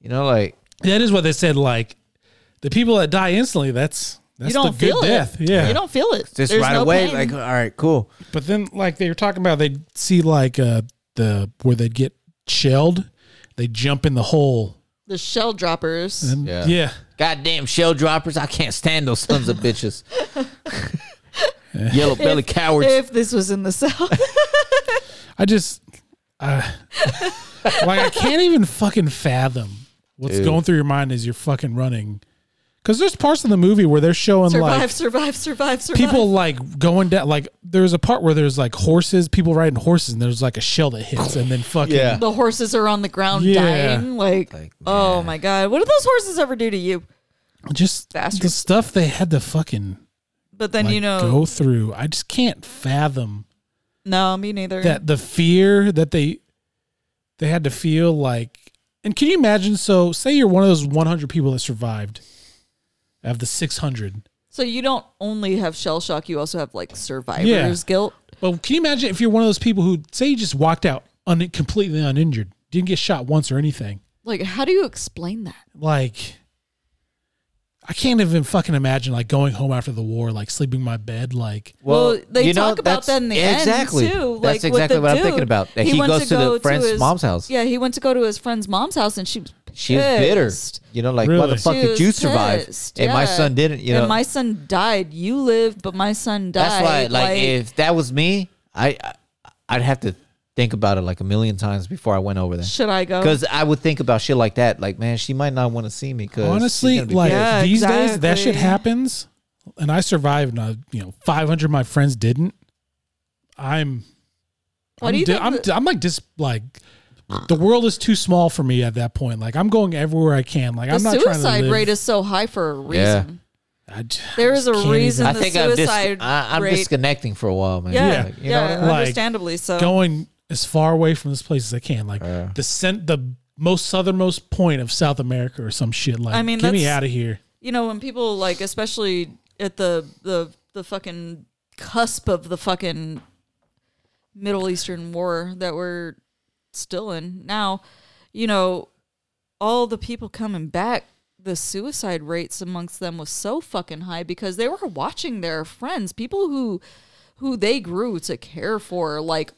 [SPEAKER 2] You know, like
[SPEAKER 1] that is what they said. Like the people that die instantly, that's that's
[SPEAKER 3] You don't
[SPEAKER 1] the good
[SPEAKER 3] feel it.
[SPEAKER 1] death. Yeah,
[SPEAKER 3] You don't feel it.
[SPEAKER 2] just
[SPEAKER 3] There's
[SPEAKER 2] right
[SPEAKER 3] no
[SPEAKER 2] away,
[SPEAKER 3] pain.
[SPEAKER 2] like all right, cool.
[SPEAKER 1] But then, like they were talking about, they see like uh the where they get shelled, they jump in the hole.
[SPEAKER 3] the shell droppers.
[SPEAKER 1] And
[SPEAKER 2] Yeah.
[SPEAKER 1] yeah.
[SPEAKER 2] Goddamn shell droppers! I can't stand those sons of bitches. Yellow belly cowards.
[SPEAKER 3] If this was in the south,
[SPEAKER 1] I just, uh, like I can't even fucking fathom what's
[SPEAKER 2] Dude.
[SPEAKER 1] going through your mind as you're fucking running. Because there's parts of the movie where they're showing
[SPEAKER 3] survive,
[SPEAKER 1] like
[SPEAKER 3] survive, survive, survive.
[SPEAKER 1] people like going down. Like there's a part where there's like horses, people riding horses, and there's like a shell that hits, and then fucking
[SPEAKER 2] Yeah.
[SPEAKER 3] the horses are on the ground
[SPEAKER 1] Yeah.
[SPEAKER 3] dying. Like,
[SPEAKER 2] Like,
[SPEAKER 3] oh my god, what did those horses ever do to you?
[SPEAKER 1] just the
[SPEAKER 3] Bastards.
[SPEAKER 1] stuff they had to fucking
[SPEAKER 3] But then
[SPEAKER 1] like,
[SPEAKER 3] you know,
[SPEAKER 1] go through. I just can't fathom.
[SPEAKER 3] no, me neither.
[SPEAKER 1] that the fear that they they had to feel like and can you imagine so say you're one of those 100 people that survived out of the 600
[SPEAKER 3] so you don't only have shell shock, you also have like survivor's guilt.
[SPEAKER 1] but can you imagine if you're one of those people who say you just walked out un- completely uninjured didn't get shot once or anything
[SPEAKER 3] Like, how do you explain that?
[SPEAKER 1] like i can't even fucking imagine like going home after the war like sleeping in my bed like
[SPEAKER 3] Well, they
[SPEAKER 2] you know,
[SPEAKER 3] talk about
[SPEAKER 2] that's-
[SPEAKER 3] that in the
[SPEAKER 2] yeah,
[SPEAKER 3] end
[SPEAKER 2] exactly.
[SPEAKER 3] too. Like
[SPEAKER 2] That's
[SPEAKER 3] with
[SPEAKER 2] exactly
[SPEAKER 3] the
[SPEAKER 2] what I'm
[SPEAKER 3] dude,
[SPEAKER 2] thinking about. That he,
[SPEAKER 3] went
[SPEAKER 2] goes to,
[SPEAKER 3] go
[SPEAKER 2] the friend's
[SPEAKER 3] his-
[SPEAKER 2] mom's house.
[SPEAKER 3] Yeah, he went to go to his friend's mom's house, and she was
[SPEAKER 2] She was bitter.
[SPEAKER 3] pissed.
[SPEAKER 2] You know, like why
[SPEAKER 1] Really?
[SPEAKER 2] the fuck
[SPEAKER 3] She
[SPEAKER 2] did
[SPEAKER 3] was
[SPEAKER 2] you survive?
[SPEAKER 3] pissed,
[SPEAKER 2] And my
[SPEAKER 3] yeah.
[SPEAKER 2] son didn't. You know,
[SPEAKER 3] and my son died. You lived, but my son died.
[SPEAKER 2] that's why. Like, if that was me, I, I I'd have to think about it like a million times before I went over there.
[SPEAKER 3] should I go?
[SPEAKER 2] Because I would think about shit like that. Like, man, she might not want to see me. Cause she's
[SPEAKER 1] honestly
[SPEAKER 2] gonna be
[SPEAKER 1] like
[SPEAKER 2] pissed.
[SPEAKER 4] Yeah,
[SPEAKER 1] these days that shit
[SPEAKER 4] exactly.
[SPEAKER 1] happens and i survived and I, you know 500 of my friends didn't i'm
[SPEAKER 3] What
[SPEAKER 1] I'm,
[SPEAKER 3] do you
[SPEAKER 1] di-
[SPEAKER 3] think
[SPEAKER 1] I'm,
[SPEAKER 3] the-
[SPEAKER 1] di- I'm like just like the world is too small for me at that point like i'm going everywhere i can like
[SPEAKER 3] the
[SPEAKER 1] i'm not trying
[SPEAKER 3] suicide
[SPEAKER 1] to live.
[SPEAKER 3] rate is so high for a
[SPEAKER 2] Yeah.
[SPEAKER 3] reason.
[SPEAKER 1] I j-
[SPEAKER 3] There is a
[SPEAKER 1] can't even-
[SPEAKER 3] reason
[SPEAKER 2] I
[SPEAKER 3] the
[SPEAKER 2] think I'm, dis-
[SPEAKER 3] suicide
[SPEAKER 2] I, am
[SPEAKER 3] rate-
[SPEAKER 2] disconnecting for a while, man.
[SPEAKER 3] Yeah,
[SPEAKER 2] Like, you know
[SPEAKER 3] yeah,
[SPEAKER 2] what I mean?
[SPEAKER 1] Like,
[SPEAKER 3] understandably so.
[SPEAKER 1] going as far away from this place as i can like
[SPEAKER 2] Yeah.
[SPEAKER 1] the cent the most southernmost point of south america or some shit like
[SPEAKER 3] I mean,
[SPEAKER 1] get me
[SPEAKER 3] that's-
[SPEAKER 1] out of here
[SPEAKER 3] you know when people like especially at the the the fucking cusp of the fucking middle eastern war that we're still in now you know all the people coming back the suicide rates amongst them was so fucking high because they were watching their friends people who who they grew to care for like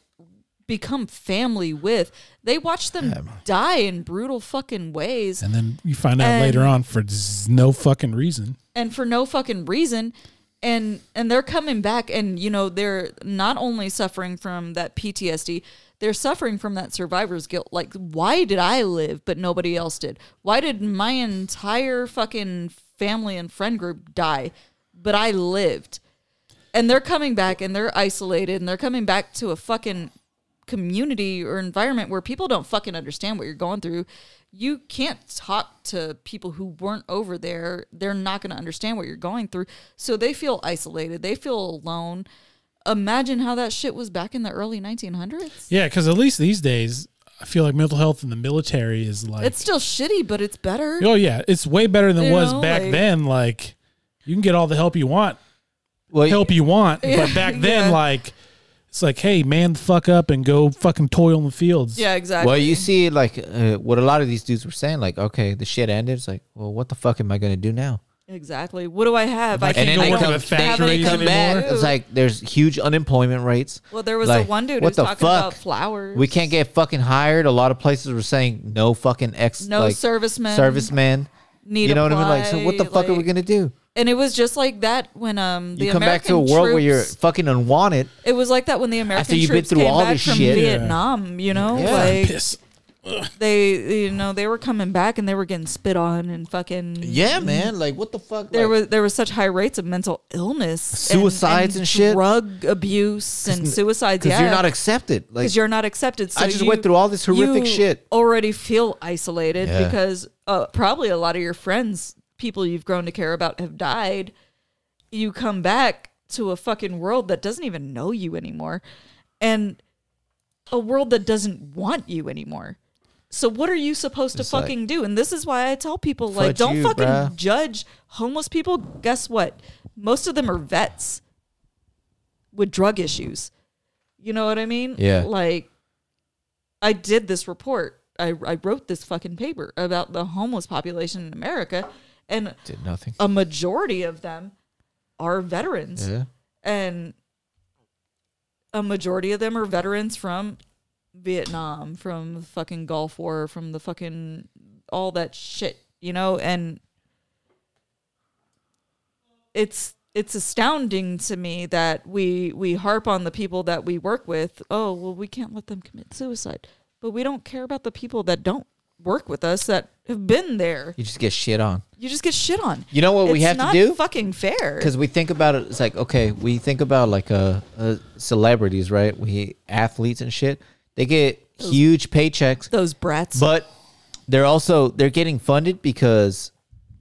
[SPEAKER 3] become family with they watched them die in brutal fucking ways
[SPEAKER 1] and then you find out
[SPEAKER 3] And-
[SPEAKER 1] later on for z- no fucking reason
[SPEAKER 3] and for no fucking reason and and they're coming back and you know they're not only suffering from that PTSD they're suffering from that survivor's guilt like why did i live but nobody else did why did my entire fucking family and friend group die but i lived and they're coming back and they're isolated and they're coming back to a fucking community or environment where people don't fucking understand what you're going through you can't talk to people who weren't over there they're not going to understand what you're going through so they feel isolated they feel alone imagine how that shit was back in the early 1900s
[SPEAKER 1] Yeah, because at least these days, I feel like mental health in the military is like,
[SPEAKER 3] it's still shitty but it's better
[SPEAKER 1] oh yeah, it's way better than it
[SPEAKER 3] You
[SPEAKER 1] was
[SPEAKER 3] know,
[SPEAKER 1] back
[SPEAKER 3] like-
[SPEAKER 1] then. Like, you can get all the help you want,
[SPEAKER 2] Well,
[SPEAKER 1] help you want, but back then,
[SPEAKER 3] yeah.
[SPEAKER 1] like, it's like, hey, man, the fuck up and go fucking toil in the fields.
[SPEAKER 3] yeah exactly
[SPEAKER 2] Well, you see, like uh, what a lot of these dudes were saying, like, okay, the shit ended. It's like, well, what the fuck am I gonna do now?
[SPEAKER 3] exactly what do i have
[SPEAKER 1] I can't go
[SPEAKER 3] I
[SPEAKER 1] work
[SPEAKER 3] don't
[SPEAKER 1] at a
[SPEAKER 3] have
[SPEAKER 1] factory
[SPEAKER 3] anything
[SPEAKER 1] come
[SPEAKER 3] to
[SPEAKER 1] back.
[SPEAKER 3] do.
[SPEAKER 2] It's like there's huge unemployment rates.
[SPEAKER 3] well there was
[SPEAKER 2] like,
[SPEAKER 3] the one dude
[SPEAKER 2] what
[SPEAKER 3] who's
[SPEAKER 2] the
[SPEAKER 3] talking about
[SPEAKER 2] fuck?
[SPEAKER 3] flowers
[SPEAKER 2] We can't get fucking hired. A lot of places were saying no fucking ex,
[SPEAKER 3] No
[SPEAKER 2] like,
[SPEAKER 3] servicemen
[SPEAKER 2] servicemen.
[SPEAKER 3] need
[SPEAKER 2] you know what I mean? Like, so what the
[SPEAKER 3] apply,
[SPEAKER 2] fuck are we
[SPEAKER 3] like-
[SPEAKER 2] gonna do?
[SPEAKER 3] and it was just like that when um the
[SPEAKER 2] You come
[SPEAKER 3] American
[SPEAKER 2] back to a world
[SPEAKER 3] troops,
[SPEAKER 2] where you're fucking unwanted.
[SPEAKER 3] It was like that when the American
[SPEAKER 2] you've been
[SPEAKER 3] troops
[SPEAKER 2] through
[SPEAKER 3] came
[SPEAKER 2] all
[SPEAKER 3] back
[SPEAKER 2] this
[SPEAKER 3] from
[SPEAKER 2] shit.
[SPEAKER 3] Vietnam. You know,
[SPEAKER 2] Yeah.
[SPEAKER 1] I'm
[SPEAKER 3] like
[SPEAKER 1] pissed.
[SPEAKER 3] they you know they were coming back and they were getting spit on and fucking
[SPEAKER 2] Yeah, man. Like what the fuck?
[SPEAKER 3] There
[SPEAKER 2] Like,
[SPEAKER 3] was there was such high rates of mental illness,
[SPEAKER 2] Suicides and shit?
[SPEAKER 3] drug abuse and suicides.
[SPEAKER 2] because
[SPEAKER 3] Yeah,
[SPEAKER 2] you're not accepted. Like
[SPEAKER 3] because you're not accepted. So
[SPEAKER 2] I just
[SPEAKER 3] you-
[SPEAKER 2] went through all this horrific
[SPEAKER 3] you
[SPEAKER 2] shit.
[SPEAKER 3] Already feel isolated
[SPEAKER 2] Yeah.
[SPEAKER 3] because uh, probably a lot of your friends, people you've grown to care about, have died. You come back to a fucking world that doesn't even know you anymore, and a world that doesn't want you anymore. So what are you supposed to
[SPEAKER 2] It's like-
[SPEAKER 3] fucking do? And this is why I tell people like,
[SPEAKER 2] Fudge
[SPEAKER 3] don't
[SPEAKER 2] you,
[SPEAKER 3] fucking
[SPEAKER 2] bruh.
[SPEAKER 3] judge homeless people. Guess what? Most of them are vets with drug issues. You know what I mean?
[SPEAKER 2] Yeah.
[SPEAKER 3] Like, I did this report. I, I wrote this fucking paper about the homeless population in America, and
[SPEAKER 2] Did nothing.
[SPEAKER 3] a majority of them are veterans,
[SPEAKER 2] Yeah.
[SPEAKER 3] and a majority of them are veterans from Vietnam, from the fucking Gulf War, from the fucking all that shit, you know, and it's it's astounding to me that we we harp on the people that we work with. Oh, well we can't let them commit suicide. But we don't care about the people that don't work with us that have been there.
[SPEAKER 2] You just get shit on.
[SPEAKER 3] You just get shit on.
[SPEAKER 2] You know what we
[SPEAKER 3] It's
[SPEAKER 2] have to
[SPEAKER 3] not
[SPEAKER 2] do?
[SPEAKER 3] Fucking fair.
[SPEAKER 2] because we think about it. It's like okay, we think about like uh, uh celebrities, right? We athletes and shit. They get huge paychecks,
[SPEAKER 3] those brats.
[SPEAKER 2] but they're also they're getting funded because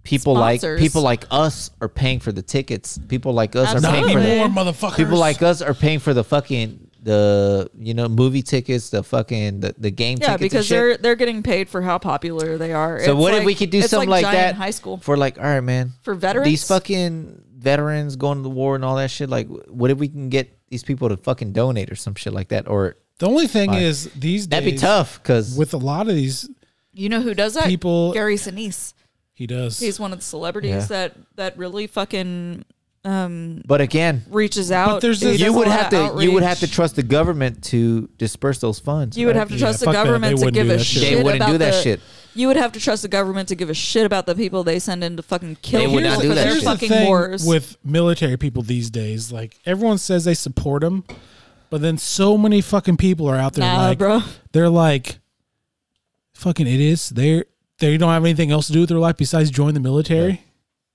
[SPEAKER 2] people like
[SPEAKER 3] Sponsors.
[SPEAKER 2] people like us are paying for the tickets. People like us are
[SPEAKER 1] Not
[SPEAKER 2] paying for the,
[SPEAKER 1] anymore,
[SPEAKER 3] Absolutely.
[SPEAKER 1] motherfuckers.
[SPEAKER 2] people like us are paying for the fucking the you know movie tickets, the fucking the, the game
[SPEAKER 3] yeah,
[SPEAKER 2] tickets. and
[SPEAKER 3] because
[SPEAKER 2] shit.
[SPEAKER 3] they're they're getting paid for how popular they are.
[SPEAKER 2] So
[SPEAKER 3] It's
[SPEAKER 2] what if
[SPEAKER 3] like-
[SPEAKER 2] we could do
[SPEAKER 3] it's
[SPEAKER 2] something like,
[SPEAKER 3] like,
[SPEAKER 2] that
[SPEAKER 3] giant high school?
[SPEAKER 2] for like, all right, man,
[SPEAKER 3] For veterans?
[SPEAKER 2] these fucking veterans going to the war and all that shit. Like, what if we can get these people to fucking donate or some shit like that? Or
[SPEAKER 1] The only thing
[SPEAKER 2] Fine.
[SPEAKER 1] is these days
[SPEAKER 2] that'd be tough because
[SPEAKER 1] with a lot of these.
[SPEAKER 3] you know who does that?
[SPEAKER 1] People-
[SPEAKER 3] Gary Sinise.
[SPEAKER 1] He does.
[SPEAKER 3] He's one of the celebrities
[SPEAKER 2] Yeah.
[SPEAKER 3] that that really fucking
[SPEAKER 2] but again,
[SPEAKER 3] reaches out.
[SPEAKER 1] there's
[SPEAKER 3] He
[SPEAKER 1] this-
[SPEAKER 3] does
[SPEAKER 2] you
[SPEAKER 3] a
[SPEAKER 2] would
[SPEAKER 3] lot
[SPEAKER 2] have
[SPEAKER 3] of
[SPEAKER 2] to you would
[SPEAKER 3] outreach.
[SPEAKER 2] have to trust the government to disperse those funds.
[SPEAKER 3] You would
[SPEAKER 2] right?
[SPEAKER 3] have to
[SPEAKER 1] Yeah,
[SPEAKER 3] trust the
[SPEAKER 1] fuck that. They
[SPEAKER 3] government to
[SPEAKER 1] wouldn't
[SPEAKER 3] give
[SPEAKER 1] do
[SPEAKER 3] a
[SPEAKER 1] that shit.
[SPEAKER 3] shit.
[SPEAKER 2] They wouldn't
[SPEAKER 3] about
[SPEAKER 2] do that
[SPEAKER 3] the-
[SPEAKER 2] shit.
[SPEAKER 3] You would have to trust the government to give a shit about the people they send in to fucking kill
[SPEAKER 2] They would
[SPEAKER 3] people
[SPEAKER 2] not do
[SPEAKER 3] for
[SPEAKER 2] that
[SPEAKER 3] their
[SPEAKER 2] shit.
[SPEAKER 3] fucking
[SPEAKER 1] the thing
[SPEAKER 3] wars.
[SPEAKER 1] with military people these days. Like everyone says they support them, but then so many fucking people are out there
[SPEAKER 3] nah,
[SPEAKER 1] like
[SPEAKER 3] bro.
[SPEAKER 1] they're like fucking idiots. They're they don't have anything else to do with their life besides join the military.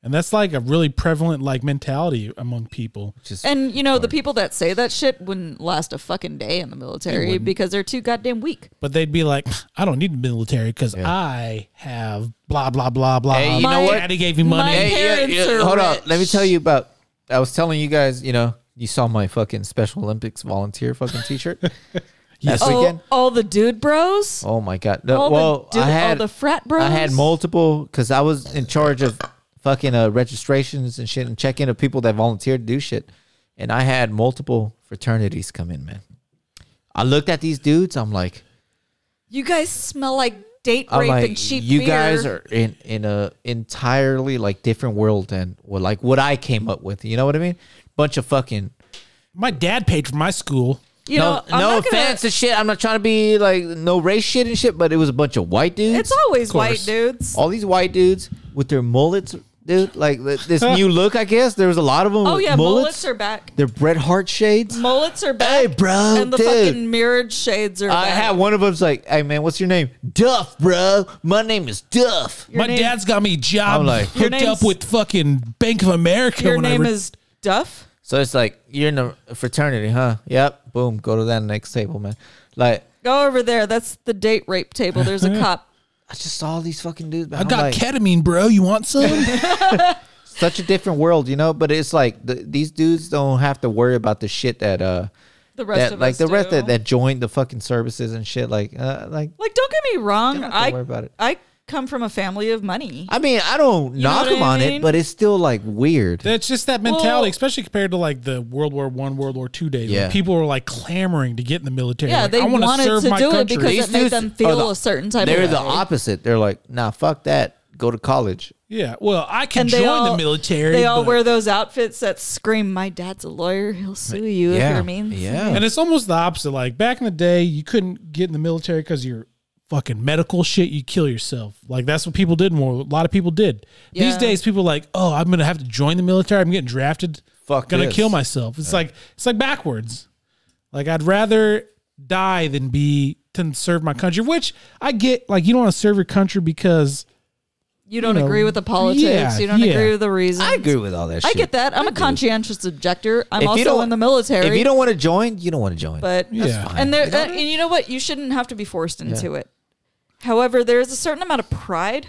[SPEAKER 1] And that's like a really prevalent like mentality among people.
[SPEAKER 2] Just-
[SPEAKER 3] And you know the people that say that shit wouldn't last a fucking day in the military because they're too goddamn weak.
[SPEAKER 1] But they'd be like, I don't need the military because I have blah blah blah blah.
[SPEAKER 2] Hey, you
[SPEAKER 1] My
[SPEAKER 2] know what?
[SPEAKER 1] Daddy gave me
[SPEAKER 3] My-
[SPEAKER 1] money.
[SPEAKER 3] Hey, parents are
[SPEAKER 2] Hold on,
[SPEAKER 3] rich.
[SPEAKER 2] let me tell you about. I was telling you guys, you know, you saw my fucking Special Olympics volunteer fucking T-shirt.
[SPEAKER 1] Yes.
[SPEAKER 2] Last weekend.
[SPEAKER 3] Oh, all the dude bros.
[SPEAKER 2] Oh my god! No,
[SPEAKER 3] All the
[SPEAKER 2] well,
[SPEAKER 3] du-
[SPEAKER 2] I
[SPEAKER 3] all
[SPEAKER 2] had
[SPEAKER 3] the frat bros?
[SPEAKER 2] I had multiple because I was in charge of fucking uh, registrations and shit and check in of people that volunteered to do shit, and I had multiple fraternities come in, man. I looked at these dudes. I'm like,
[SPEAKER 3] You guys smell like date
[SPEAKER 2] I'm
[SPEAKER 3] rape
[SPEAKER 2] like,
[SPEAKER 3] and cheap
[SPEAKER 2] you
[SPEAKER 3] beer.
[SPEAKER 2] guys are in in a entirely like different world than what like what I came up with. You know what I mean? Bunch of fucking
[SPEAKER 1] My dad paid for my school.
[SPEAKER 3] You
[SPEAKER 2] no
[SPEAKER 3] know, I'm
[SPEAKER 2] no
[SPEAKER 3] not gonna-
[SPEAKER 2] offense and shit. I'm not trying to be like no race shit and shit, but it was a bunch of white dudes.
[SPEAKER 3] It's always
[SPEAKER 2] Of
[SPEAKER 3] white
[SPEAKER 2] course.
[SPEAKER 3] dudes.
[SPEAKER 2] all these white dudes with their mullets, dude. Like th- this new look, I guess. There was a lot of them.
[SPEAKER 3] Oh
[SPEAKER 2] with
[SPEAKER 3] yeah, mullets,
[SPEAKER 2] mullets.
[SPEAKER 3] are back.
[SPEAKER 2] They're Bret Hart shades.
[SPEAKER 3] Mullets are back.
[SPEAKER 2] Hey, bro,
[SPEAKER 3] and the
[SPEAKER 2] dude.
[SPEAKER 3] fucking mirrored shades are.
[SPEAKER 2] I
[SPEAKER 3] back.
[SPEAKER 2] had one of them's like, "Hey man, what's your name? Duff, bro. My name is Duff."
[SPEAKER 3] Your
[SPEAKER 1] my
[SPEAKER 3] name-
[SPEAKER 1] dad's got me a job
[SPEAKER 2] I'm like-
[SPEAKER 1] hooked
[SPEAKER 3] Your
[SPEAKER 1] up with fucking Bank of America.
[SPEAKER 3] Your
[SPEAKER 1] when I
[SPEAKER 3] name
[SPEAKER 1] re-
[SPEAKER 3] is Duff.
[SPEAKER 2] So it's like you're in a fraternity, huh? Yep. Boom. Go to that next table, man. Like
[SPEAKER 3] Go over there. That's the date rape table. There's a cop.
[SPEAKER 2] I just saw all these fucking dudes. man.
[SPEAKER 1] I
[SPEAKER 2] I'm
[SPEAKER 1] got
[SPEAKER 2] like,
[SPEAKER 1] ketamine, bro. You want some?
[SPEAKER 2] such a different world, you know. But it's like the, these dudes don't have to worry about the shit that uh.
[SPEAKER 3] The rest
[SPEAKER 2] That,
[SPEAKER 3] of
[SPEAKER 2] like
[SPEAKER 3] us
[SPEAKER 2] the rest
[SPEAKER 3] do.
[SPEAKER 2] that, that joined the fucking services and shit like uh, like
[SPEAKER 3] Like, don't get me wrong.
[SPEAKER 2] don't have to
[SPEAKER 3] I
[SPEAKER 2] worry about it.
[SPEAKER 3] I come from a family of money.
[SPEAKER 2] I mean, I don't
[SPEAKER 3] know
[SPEAKER 2] knock
[SPEAKER 3] what
[SPEAKER 2] him
[SPEAKER 3] I
[SPEAKER 2] on it,
[SPEAKER 3] mean?
[SPEAKER 2] but it's still like weird.
[SPEAKER 1] That's just that mentality,
[SPEAKER 3] Well-
[SPEAKER 1] especially compared to like the World War One, World War Two days.
[SPEAKER 2] Yeah.
[SPEAKER 1] When people were like clamoring to get in the military.
[SPEAKER 3] yeah,
[SPEAKER 1] Like,
[SPEAKER 3] they
[SPEAKER 1] I wanna
[SPEAKER 3] wanted
[SPEAKER 1] serve
[SPEAKER 3] to
[SPEAKER 1] my
[SPEAKER 3] do it
[SPEAKER 1] country.
[SPEAKER 3] because it made
[SPEAKER 2] dudes
[SPEAKER 3] them
[SPEAKER 2] are
[SPEAKER 3] feel
[SPEAKER 2] the-
[SPEAKER 3] a certain type.
[SPEAKER 2] They're
[SPEAKER 3] of
[SPEAKER 2] the
[SPEAKER 3] way.
[SPEAKER 2] opposite. They're like, nah, fuck that. Go to college.
[SPEAKER 1] yeah, well, I can
[SPEAKER 3] And they
[SPEAKER 1] join
[SPEAKER 3] all,
[SPEAKER 1] the military.
[SPEAKER 3] They all
[SPEAKER 1] but-
[SPEAKER 3] wear those outfits that scream, "My dad's a lawyer. He'll sue you if
[SPEAKER 2] yeah,
[SPEAKER 3] you're mean." to
[SPEAKER 2] yeah.
[SPEAKER 3] me."
[SPEAKER 1] and it's almost the opposite. Like back in the day, you couldn't get in the military because you're fucking medical shit. You kill yourself. Like that's what people did more. A lot of people did. These
[SPEAKER 3] Yeah.
[SPEAKER 1] days, people are like, oh, I'm gonna have to join the military. I'm getting drafted.
[SPEAKER 2] Fuck
[SPEAKER 1] gonna
[SPEAKER 2] this.
[SPEAKER 1] kill myself. It's like it's like backwards. Like I'd rather die than be to serve my country. Which I get, like you don't want to serve your country because
[SPEAKER 3] You don't
[SPEAKER 1] you know,
[SPEAKER 3] agree with the politics.
[SPEAKER 1] yeah,
[SPEAKER 3] you don't
[SPEAKER 1] yeah.
[SPEAKER 3] agree with the reasons.
[SPEAKER 2] I agree with all that.
[SPEAKER 3] I
[SPEAKER 2] shit.
[SPEAKER 3] get that. I'm
[SPEAKER 2] I
[SPEAKER 3] a
[SPEAKER 2] do.
[SPEAKER 3] conscientious objector.
[SPEAKER 2] If
[SPEAKER 3] I'm
[SPEAKER 2] you
[SPEAKER 3] also
[SPEAKER 2] don't-
[SPEAKER 3] in the military.
[SPEAKER 2] If you don't want to join, you don't want to join.
[SPEAKER 3] but
[SPEAKER 1] Yeah. fine.
[SPEAKER 3] and there uh,
[SPEAKER 2] You know
[SPEAKER 3] and you know what? You shouldn't have to be forced into it. However, there is a certain amount of pride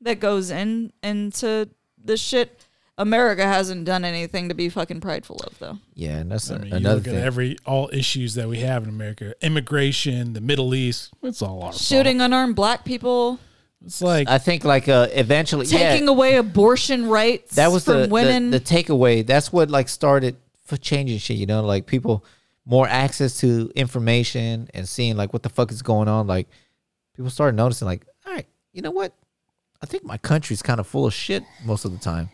[SPEAKER 3] that goes in into this shit. America hasn't done anything to be fucking prideful of though.
[SPEAKER 2] yeah, and that's
[SPEAKER 1] I mean, you
[SPEAKER 2] another
[SPEAKER 1] look
[SPEAKER 2] thing.
[SPEAKER 1] at every all issues that we have in America, immigration, the Middle East. It's all our
[SPEAKER 3] Shooting
[SPEAKER 1] Fault.
[SPEAKER 3] unarmed black people,
[SPEAKER 1] It's like
[SPEAKER 2] I think like uh, eventually, yeah,
[SPEAKER 3] taking away abortion rights
[SPEAKER 2] that was
[SPEAKER 3] from
[SPEAKER 2] the,
[SPEAKER 3] women.
[SPEAKER 2] the the takeaway. That's what like started for changing shit. You know, like people more access to information and seeing like what the fuck is going on. Like people started noticing, like, all right, you know what? I think my country's kind of full of shit most of the time.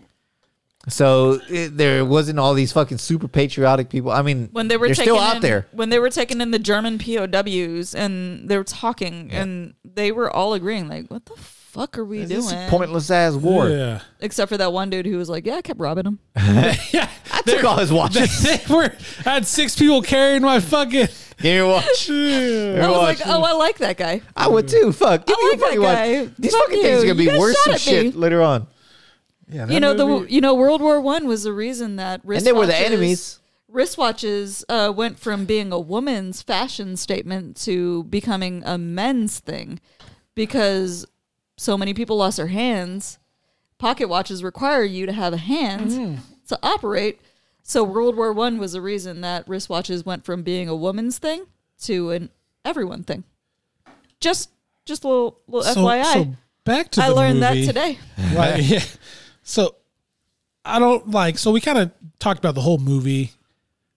[SPEAKER 2] So it, there wasn't all these fucking super patriotic people. I mean,
[SPEAKER 3] when they were
[SPEAKER 2] they're
[SPEAKER 3] taking
[SPEAKER 2] still out
[SPEAKER 3] in,
[SPEAKER 2] there.
[SPEAKER 3] when they were taking in the German POWs and they were talking and they were all agreeing like what the fuck are we
[SPEAKER 2] This is
[SPEAKER 3] doing
[SPEAKER 2] pointless ass war.
[SPEAKER 1] yeah,
[SPEAKER 3] except for that one dude who was like yeah I kept robbing him
[SPEAKER 1] yeah.
[SPEAKER 2] I took all his
[SPEAKER 1] They,
[SPEAKER 2] watches.
[SPEAKER 1] they were. I had six people carrying my fucking.
[SPEAKER 2] Give me a watch.
[SPEAKER 1] Yeah.
[SPEAKER 3] I was
[SPEAKER 2] watch.
[SPEAKER 3] like oh I like that guy
[SPEAKER 2] I would too. Fuck. Give
[SPEAKER 3] I
[SPEAKER 2] me a
[SPEAKER 3] like
[SPEAKER 2] fucking
[SPEAKER 3] that
[SPEAKER 2] watch.
[SPEAKER 3] guy.
[SPEAKER 2] These
[SPEAKER 3] Fuck
[SPEAKER 2] fucking things are
[SPEAKER 3] you.
[SPEAKER 2] gonna be
[SPEAKER 3] You guys
[SPEAKER 2] worse
[SPEAKER 3] shot
[SPEAKER 2] than
[SPEAKER 3] at me.
[SPEAKER 2] shit later on.
[SPEAKER 1] Yeah, that
[SPEAKER 3] you know
[SPEAKER 1] movie-
[SPEAKER 3] the you know World War One was the reason that wristwatches,
[SPEAKER 2] And they were the enemies.
[SPEAKER 3] Wristwatches uh, went from being a woman's fashion statement to becoming a men's thing because so many people lost their hands. Pocket watches require you to have a hand
[SPEAKER 1] Mm-hmm.
[SPEAKER 3] to operate. So World War One was the reason that wristwatches went from being a woman's thing to an everyone thing. Just just a little, little
[SPEAKER 1] so,
[SPEAKER 3] FYI.
[SPEAKER 1] so back to
[SPEAKER 3] I
[SPEAKER 1] the
[SPEAKER 3] learned
[SPEAKER 1] movie.
[SPEAKER 3] that today.
[SPEAKER 1] Like, yeah. So I don't like. So we kind of talked about the whole movie,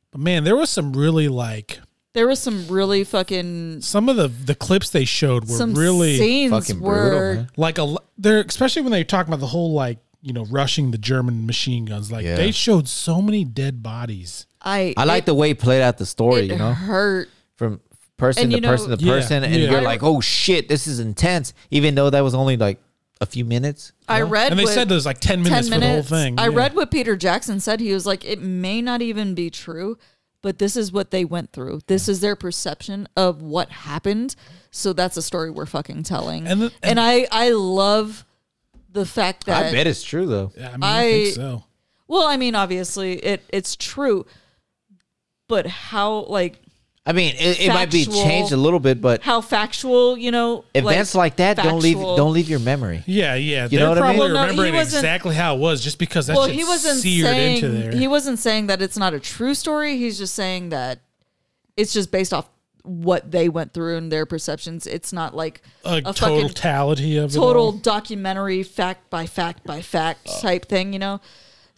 [SPEAKER 1] but man, there was some really like
[SPEAKER 3] There was some really fucking
[SPEAKER 1] some of the the clips they showed were
[SPEAKER 3] some
[SPEAKER 1] really
[SPEAKER 3] scenes
[SPEAKER 2] Fucking
[SPEAKER 3] were
[SPEAKER 2] brutal, man.
[SPEAKER 1] like a. l- They're especially when they were talking about the whole like you know rushing the German machine guns. Like
[SPEAKER 2] Yeah.
[SPEAKER 1] they showed so many dead bodies.
[SPEAKER 3] I
[SPEAKER 2] I like
[SPEAKER 3] it-
[SPEAKER 2] the way it played out the story,
[SPEAKER 3] it
[SPEAKER 2] you know,
[SPEAKER 3] hurt.
[SPEAKER 2] from person
[SPEAKER 3] And
[SPEAKER 2] to
[SPEAKER 3] you know-
[SPEAKER 2] person to
[SPEAKER 1] Yeah,
[SPEAKER 2] person, and
[SPEAKER 1] yeah.
[SPEAKER 2] you're
[SPEAKER 1] I-
[SPEAKER 2] like, oh shit, this is intense. Even though that was only like a few minutes.
[SPEAKER 3] I read
[SPEAKER 1] And they
[SPEAKER 3] what,
[SPEAKER 1] said there's like ten minutes,
[SPEAKER 3] ten
[SPEAKER 1] for
[SPEAKER 3] minutes.
[SPEAKER 1] the whole thing.
[SPEAKER 3] I
[SPEAKER 1] Yeah.
[SPEAKER 3] read what Peter Jackson said. He was like, it may not even be true, but this is what they went through. This is their perception of what happened. So that's a story we're fucking telling.
[SPEAKER 1] And
[SPEAKER 3] And,
[SPEAKER 1] the- and-
[SPEAKER 3] I I love the fact that
[SPEAKER 2] I bet it's true though.
[SPEAKER 1] Yeah, I mean, I, think
[SPEAKER 3] I-
[SPEAKER 1] so.
[SPEAKER 3] well, I mean, obviously it it's true, but how like
[SPEAKER 2] I mean, it, it might be
[SPEAKER 3] Factual-
[SPEAKER 2] changed a little bit, but
[SPEAKER 3] how factual you know
[SPEAKER 2] events like, that don't leave
[SPEAKER 3] factual-
[SPEAKER 2] don't leave your memory.
[SPEAKER 1] Yeah, yeah. They're
[SPEAKER 2] know what I mean?
[SPEAKER 1] probably
[SPEAKER 2] Well,
[SPEAKER 3] no, he
[SPEAKER 1] remembering
[SPEAKER 3] wasn't-
[SPEAKER 1] exactly how it was just because that
[SPEAKER 3] well,
[SPEAKER 1] shit
[SPEAKER 3] he wasn't
[SPEAKER 1] seared
[SPEAKER 3] saying
[SPEAKER 1] into there.
[SPEAKER 3] he wasn't saying that it's not a true story. He's just saying that it's just based off what they went through and their perceptions. It's not like
[SPEAKER 1] a,
[SPEAKER 3] a fucking
[SPEAKER 1] totality of it all. Oh.
[SPEAKER 3] total documentary, fact by fact by fact type thing, you know.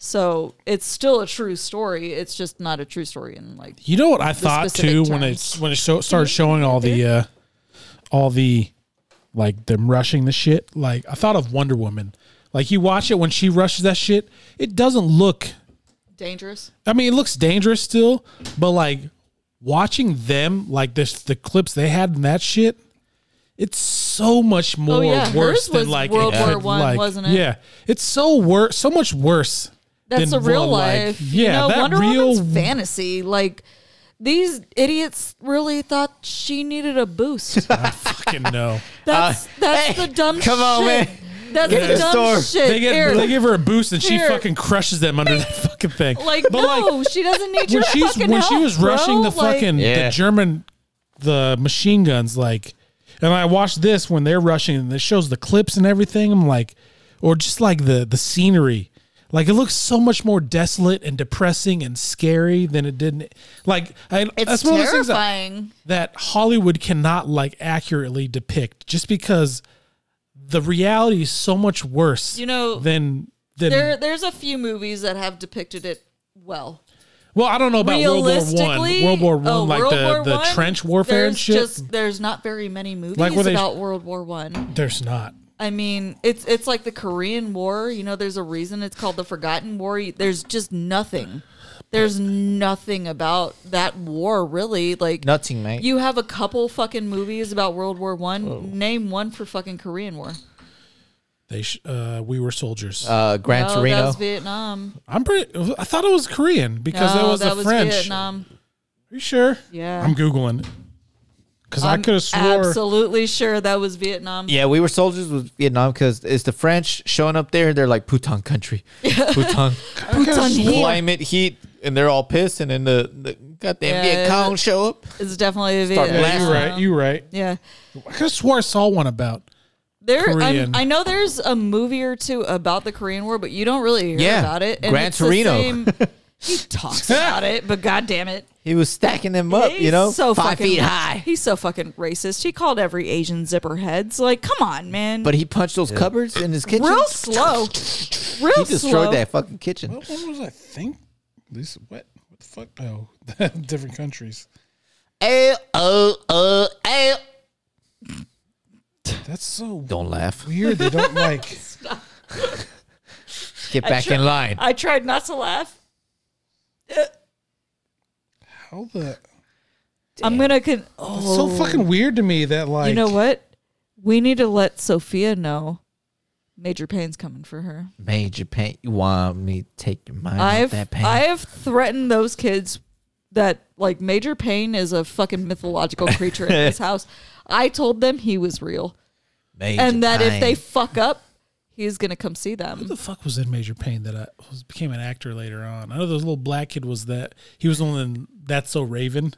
[SPEAKER 3] So it's still a true story. It's just not a true story in like
[SPEAKER 1] You know what I thought too
[SPEAKER 3] specific
[SPEAKER 1] when
[SPEAKER 3] terms. Mm-hmm.
[SPEAKER 1] it when it show, started showing all the uh, all the like them rushing the shit. Like I thought of Wonder Woman. Like you watch it when she rushes that shit, it doesn't look.
[SPEAKER 3] dangerous.
[SPEAKER 1] I mean, it looks dangerous still, but like watching them, like this the clips they had in that shit, it's so much more
[SPEAKER 3] Oh, yeah,
[SPEAKER 1] worse
[SPEAKER 3] hers
[SPEAKER 1] than
[SPEAKER 3] was
[SPEAKER 1] like
[SPEAKER 3] World
[SPEAKER 1] it
[SPEAKER 3] War
[SPEAKER 1] could,
[SPEAKER 3] One,
[SPEAKER 1] like-
[SPEAKER 3] wasn't it?
[SPEAKER 1] Yeah, it's so worse, so much worse.
[SPEAKER 3] That's
[SPEAKER 1] than
[SPEAKER 3] a real
[SPEAKER 1] what, like-
[SPEAKER 3] life.
[SPEAKER 1] yeah,
[SPEAKER 3] you know,
[SPEAKER 1] that
[SPEAKER 3] Wonder
[SPEAKER 1] real
[SPEAKER 3] Woman's fantasy. Like these idiots really thought she needed a boost.
[SPEAKER 1] I fucking know.
[SPEAKER 3] That's
[SPEAKER 2] Uh,
[SPEAKER 3] that's
[SPEAKER 2] hey,
[SPEAKER 3] the dumb
[SPEAKER 2] come
[SPEAKER 3] shit.
[SPEAKER 2] on, man.
[SPEAKER 3] That's
[SPEAKER 2] Get
[SPEAKER 3] the
[SPEAKER 2] in the
[SPEAKER 3] dumb
[SPEAKER 2] store.
[SPEAKER 3] shit.
[SPEAKER 1] They, get,
[SPEAKER 3] Here.
[SPEAKER 1] they give her a boost and she
[SPEAKER 3] Here.
[SPEAKER 1] fucking crushes them under that fucking thing.
[SPEAKER 3] like no, she doesn't need your
[SPEAKER 1] when she's
[SPEAKER 3] fucking
[SPEAKER 1] when
[SPEAKER 3] help,
[SPEAKER 1] she was
[SPEAKER 3] bro.
[SPEAKER 1] rushing the
[SPEAKER 3] Like,
[SPEAKER 1] fucking
[SPEAKER 2] Yeah.
[SPEAKER 1] the German the machine guns, like, and I watched this when they're rushing and it shows the clips and everything. I'm like, or just like the the scenery. Like it looks so much more desolate and depressing and scary than it did. Like I,
[SPEAKER 3] it's
[SPEAKER 1] that's one of those things that-
[SPEAKER 3] terrifying.
[SPEAKER 1] that Hollywood cannot like accurately depict just because the reality is so much worse.
[SPEAKER 3] You know,
[SPEAKER 1] than than
[SPEAKER 3] There there's a few movies that have depicted it well.
[SPEAKER 1] well, I don't know about World War One,
[SPEAKER 3] Realistically,
[SPEAKER 1] World War One,
[SPEAKER 3] oh,
[SPEAKER 1] like
[SPEAKER 3] World
[SPEAKER 1] the
[SPEAKER 3] War
[SPEAKER 1] the
[SPEAKER 3] One,
[SPEAKER 1] trench warfare and
[SPEAKER 3] there's
[SPEAKER 1] shit.
[SPEAKER 3] Just, there's not very many movies
[SPEAKER 1] where they-
[SPEAKER 3] about World War One.
[SPEAKER 1] There's not.
[SPEAKER 3] I mean, it's it's like the Korean War. You know, there's a reason it's called the Forgotten War. You- There's just nothing. There's nothing about that war really. Like
[SPEAKER 2] Nothing, mate.
[SPEAKER 3] You have a couple fucking movies about World War One. Name one for fucking Korean War.
[SPEAKER 1] They sh- uh, we were soldiers.
[SPEAKER 2] uh, Gran
[SPEAKER 3] no, Oh, that
[SPEAKER 2] Torino.
[SPEAKER 3] was Vietnam.
[SPEAKER 1] I'm pretty. I thought it was Korean because
[SPEAKER 3] no,
[SPEAKER 1] there was
[SPEAKER 3] that
[SPEAKER 1] a
[SPEAKER 3] was
[SPEAKER 1] French.
[SPEAKER 3] Vietnam.
[SPEAKER 1] Are you sure?
[SPEAKER 3] Yeah.
[SPEAKER 1] I'm googling. it. Because I
[SPEAKER 3] I'm
[SPEAKER 1] could have swore.
[SPEAKER 3] Absolutely sure that was Vietnam.
[SPEAKER 2] Yeah, we were soldiers with Vietnam because it's the French showing up there. They're like Putong country, Putong
[SPEAKER 1] I coulda
[SPEAKER 3] Putin
[SPEAKER 1] swore-
[SPEAKER 3] here.
[SPEAKER 2] climate heat, and they're all pissed. And then the, the goddamn
[SPEAKER 3] Yeah,
[SPEAKER 2] Viet
[SPEAKER 3] it-
[SPEAKER 2] Cong show up.
[SPEAKER 3] It's definitely
[SPEAKER 2] Start
[SPEAKER 3] Vietnam.
[SPEAKER 1] Yeah, you're right. You're right.
[SPEAKER 3] yeah.
[SPEAKER 1] I could have swore I saw one about.
[SPEAKER 3] There, I'm,
[SPEAKER 1] Korean.
[SPEAKER 3] I know there's a movie or two about the Korean War, but you don't really hear
[SPEAKER 2] Yeah,
[SPEAKER 3] about it.
[SPEAKER 2] Gran
[SPEAKER 3] it's the
[SPEAKER 2] Torino.
[SPEAKER 3] same- he talks about it, but god damn it,
[SPEAKER 2] He was stacking them up,
[SPEAKER 3] he's
[SPEAKER 2] you know,
[SPEAKER 3] so
[SPEAKER 2] five
[SPEAKER 3] fucking,
[SPEAKER 2] feet high.
[SPEAKER 3] He's so fucking racist. He called every Asian zipper heads. Like, come on, man.
[SPEAKER 2] But he punched those cupboards in his kitchen.
[SPEAKER 3] real slow, real
[SPEAKER 2] He destroyed
[SPEAKER 3] slow.
[SPEAKER 2] that fucking kitchen.
[SPEAKER 1] What one was I think? This what? What the fuck? No, different countries.
[SPEAKER 2] Ayo, uh, ayo.
[SPEAKER 1] That's so
[SPEAKER 2] Don't laugh.
[SPEAKER 1] weird. They don't like.
[SPEAKER 2] Get back
[SPEAKER 3] tried-
[SPEAKER 2] in line.
[SPEAKER 3] I tried not to laugh. Uh,
[SPEAKER 1] How the?
[SPEAKER 3] I'm gonna. Con-
[SPEAKER 1] It's
[SPEAKER 3] oh,
[SPEAKER 1] so fucking weird to me that like.
[SPEAKER 3] you know what? We need to let Sophia know. Major pain's coming for her.
[SPEAKER 2] Major pain. You want me to take your mind off
[SPEAKER 3] I've
[SPEAKER 2] that pain?
[SPEAKER 3] I have threatened those kids that like Major Payne is a fucking mythological creature in this house. I told them he was real,
[SPEAKER 2] Major
[SPEAKER 3] and that if
[SPEAKER 2] pain.
[SPEAKER 3] they fuck up, he's gonna come see
[SPEAKER 1] Who
[SPEAKER 3] them.
[SPEAKER 1] the fuck was in Major Pain that I was, became an actor later on? I know this little black kid was that. He was the one in That's So Raven.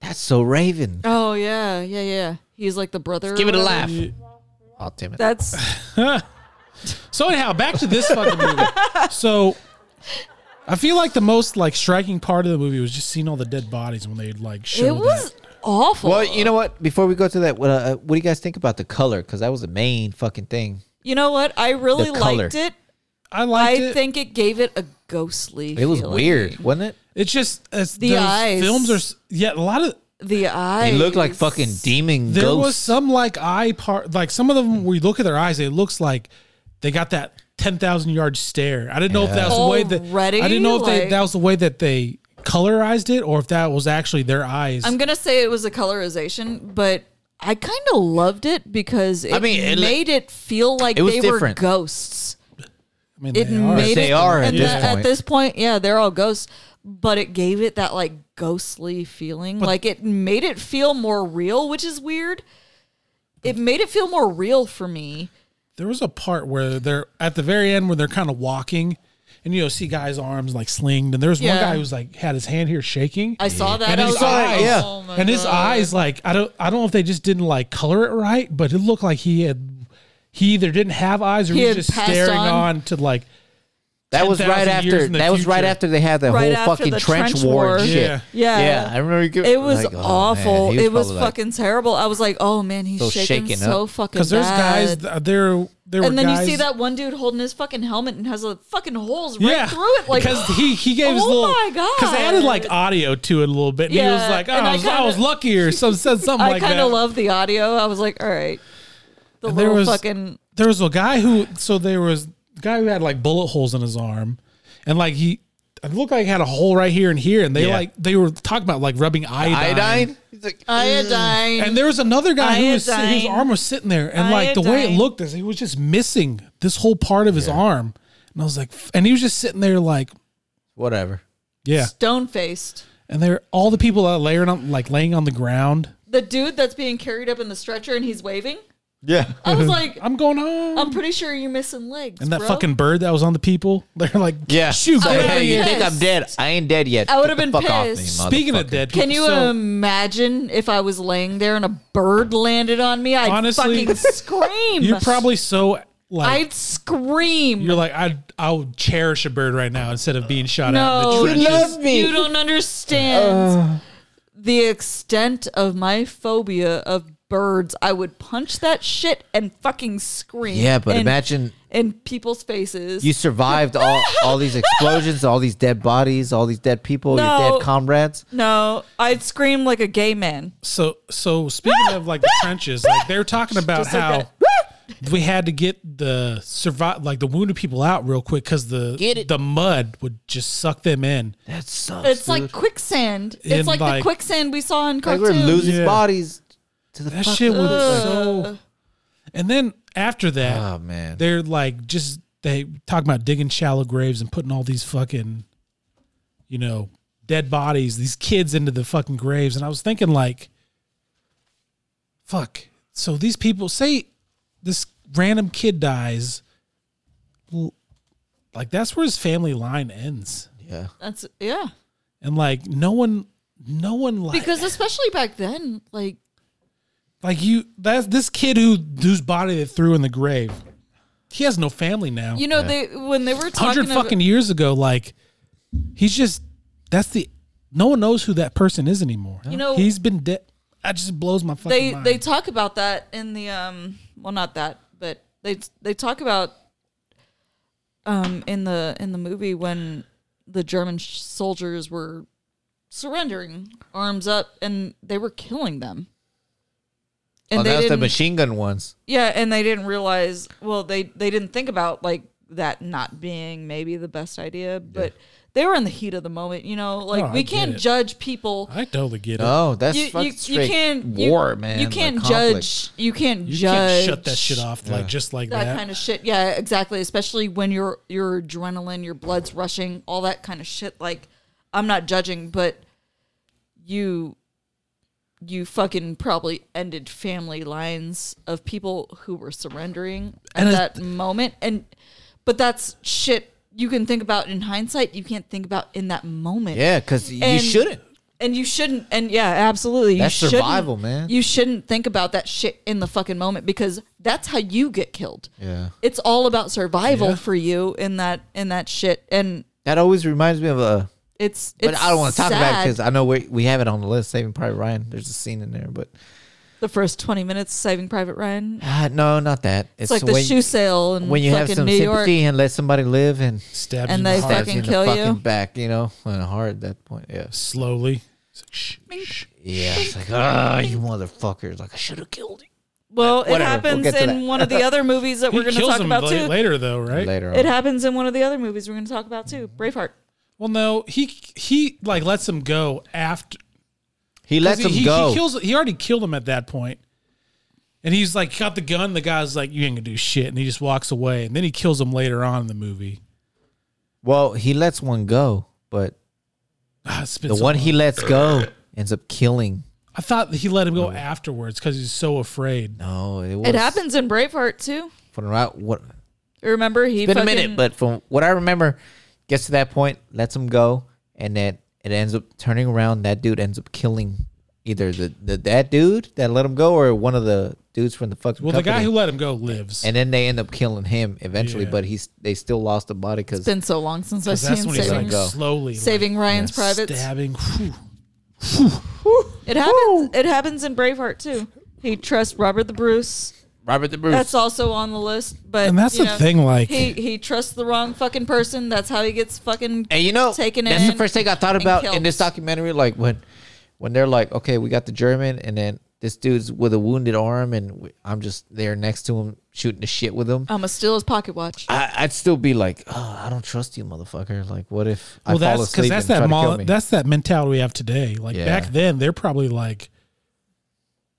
[SPEAKER 2] That's so Raven.
[SPEAKER 3] Oh yeah, yeah, yeah. He's like the brother.
[SPEAKER 2] Give it
[SPEAKER 3] or
[SPEAKER 2] a
[SPEAKER 3] whatever.
[SPEAKER 2] laugh. Oh, damn it.
[SPEAKER 3] That's
[SPEAKER 1] So anyhow, back to this fucking movie. So I feel like the most like striking part of the movie was just seeing all the dead bodies when they like showed
[SPEAKER 3] it was
[SPEAKER 1] that.
[SPEAKER 3] awful.
[SPEAKER 2] Well, you know what? Before we go to that, what, uh, what do you guys think about the color? Because that was the main fucking thing.
[SPEAKER 3] You know what? I really
[SPEAKER 2] The color.
[SPEAKER 3] liked it.
[SPEAKER 1] I
[SPEAKER 3] I
[SPEAKER 1] liked it.
[SPEAKER 3] think it gave it a ghostly.
[SPEAKER 2] It was
[SPEAKER 3] feeling.
[SPEAKER 2] weird, wasn't it?
[SPEAKER 1] it's just it's,
[SPEAKER 3] The
[SPEAKER 1] those
[SPEAKER 3] eyes.
[SPEAKER 1] films are s- yeah a lot of
[SPEAKER 3] The eyes.
[SPEAKER 2] It looked like fucking demon
[SPEAKER 1] there was
[SPEAKER 2] ghosts.
[SPEAKER 1] some like eye part like some of them we look at their eyes it looks like they got that 10,000 yard stare i didn't know if that was the way that
[SPEAKER 3] Already?
[SPEAKER 1] i didn't know if
[SPEAKER 3] Like-
[SPEAKER 1] they, that was the way that they colorized it or if that was actually their eyes
[SPEAKER 3] I'm gonna say it was a colorization, but I kind of loved it because it
[SPEAKER 2] I mean, it-
[SPEAKER 3] made it feel like
[SPEAKER 2] it was
[SPEAKER 3] they
[SPEAKER 2] different.
[SPEAKER 3] were ghosts.
[SPEAKER 1] i mean
[SPEAKER 3] It
[SPEAKER 1] they are.
[SPEAKER 3] made
[SPEAKER 2] They
[SPEAKER 3] it,
[SPEAKER 2] are at
[SPEAKER 3] and
[SPEAKER 2] this
[SPEAKER 3] that-
[SPEAKER 2] point.
[SPEAKER 3] At this point, yeah, they're all ghosts, but it gave it that like ghostly feeling. like it made it feel more real, which is weird. It made it feel more real for me.
[SPEAKER 1] there was a part where they're at the very end where they're kind of walking and you know see guys arms like slinged and there's
[SPEAKER 3] Yeah.
[SPEAKER 1] one guy who's like had his hand here shaking
[SPEAKER 3] I saw that.
[SPEAKER 1] and
[SPEAKER 3] I
[SPEAKER 1] his
[SPEAKER 3] was like,
[SPEAKER 1] eyes,
[SPEAKER 2] yeah.
[SPEAKER 3] oh my
[SPEAKER 1] and his
[SPEAKER 3] God.
[SPEAKER 1] eyes, like I don't, I don't know if they just didn't like color it right, but it looked like he had, he either didn't have eyes or
[SPEAKER 3] He
[SPEAKER 1] he,
[SPEAKER 3] had
[SPEAKER 1] was just
[SPEAKER 3] passed
[SPEAKER 1] staring
[SPEAKER 3] on.
[SPEAKER 1] on. to like
[SPEAKER 2] That was
[SPEAKER 1] 10,000
[SPEAKER 2] right
[SPEAKER 1] years
[SPEAKER 2] after.
[SPEAKER 1] in the
[SPEAKER 2] That was right
[SPEAKER 1] future.
[SPEAKER 2] after they had that
[SPEAKER 3] Right
[SPEAKER 2] whole
[SPEAKER 3] after
[SPEAKER 2] fucking
[SPEAKER 3] the
[SPEAKER 2] trench,
[SPEAKER 3] trench
[SPEAKER 2] war, and
[SPEAKER 3] war.
[SPEAKER 2] shit.
[SPEAKER 1] Yeah.
[SPEAKER 3] Yeah.
[SPEAKER 2] I remember. you-
[SPEAKER 3] It was
[SPEAKER 2] like, oh, man,
[SPEAKER 3] awful.
[SPEAKER 2] he
[SPEAKER 3] it was
[SPEAKER 2] probably like-
[SPEAKER 3] fucking terrible. I was like, oh man, he's
[SPEAKER 2] So
[SPEAKER 3] shaking,
[SPEAKER 2] shaken
[SPEAKER 3] so
[SPEAKER 2] up.
[SPEAKER 3] fucking.
[SPEAKER 1] because there's guys
[SPEAKER 3] bad.
[SPEAKER 1] th- there there were
[SPEAKER 3] and then
[SPEAKER 1] guys,
[SPEAKER 3] you see that one dude holding his fucking helmet and has a fucking holes right
[SPEAKER 1] yeah
[SPEAKER 3] through it, like
[SPEAKER 1] because he he gave his
[SPEAKER 3] Oh
[SPEAKER 1] little
[SPEAKER 3] my God.
[SPEAKER 1] because they added like audio to it a little bit and he
[SPEAKER 3] Yeah,
[SPEAKER 1] was like oh,
[SPEAKER 3] and
[SPEAKER 1] I,
[SPEAKER 3] I
[SPEAKER 1] was, I
[SPEAKER 3] kinda-
[SPEAKER 1] was lucky or some said something
[SPEAKER 3] I
[SPEAKER 1] like
[SPEAKER 3] kind
[SPEAKER 1] that.
[SPEAKER 3] of love the audio. I was like, all right, the
[SPEAKER 1] And there
[SPEAKER 3] little
[SPEAKER 1] was-
[SPEAKER 3] fucking
[SPEAKER 1] there was a guy who so there was a guy who had like bullet holes in his arm and like he it looked like he had a hole right here and here and they
[SPEAKER 2] Yeah.
[SPEAKER 1] like they were talking about like rubbing iodine.
[SPEAKER 2] iodine. He's like, "Mm,
[SPEAKER 3] iodine.
[SPEAKER 1] And there was another guy who was sit- his
[SPEAKER 3] Iodine.
[SPEAKER 1] arm was sitting there and like the way it
[SPEAKER 3] Iodine.
[SPEAKER 1] looked is he was just missing this whole part of his arm. And I was like f- and he was just sitting there like
[SPEAKER 2] whatever.
[SPEAKER 1] yeah.
[SPEAKER 3] Stone faced.
[SPEAKER 1] And they're all the people that are laying on like laying on the ground.
[SPEAKER 3] The dude that's being carried up in the stretcher and he's waving.
[SPEAKER 2] Yeah.
[SPEAKER 3] I was like,
[SPEAKER 1] I'm going home.
[SPEAKER 3] I'm pretty sure you're missing legs.
[SPEAKER 1] and that
[SPEAKER 3] bro.
[SPEAKER 1] fucking bird that was on the people, they're like,
[SPEAKER 2] Yeah.
[SPEAKER 1] shoot,
[SPEAKER 2] So,
[SPEAKER 1] get
[SPEAKER 3] yeah,
[SPEAKER 1] out of
[SPEAKER 2] you
[SPEAKER 1] here.
[SPEAKER 2] think I'm
[SPEAKER 3] pissed.
[SPEAKER 2] dead? I ain't dead yet.
[SPEAKER 3] I would've
[SPEAKER 2] Get the
[SPEAKER 3] been
[SPEAKER 2] fuck off me,
[SPEAKER 3] pissed.
[SPEAKER 1] Speaking of
[SPEAKER 2] motherfucker.
[SPEAKER 1] dead people,
[SPEAKER 3] Can you um,
[SPEAKER 1] so-
[SPEAKER 3] imagine if I was laying there and a bird landed on me? I'd
[SPEAKER 1] Honestly,
[SPEAKER 3] fucking scream.
[SPEAKER 1] You're probably so like
[SPEAKER 3] I'd scream.
[SPEAKER 1] you're like I I would cherish a bird right now instead of being shot out
[SPEAKER 3] No,
[SPEAKER 1] in the
[SPEAKER 2] You
[SPEAKER 1] trenches.
[SPEAKER 2] love me. Uh.
[SPEAKER 3] You don't understand the extent of my phobia of birds. I would punch that shit and fucking scream.
[SPEAKER 2] Yeah, but
[SPEAKER 3] in-
[SPEAKER 2] imagine
[SPEAKER 3] in people's faces.
[SPEAKER 2] you survived all all these explosions, all these dead bodies, all these dead people, your
[SPEAKER 3] No.
[SPEAKER 2] dead comrades.
[SPEAKER 3] no, I'd scream like a gay man.
[SPEAKER 1] So so speaking of like the trenches, like they were talking about
[SPEAKER 3] Just like
[SPEAKER 1] how we had to get the survive like the wounded people out real quick because the
[SPEAKER 2] Get it.
[SPEAKER 1] the mud would just suck them in.
[SPEAKER 2] That sucks.
[SPEAKER 3] It's
[SPEAKER 2] dude.
[SPEAKER 3] like quicksand.
[SPEAKER 1] And
[SPEAKER 3] It's like,
[SPEAKER 1] like-
[SPEAKER 3] the quicksand we saw in
[SPEAKER 2] Like
[SPEAKER 3] cartoons.
[SPEAKER 2] we're losing
[SPEAKER 1] Yeah.
[SPEAKER 2] bodies to the
[SPEAKER 1] That
[SPEAKER 2] fuck-
[SPEAKER 1] shit was so. And then after that,
[SPEAKER 2] Oh man.
[SPEAKER 1] they're like just they talk about digging shallow graves and putting all these fucking you know dead bodies these kids into the fucking graves and i was thinking like fuck. So these people say this random kid dies. l- Like that's where his family line ends,
[SPEAKER 2] Yeah.
[SPEAKER 3] That's yeah.
[SPEAKER 1] and like no one, no one like
[SPEAKER 3] Because especially back then, like
[SPEAKER 1] like you. That's this kid who whose body they threw in the grave. He has no family now.
[SPEAKER 3] you know, they when they were talking
[SPEAKER 1] hundred
[SPEAKER 3] about
[SPEAKER 1] fucking years ago, like he's just that's the no one knows who that person is anymore.
[SPEAKER 3] You know-
[SPEAKER 1] he's been dead. That just blows my fucking
[SPEAKER 3] they
[SPEAKER 1] mind.
[SPEAKER 3] they talk about that in the um well not that but they they talk about um in the in the movie when the German sh- soldiers were surrendering arms up and they were killing them.
[SPEAKER 2] oh, that's the
[SPEAKER 3] didn't-
[SPEAKER 2] machine gun ones.
[SPEAKER 3] Yeah, and they didn't realize. Well, they they didn't think about like that not being maybe the best idea, but they were in the heat of the moment. You know, like
[SPEAKER 1] Oh, I
[SPEAKER 3] we
[SPEAKER 1] get
[SPEAKER 3] can't
[SPEAKER 1] it.
[SPEAKER 3] judge people.
[SPEAKER 1] I totally get it.
[SPEAKER 2] Oh, that's
[SPEAKER 3] You, you,
[SPEAKER 2] fucking
[SPEAKER 3] you
[SPEAKER 2] straight
[SPEAKER 3] can't
[SPEAKER 2] war,
[SPEAKER 3] you,
[SPEAKER 2] man.
[SPEAKER 3] You
[SPEAKER 2] like
[SPEAKER 3] can't
[SPEAKER 2] conflict.
[SPEAKER 3] judge. You can't
[SPEAKER 1] you can't
[SPEAKER 3] judge.
[SPEAKER 1] shut that shit off like just like
[SPEAKER 3] That,
[SPEAKER 1] that.
[SPEAKER 3] kind of shit. Yeah, exactly. Especially when your your adrenaline, your blood's rushing, all that kind of shit. Like, I'm not judging, but you you fucking probably ended family lines of people who were surrendering at
[SPEAKER 1] And I-
[SPEAKER 3] that moment. And but that's shit you can think about in hindsight. You can't think about in that moment.
[SPEAKER 2] Yeah, because you
[SPEAKER 3] And-
[SPEAKER 2] shouldn't.
[SPEAKER 3] And you shouldn't. And yeah, absolutely. You
[SPEAKER 2] That's
[SPEAKER 3] shouldn't-
[SPEAKER 2] survival, man.
[SPEAKER 3] You shouldn't think about that shit in the fucking moment because that's how you get killed.
[SPEAKER 2] Yeah.
[SPEAKER 3] It's all about survival
[SPEAKER 1] Yeah.
[SPEAKER 3] for you in that in that shit. And
[SPEAKER 2] That always reminds me of a.
[SPEAKER 3] it's
[SPEAKER 2] But
[SPEAKER 3] it's
[SPEAKER 2] I don't want to talk about it
[SPEAKER 3] sad.
[SPEAKER 2] because I know we we have it on the list. Saving Private Ryan. There's a scene in there, but
[SPEAKER 3] the first twenty minutes Saving Private Ryan.
[SPEAKER 2] ah, no, not that.
[SPEAKER 3] It's, like the
[SPEAKER 2] when-
[SPEAKER 3] shoe sale in
[SPEAKER 2] when you have
[SPEAKER 3] fucking
[SPEAKER 2] some
[SPEAKER 3] New York.
[SPEAKER 2] sympathy and let somebody live and
[SPEAKER 1] Stabs
[SPEAKER 3] and
[SPEAKER 1] you in
[SPEAKER 3] they
[SPEAKER 1] the heart
[SPEAKER 3] fucking
[SPEAKER 2] in the
[SPEAKER 3] kill you.
[SPEAKER 2] fucking back, you know, and hard at that point. Yes.
[SPEAKER 1] slowly. It's like, shh, shh.
[SPEAKER 2] Yeah. It's like, ah, you motherfuckers. Like I should have killed you
[SPEAKER 3] Well, it
[SPEAKER 2] Whatever, we'll
[SPEAKER 3] happens
[SPEAKER 2] get to
[SPEAKER 3] in
[SPEAKER 2] that.
[SPEAKER 3] one of the other movies that
[SPEAKER 1] He
[SPEAKER 3] we're going to
[SPEAKER 1] kills
[SPEAKER 3] talk
[SPEAKER 1] him
[SPEAKER 3] about
[SPEAKER 1] la-
[SPEAKER 3] too.
[SPEAKER 1] later though, right?
[SPEAKER 2] later on.
[SPEAKER 3] It happens in one of the other movies we're going to talk about too. Braveheart.
[SPEAKER 1] Well, no, he he like lets him go after
[SPEAKER 2] He lets
[SPEAKER 1] he,
[SPEAKER 2] him
[SPEAKER 1] he-
[SPEAKER 2] go.
[SPEAKER 1] He kills. He already killed him at that point. And he's like, got the gun. The guy's like, you ain't gonna do shit. And he just walks away. And then he kills him later on in the movie.
[SPEAKER 2] well, he lets one go, but
[SPEAKER 1] Ah, it's been
[SPEAKER 2] the
[SPEAKER 1] so
[SPEAKER 2] one
[SPEAKER 1] long.
[SPEAKER 2] he lets go ends up killing.
[SPEAKER 1] I thought he let him
[SPEAKER 2] Oh.
[SPEAKER 1] go afterwards because he's so afraid.
[SPEAKER 2] No, it was
[SPEAKER 3] It happens in Braveheart too.
[SPEAKER 2] From right, what?
[SPEAKER 3] Remember he
[SPEAKER 2] It's been a
[SPEAKER 3] fucking,
[SPEAKER 2] minute, but from what I remember, gets to that point, lets him go, and then it ends up turning around. That dude ends up killing either the, the that dude that let him go or one of the dudes from the fucking.
[SPEAKER 1] Well, the guy
[SPEAKER 2] company.
[SPEAKER 1] who let him go lives.
[SPEAKER 2] and then they end up killing him eventually.
[SPEAKER 1] Yeah.
[SPEAKER 2] But he's they still lost the body because
[SPEAKER 3] It's been so long since I've
[SPEAKER 1] 'Cause that's
[SPEAKER 3] seen
[SPEAKER 1] when he's
[SPEAKER 3] Saving,
[SPEAKER 1] like
[SPEAKER 2] Go.
[SPEAKER 1] slowly like,
[SPEAKER 3] saving Ryan's Privates.
[SPEAKER 1] stabbing. Whew.
[SPEAKER 3] It happens. It happens in Braveheart too. He trusts Robert the Bruce.
[SPEAKER 2] Robert the Bruce.
[SPEAKER 3] That's also on the list. But
[SPEAKER 1] And that's
[SPEAKER 3] you
[SPEAKER 1] the
[SPEAKER 3] know,
[SPEAKER 1] thing, like-
[SPEAKER 3] he he trusts the wrong fucking person. That's how he gets fucking.
[SPEAKER 2] and you know,
[SPEAKER 3] taken
[SPEAKER 2] that's the
[SPEAKER 3] in
[SPEAKER 2] first thing I thought
[SPEAKER 3] and
[SPEAKER 2] about in
[SPEAKER 3] killed.
[SPEAKER 2] this documentary. Like when when they're like, okay, we got the German, and then this dude's with a wounded arm, and w- I'm just there next to him shooting the shit with him.
[SPEAKER 3] I'm gonna steal his pocket watch.
[SPEAKER 2] I, I'd still be like, oh, I don't trust you, motherfucker. Like, what if
[SPEAKER 1] Well,
[SPEAKER 2] I fall
[SPEAKER 1] that's because
[SPEAKER 2] asleep
[SPEAKER 1] that's
[SPEAKER 2] and
[SPEAKER 1] that
[SPEAKER 2] try to
[SPEAKER 1] mol-
[SPEAKER 2] kill me?
[SPEAKER 1] that's that mentality we have today. Like
[SPEAKER 2] Yeah.
[SPEAKER 1] back then, they're probably like,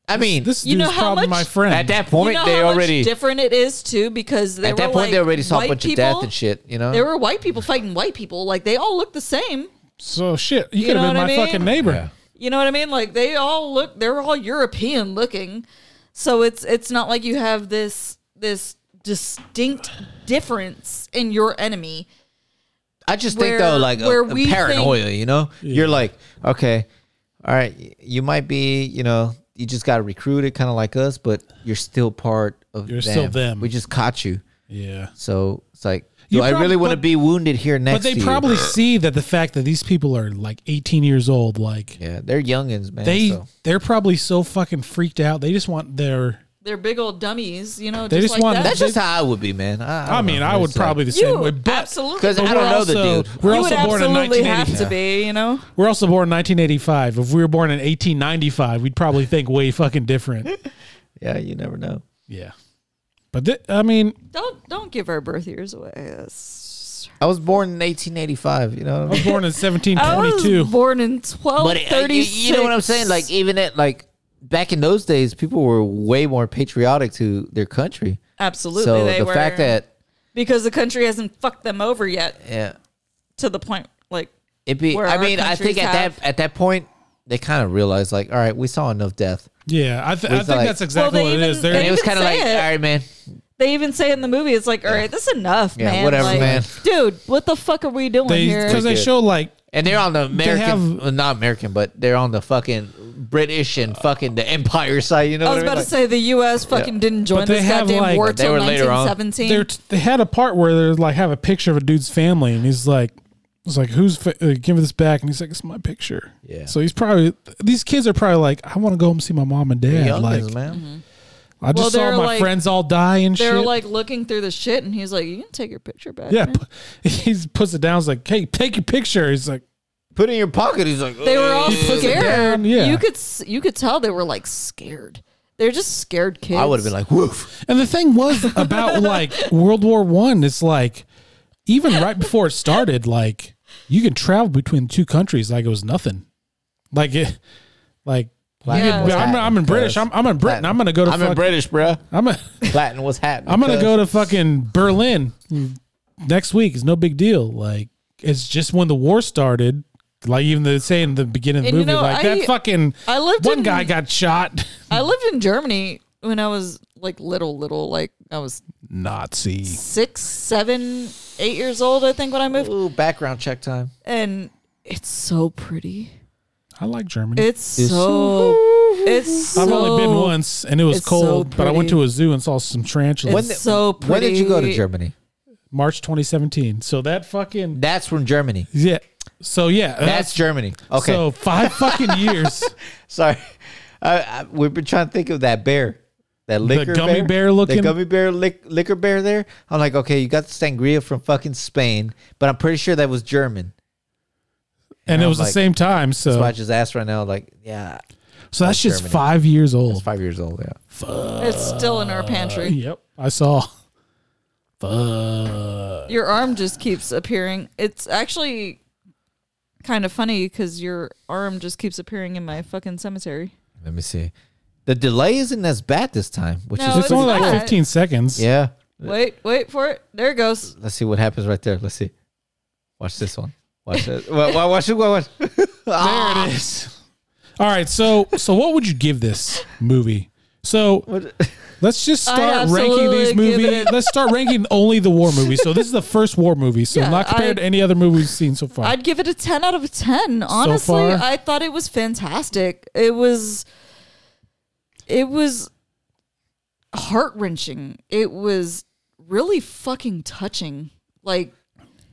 [SPEAKER 2] I mean,
[SPEAKER 1] this
[SPEAKER 3] You
[SPEAKER 1] dude's
[SPEAKER 3] know how
[SPEAKER 1] probably
[SPEAKER 3] much-
[SPEAKER 1] my friend.
[SPEAKER 2] at that
[SPEAKER 3] You
[SPEAKER 2] point,
[SPEAKER 3] know
[SPEAKER 2] they
[SPEAKER 3] how much
[SPEAKER 2] already
[SPEAKER 3] different it is too because they
[SPEAKER 2] at
[SPEAKER 3] were
[SPEAKER 2] that point
[SPEAKER 3] like
[SPEAKER 2] they already saw a
[SPEAKER 3] white
[SPEAKER 2] bunch
[SPEAKER 3] people,
[SPEAKER 2] of death and shit. You know,
[SPEAKER 3] There were white people fighting white people. Like they all looked the same.
[SPEAKER 1] so shit, you,
[SPEAKER 3] You
[SPEAKER 1] could
[SPEAKER 3] know
[SPEAKER 1] have been
[SPEAKER 3] what
[SPEAKER 1] my
[SPEAKER 3] I mean?
[SPEAKER 1] fucking neighbor.
[SPEAKER 2] Yeah.
[SPEAKER 3] You know what I mean? Like they all look they're all European looking. So it's it's not like you have this this distinct difference in your enemy.
[SPEAKER 2] I just
[SPEAKER 3] where-
[SPEAKER 2] think though, like a-
[SPEAKER 3] where
[SPEAKER 2] a
[SPEAKER 3] we
[SPEAKER 2] paranoia, you know, you're like, okay, all right, y- you might be, you know, you just got recruited, kind of like us, but you're still part of.
[SPEAKER 1] You're still them.
[SPEAKER 2] We just caught you,
[SPEAKER 1] Yeah.
[SPEAKER 2] so it's like, do
[SPEAKER 1] You
[SPEAKER 2] I
[SPEAKER 1] prob-
[SPEAKER 2] really want to
[SPEAKER 1] but-
[SPEAKER 2] be wounded here next?
[SPEAKER 1] But they
[SPEAKER 2] to you?
[SPEAKER 1] probably see that the fact that these people are like 18 years old, like
[SPEAKER 2] yeah, they're youngins, man.
[SPEAKER 1] they
[SPEAKER 2] so.
[SPEAKER 1] they're probably so fucking freaked out. They just want their.
[SPEAKER 3] They're big old dummies, you know,
[SPEAKER 1] They just
[SPEAKER 3] just, like
[SPEAKER 1] want-
[SPEAKER 3] that.
[SPEAKER 2] That's just how I would be, man. I,
[SPEAKER 1] I, mean, I would probably the
[SPEAKER 3] you
[SPEAKER 1] same way. But
[SPEAKER 3] absolutely
[SPEAKER 2] 'Cause
[SPEAKER 1] but
[SPEAKER 2] I don't
[SPEAKER 1] we're
[SPEAKER 2] know the
[SPEAKER 1] also-
[SPEAKER 2] dude.
[SPEAKER 1] We're
[SPEAKER 3] you
[SPEAKER 1] also
[SPEAKER 3] would
[SPEAKER 1] born in
[SPEAKER 3] absolutely have
[SPEAKER 1] 1980.
[SPEAKER 3] to be, you know.
[SPEAKER 1] We're also born in 1985. If we were born in 1895, we'd probably think way fucking different.
[SPEAKER 2] yeah, you never know.
[SPEAKER 1] yeah. But thi- I mean,
[SPEAKER 3] Don't don't give our birth years away. That's-
[SPEAKER 2] I was born in 1885. You know, what I
[SPEAKER 1] I
[SPEAKER 2] mean?
[SPEAKER 1] was born in
[SPEAKER 3] I was
[SPEAKER 1] 1722.
[SPEAKER 3] born in twelve
[SPEAKER 2] but it- uh, you,
[SPEAKER 3] thirty six.
[SPEAKER 2] you know what I'm saying? Like even at like back in those days, people were way more patriotic to their country.
[SPEAKER 3] absolutely,
[SPEAKER 2] so
[SPEAKER 3] they
[SPEAKER 2] the
[SPEAKER 3] were
[SPEAKER 2] fact that
[SPEAKER 3] because the country hasn't fucked them over yet
[SPEAKER 2] yeah,
[SPEAKER 3] to the point like
[SPEAKER 2] it be.
[SPEAKER 3] Where
[SPEAKER 2] I
[SPEAKER 3] our
[SPEAKER 2] mean, I think
[SPEAKER 3] countries
[SPEAKER 2] at
[SPEAKER 3] have-
[SPEAKER 2] that at that point they kind of realized like, all right, we saw enough death.
[SPEAKER 1] Yeah, I, th- I
[SPEAKER 2] We
[SPEAKER 1] think
[SPEAKER 2] like-
[SPEAKER 1] that's exactly
[SPEAKER 3] Well, they
[SPEAKER 1] what it
[SPEAKER 3] even-
[SPEAKER 1] is.
[SPEAKER 2] And
[SPEAKER 1] They're,
[SPEAKER 2] it was
[SPEAKER 3] even
[SPEAKER 2] kind of
[SPEAKER 3] say
[SPEAKER 2] like,
[SPEAKER 3] it.
[SPEAKER 2] all right, man.
[SPEAKER 3] They even say in the movie, it's like, all right, this is enough,
[SPEAKER 2] Yeah,
[SPEAKER 3] man.
[SPEAKER 2] whatever,
[SPEAKER 3] Like,
[SPEAKER 2] man.
[SPEAKER 3] Dude, what the fuck are we doing
[SPEAKER 1] they
[SPEAKER 3] here?
[SPEAKER 1] because they
[SPEAKER 2] Good.
[SPEAKER 1] show like
[SPEAKER 2] And they're on the American,
[SPEAKER 1] have-
[SPEAKER 2] well, not American, but they're on the fucking British and fucking the Empire side. You know
[SPEAKER 3] I
[SPEAKER 2] what
[SPEAKER 3] was
[SPEAKER 2] I mean?
[SPEAKER 3] about to
[SPEAKER 2] Like-
[SPEAKER 3] say the U.S. fucking didn't join
[SPEAKER 1] But they
[SPEAKER 3] this
[SPEAKER 1] have,
[SPEAKER 3] goddamn
[SPEAKER 1] like-
[SPEAKER 3] war
[SPEAKER 2] They
[SPEAKER 3] till
[SPEAKER 2] were later on.
[SPEAKER 1] they're
[SPEAKER 3] 1917.
[SPEAKER 1] they had a part where they're like have a picture of a dude's family, and he's like, "It's like who's fa- uh, give me this back?" And he's like, "It's my picture."
[SPEAKER 2] Yeah.
[SPEAKER 1] So he's probably these kids are probably like, "I want to go home and see my mom and dad." like,
[SPEAKER 2] Youngins,
[SPEAKER 3] mm-hmm.
[SPEAKER 2] man.
[SPEAKER 1] I just
[SPEAKER 3] Well, they're
[SPEAKER 1] saw my
[SPEAKER 3] like-
[SPEAKER 1] friends all die and
[SPEAKER 3] They're
[SPEAKER 1] shit.
[SPEAKER 3] like looking through the shit, and he's like, "You can take your picture back."
[SPEAKER 1] yeah,
[SPEAKER 3] man."
[SPEAKER 1] pu- he puts it down. He's like, "Hey, take your picture." He's like,
[SPEAKER 2] Put it in your pocket. He's like,
[SPEAKER 3] they were all
[SPEAKER 1] He puts it
[SPEAKER 3] scared.
[SPEAKER 1] down, yeah.
[SPEAKER 3] You could s- you could tell they were like scared. They're just scared kids.
[SPEAKER 2] I would have been like, woof.
[SPEAKER 1] And the thing was about like World War One. It's like even right before it started, like you can travel between two countries like it was nothing. Like it, like you
[SPEAKER 2] Platinum,
[SPEAKER 1] could-
[SPEAKER 2] what's
[SPEAKER 1] I'm,
[SPEAKER 2] happening,
[SPEAKER 1] I'm in British.
[SPEAKER 2] cuz?
[SPEAKER 1] I'm, I'm in Britain. I'm gonna go to.
[SPEAKER 2] I'm in
[SPEAKER 1] fuck-
[SPEAKER 2] British, bruh.
[SPEAKER 1] I'm a,
[SPEAKER 2] Latin, what's happening?
[SPEAKER 1] I'm gonna
[SPEAKER 2] cuz?
[SPEAKER 1] go to fucking Berlin next week. It's no big deal. Like it's just when the war started. Like even they say in the beginning of the
[SPEAKER 3] And you
[SPEAKER 1] movie,
[SPEAKER 3] know,
[SPEAKER 1] like
[SPEAKER 3] I-
[SPEAKER 1] that fucking
[SPEAKER 3] I lived
[SPEAKER 1] one
[SPEAKER 3] in-
[SPEAKER 1] guy got shot.
[SPEAKER 3] I lived in Germany when I was like little, little, like I was
[SPEAKER 1] Nazi.
[SPEAKER 3] six, seven, eight years old, I think, when I moved,
[SPEAKER 2] Ooh, background check time.
[SPEAKER 3] and it's so pretty.
[SPEAKER 1] I like Germany.
[SPEAKER 3] It's, so. It's so.
[SPEAKER 1] I've only been once, and it was
[SPEAKER 3] it's so
[SPEAKER 1] cold. but I went
[SPEAKER 3] pretty.
[SPEAKER 1] to a zoo and saw some tarantulas.
[SPEAKER 3] It's so pretty.
[SPEAKER 2] When did you go to Germany?
[SPEAKER 1] March 2017. So that fucking
[SPEAKER 2] That's from Germany.
[SPEAKER 1] yeah. So yeah, uh,
[SPEAKER 2] That's Germany. Okay.
[SPEAKER 1] So five fucking years.
[SPEAKER 2] Sorry. I, I, we've been trying to think of that bear. That liquor
[SPEAKER 1] gummy
[SPEAKER 2] bear,
[SPEAKER 1] bear looking-
[SPEAKER 2] the gummy bear lick, liquor bear there. I'm like, okay, you got the sangria from fucking Spain, but I'm pretty sure that was German.
[SPEAKER 1] And
[SPEAKER 2] I
[SPEAKER 1] it
[SPEAKER 2] was
[SPEAKER 1] was
[SPEAKER 2] like-
[SPEAKER 1] the same time, so
[SPEAKER 2] So I just asked right now, like, yeah,
[SPEAKER 1] so that shit's
[SPEAKER 2] Germany.
[SPEAKER 1] five years
[SPEAKER 2] it's
[SPEAKER 1] old.
[SPEAKER 2] five years old. Yeah,
[SPEAKER 3] It's still in our
[SPEAKER 2] Uh,
[SPEAKER 3] pantry.
[SPEAKER 1] Yep, I saw. Fuck.
[SPEAKER 3] Your arm just keeps appearing. It's actually kind of funny because your arm just keeps appearing in my fucking cemetery.
[SPEAKER 2] let me see. The delay isn't as bad this time, which
[SPEAKER 3] No,
[SPEAKER 2] is
[SPEAKER 1] It's
[SPEAKER 3] it's
[SPEAKER 1] only like
[SPEAKER 3] not.
[SPEAKER 1] 15 seconds.
[SPEAKER 2] yeah.
[SPEAKER 3] Wait, wait for it. There it goes.
[SPEAKER 2] Let's see what happens right there. Let's see. Watch this one. Watch this. Wa- wa- Watch it. wa- Watch.
[SPEAKER 1] There it is. All right, so so what would you give this movie? So let's just
[SPEAKER 3] I
[SPEAKER 1] start ranking these
[SPEAKER 3] absolutely give
[SPEAKER 1] movies.
[SPEAKER 3] it-
[SPEAKER 1] Let's start ranking only the war movies. So this is the first war movie, so
[SPEAKER 3] Yeah,
[SPEAKER 1] not compared
[SPEAKER 3] I-
[SPEAKER 1] to any other movie we've seen so far.
[SPEAKER 3] I'd give it a 10 out of 10. Honestly,
[SPEAKER 1] far?
[SPEAKER 3] I thought it was fantastic. It was it was heart-wrenching. It was really fucking touching. Like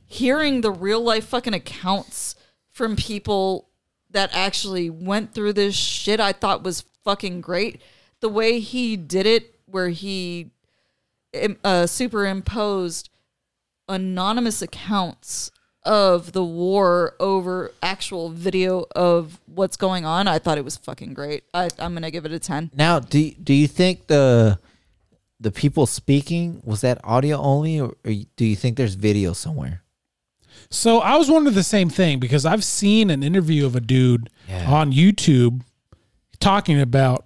[SPEAKER 3] hearing the real life fucking accounts from people that actually went through this shit I thought was fucking great. The way he did it where he im- uh, superimposed anonymous accounts of the war over actual video of what's going on. I thought it was fucking great. I, I'm gonna give it a ten.
[SPEAKER 2] Now, do do you think the the people speaking was that audio only, or, or do you think there's video somewhere?
[SPEAKER 1] So I was wondering the same thing because I've seen an interview of a dude
[SPEAKER 2] Yeah.
[SPEAKER 1] on YouTube talking about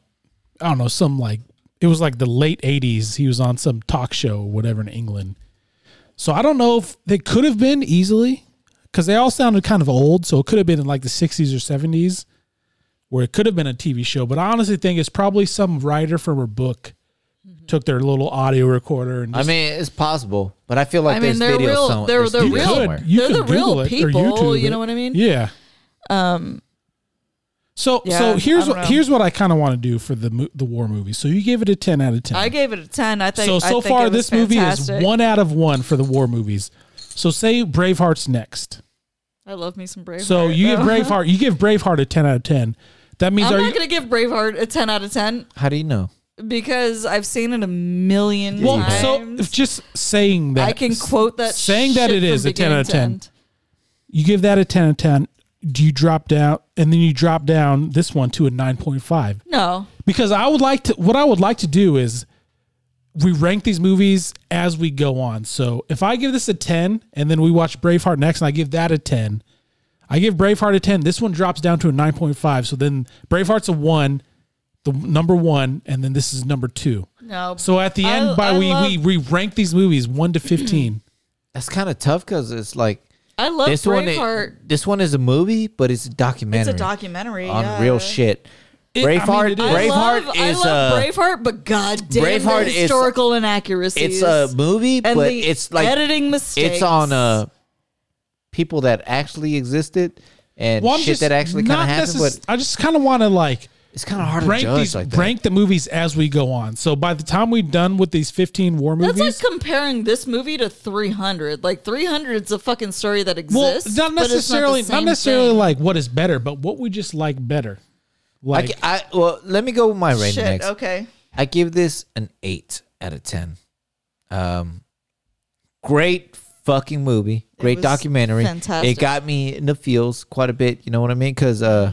[SPEAKER 1] I don't know some like it was like the late '80s. He was on some talk show or whatever in England. So I don't know if they could have been easily because they all sounded kind of old. So it could have been in like the '60s or '70s, where it could have been a TV show. But I honestly think it's probably some writer from a book took their little audio recorder and
[SPEAKER 2] Mm-hmm. I
[SPEAKER 1] just
[SPEAKER 2] mean, it's possible, but I feel like
[SPEAKER 3] I
[SPEAKER 2] there's
[SPEAKER 3] mean, they're
[SPEAKER 2] video
[SPEAKER 3] real-
[SPEAKER 2] some-
[SPEAKER 3] they're-
[SPEAKER 2] there's
[SPEAKER 3] they're
[SPEAKER 2] video
[SPEAKER 3] real.
[SPEAKER 2] somewhere.
[SPEAKER 1] You
[SPEAKER 3] They're
[SPEAKER 1] could
[SPEAKER 3] the real
[SPEAKER 1] Google it or
[SPEAKER 3] people,
[SPEAKER 1] YouTube
[SPEAKER 3] you
[SPEAKER 1] it.
[SPEAKER 3] know what I mean?
[SPEAKER 1] Yeah.
[SPEAKER 3] Um,
[SPEAKER 1] So
[SPEAKER 3] Yeah,
[SPEAKER 1] so here's
[SPEAKER 3] I don't
[SPEAKER 1] what
[SPEAKER 3] know.
[SPEAKER 1] here's what I kind of want to do for the mo- the war movie. So you gave it a ten out of ten.
[SPEAKER 3] I gave it a ten. I think
[SPEAKER 1] so
[SPEAKER 3] I
[SPEAKER 1] so
[SPEAKER 3] think
[SPEAKER 1] far
[SPEAKER 3] it was
[SPEAKER 1] this movie is
[SPEAKER 3] fantastic.
[SPEAKER 1] one out of one for the war movies. So say Braveheart's next.
[SPEAKER 3] I love me some Braveheart.
[SPEAKER 1] So you give
[SPEAKER 3] though.
[SPEAKER 1] Braveheart you give Braveheart a ten out of ten. That means
[SPEAKER 3] I'm
[SPEAKER 1] are
[SPEAKER 3] not
[SPEAKER 1] you,
[SPEAKER 3] gonna give Braveheart a ten out of ten
[SPEAKER 2] How do you know?
[SPEAKER 3] because I've seen it a million
[SPEAKER 1] well
[SPEAKER 3] times.
[SPEAKER 1] so if just saying that
[SPEAKER 3] I can quote that.
[SPEAKER 1] saying that
[SPEAKER 3] shit
[SPEAKER 1] it
[SPEAKER 3] from
[SPEAKER 1] is a 10 out of
[SPEAKER 3] beginning to
[SPEAKER 1] 10.
[SPEAKER 3] end.
[SPEAKER 1] you give that a ten out of ten. Do you drop down and then you drop down this one to a nine point five?
[SPEAKER 3] No,
[SPEAKER 1] because I would like to. What I would like to do is we rank these movies as we go on. So if I give this a ten, and then we watch Braveheart next, and I give that a ten, I give Braveheart a ten. This one drops down to a nine point five. So then Braveheart's a one, the number one, and then this is number two.
[SPEAKER 3] no.
[SPEAKER 1] So at the end,
[SPEAKER 3] I-
[SPEAKER 1] by
[SPEAKER 3] I
[SPEAKER 1] we,
[SPEAKER 3] love-
[SPEAKER 1] we we rank these movies one to fifteen.
[SPEAKER 2] That's kind of tough because it's like
[SPEAKER 3] I love
[SPEAKER 2] this one.
[SPEAKER 3] Braveheart.
[SPEAKER 2] It, this one is a movie, but it's a documentary.
[SPEAKER 4] It's a documentary
[SPEAKER 2] on
[SPEAKER 4] yeah.
[SPEAKER 2] real shit.
[SPEAKER 1] It- I mean,
[SPEAKER 2] Braveheart,
[SPEAKER 1] it is.
[SPEAKER 3] I
[SPEAKER 2] Braveheart
[SPEAKER 3] love,
[SPEAKER 2] is
[SPEAKER 3] I love
[SPEAKER 2] uh,
[SPEAKER 3] Braveheart, but goddamn,
[SPEAKER 2] Braveheart
[SPEAKER 3] Braveheart
[SPEAKER 2] is-
[SPEAKER 3] historical
[SPEAKER 2] it's
[SPEAKER 3] inaccuracies.
[SPEAKER 2] a movie,
[SPEAKER 3] and
[SPEAKER 2] but
[SPEAKER 3] the
[SPEAKER 2] it's like
[SPEAKER 3] editing mistakes.
[SPEAKER 2] it's on uh people that actually existed and
[SPEAKER 1] Well, I'm
[SPEAKER 2] shit
[SPEAKER 1] just
[SPEAKER 2] that actually kind
[SPEAKER 1] not
[SPEAKER 2] of happened.
[SPEAKER 1] necess-
[SPEAKER 2] But
[SPEAKER 1] I just kind of want to like
[SPEAKER 2] it's kind of hard to
[SPEAKER 1] rank
[SPEAKER 2] judge
[SPEAKER 1] these,
[SPEAKER 2] like that.
[SPEAKER 1] rank the movies as we go on. So by the time we're done with these 15 war
[SPEAKER 3] That's
[SPEAKER 1] movies,
[SPEAKER 3] like comparing this movie to 300. Like 300 is a fucking story that
[SPEAKER 1] well,
[SPEAKER 3] exists.
[SPEAKER 1] not
[SPEAKER 3] but it's
[SPEAKER 1] necessarily,
[SPEAKER 3] the
[SPEAKER 1] not,
[SPEAKER 3] same
[SPEAKER 1] necessarily
[SPEAKER 3] thing.
[SPEAKER 1] like what is better, but what we just like better. Like,
[SPEAKER 2] I, ca- I well, let me go with my rating
[SPEAKER 4] Shit.
[SPEAKER 2] next.
[SPEAKER 4] Okay.
[SPEAKER 2] I give this an eight out of ten. Um, great fucking movie, great
[SPEAKER 4] was
[SPEAKER 2] documentary. It
[SPEAKER 3] fantastic.
[SPEAKER 2] got me in the feels quite a bit. You know what I mean? Because
[SPEAKER 4] Mm.
[SPEAKER 2] uh,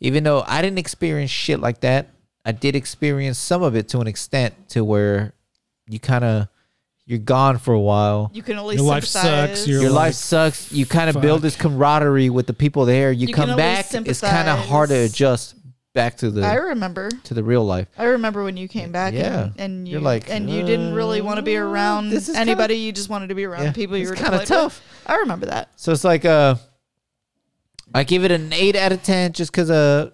[SPEAKER 2] even though I didn't experience shit like that, I did experience some of it to an extent to where you kind of you're gone for a while.
[SPEAKER 4] You can only
[SPEAKER 1] Your life
[SPEAKER 4] sympathize.
[SPEAKER 1] sucks, you're-
[SPEAKER 2] Your
[SPEAKER 1] like,
[SPEAKER 2] life sucks. You kind of build
[SPEAKER 1] fuck.
[SPEAKER 2] this camaraderie with the people there. You,
[SPEAKER 4] You can
[SPEAKER 2] come
[SPEAKER 4] always
[SPEAKER 2] back. It's kind of hard to
[SPEAKER 4] sympathize.
[SPEAKER 2] adjust back to
[SPEAKER 4] I
[SPEAKER 2] the
[SPEAKER 4] remember.
[SPEAKER 2] to the real life.
[SPEAKER 4] I remember when you came back
[SPEAKER 2] Yeah.
[SPEAKER 4] and, and you
[SPEAKER 2] You're like,
[SPEAKER 4] and you didn't really want to be
[SPEAKER 2] uh,
[SPEAKER 4] around
[SPEAKER 2] this is kinda-
[SPEAKER 4] anybody. you just wanted to be around
[SPEAKER 2] Yeah,
[SPEAKER 4] people you
[SPEAKER 2] it's
[SPEAKER 4] were
[SPEAKER 2] kinda
[SPEAKER 4] deployed with.
[SPEAKER 2] tough.
[SPEAKER 4] I remember that.
[SPEAKER 2] So it's like uh, I give it an eight out of ten just because uh,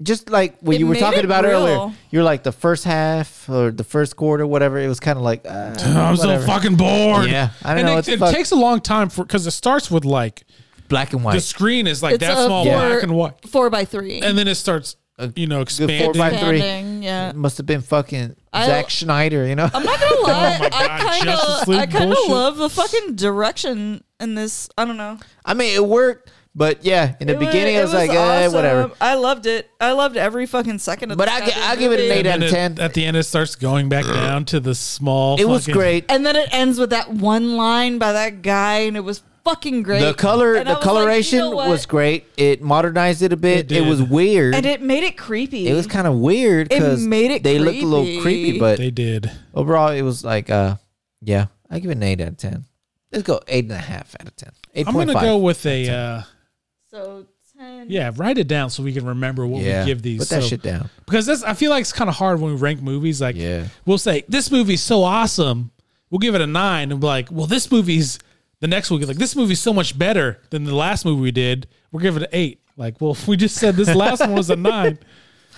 [SPEAKER 2] just like what
[SPEAKER 4] It
[SPEAKER 2] you were
[SPEAKER 4] made
[SPEAKER 2] talking
[SPEAKER 4] it
[SPEAKER 2] about earlier.
[SPEAKER 4] real.
[SPEAKER 2] You're like the first half or the first quarter, whatever. It was kind of like uh,
[SPEAKER 1] I'm
[SPEAKER 2] whatever.
[SPEAKER 1] so fucking bored.
[SPEAKER 2] Yeah, I don't
[SPEAKER 1] and
[SPEAKER 2] know.
[SPEAKER 1] It,
[SPEAKER 2] It's
[SPEAKER 1] it
[SPEAKER 2] fuck-
[SPEAKER 1] takes a long time for because it starts with like
[SPEAKER 2] black and white.
[SPEAKER 1] the screen is like
[SPEAKER 3] It's
[SPEAKER 1] that
[SPEAKER 3] a
[SPEAKER 1] small
[SPEAKER 3] four,
[SPEAKER 1] black and white,
[SPEAKER 3] Four by three.
[SPEAKER 1] and then it starts you know expanding.
[SPEAKER 2] four by three.
[SPEAKER 3] Expanding, yeah.
[SPEAKER 2] It must have been fucking
[SPEAKER 3] I-
[SPEAKER 2] Zack Schneider, you know.
[SPEAKER 3] I'm not gonna lie.
[SPEAKER 1] Oh my God,
[SPEAKER 3] I
[SPEAKER 1] Justice
[SPEAKER 3] kind of,
[SPEAKER 1] League
[SPEAKER 3] I kind of
[SPEAKER 1] bullshit.
[SPEAKER 3] love the fucking direction in this. I don't know.
[SPEAKER 2] I mean, it worked, but yeah, in the
[SPEAKER 4] It wa-
[SPEAKER 2] beginning,
[SPEAKER 4] it
[SPEAKER 2] I was, like, eh,
[SPEAKER 4] awesome.
[SPEAKER 2] whatever.
[SPEAKER 4] I loved it. I loved every fucking second of.
[SPEAKER 2] But
[SPEAKER 4] this
[SPEAKER 2] I gi-
[SPEAKER 4] goddamn
[SPEAKER 2] I give it an
[SPEAKER 4] movie.
[SPEAKER 2] eight
[SPEAKER 1] And
[SPEAKER 2] out of
[SPEAKER 1] then
[SPEAKER 2] ten.
[SPEAKER 1] it- at the end, it starts going back down to the small.
[SPEAKER 2] It was
[SPEAKER 1] fucking-
[SPEAKER 2] great.
[SPEAKER 3] And then it ends with that one line by that guy, and it was fucking great.
[SPEAKER 2] The color,
[SPEAKER 3] And I
[SPEAKER 2] the
[SPEAKER 3] was like, you know
[SPEAKER 2] coloration
[SPEAKER 3] what?
[SPEAKER 2] was great. It modernized it a bit. It,
[SPEAKER 1] did.
[SPEAKER 2] was weird.
[SPEAKER 4] And it made it creepy.
[SPEAKER 2] it was kind of weird
[SPEAKER 3] It
[SPEAKER 2] because
[SPEAKER 3] made it
[SPEAKER 2] they looked a little
[SPEAKER 3] creepy.
[SPEAKER 2] creepy, but
[SPEAKER 1] They did.
[SPEAKER 2] overall it was like uh yeah i give it an 8 out of 10 let's go 8.5 out of 10
[SPEAKER 1] I'm gonna
[SPEAKER 2] 8.5.
[SPEAKER 1] go with a uh,
[SPEAKER 3] so ten.
[SPEAKER 1] yeah. Write it down so we can remember what
[SPEAKER 2] yeah
[SPEAKER 1] we give these.
[SPEAKER 2] put that
[SPEAKER 1] So-
[SPEAKER 2] shit down
[SPEAKER 1] because that's I feel like it's kind of hard when we rank movies. Like
[SPEAKER 2] Yeah.
[SPEAKER 1] we'll say this movie's so awesome, we'll give it a nine, and be like, well, this movie's the next week. Like this movie's so much better than the last movie we did. We'll give it an eight. Like well, if we just said this last one was a nine,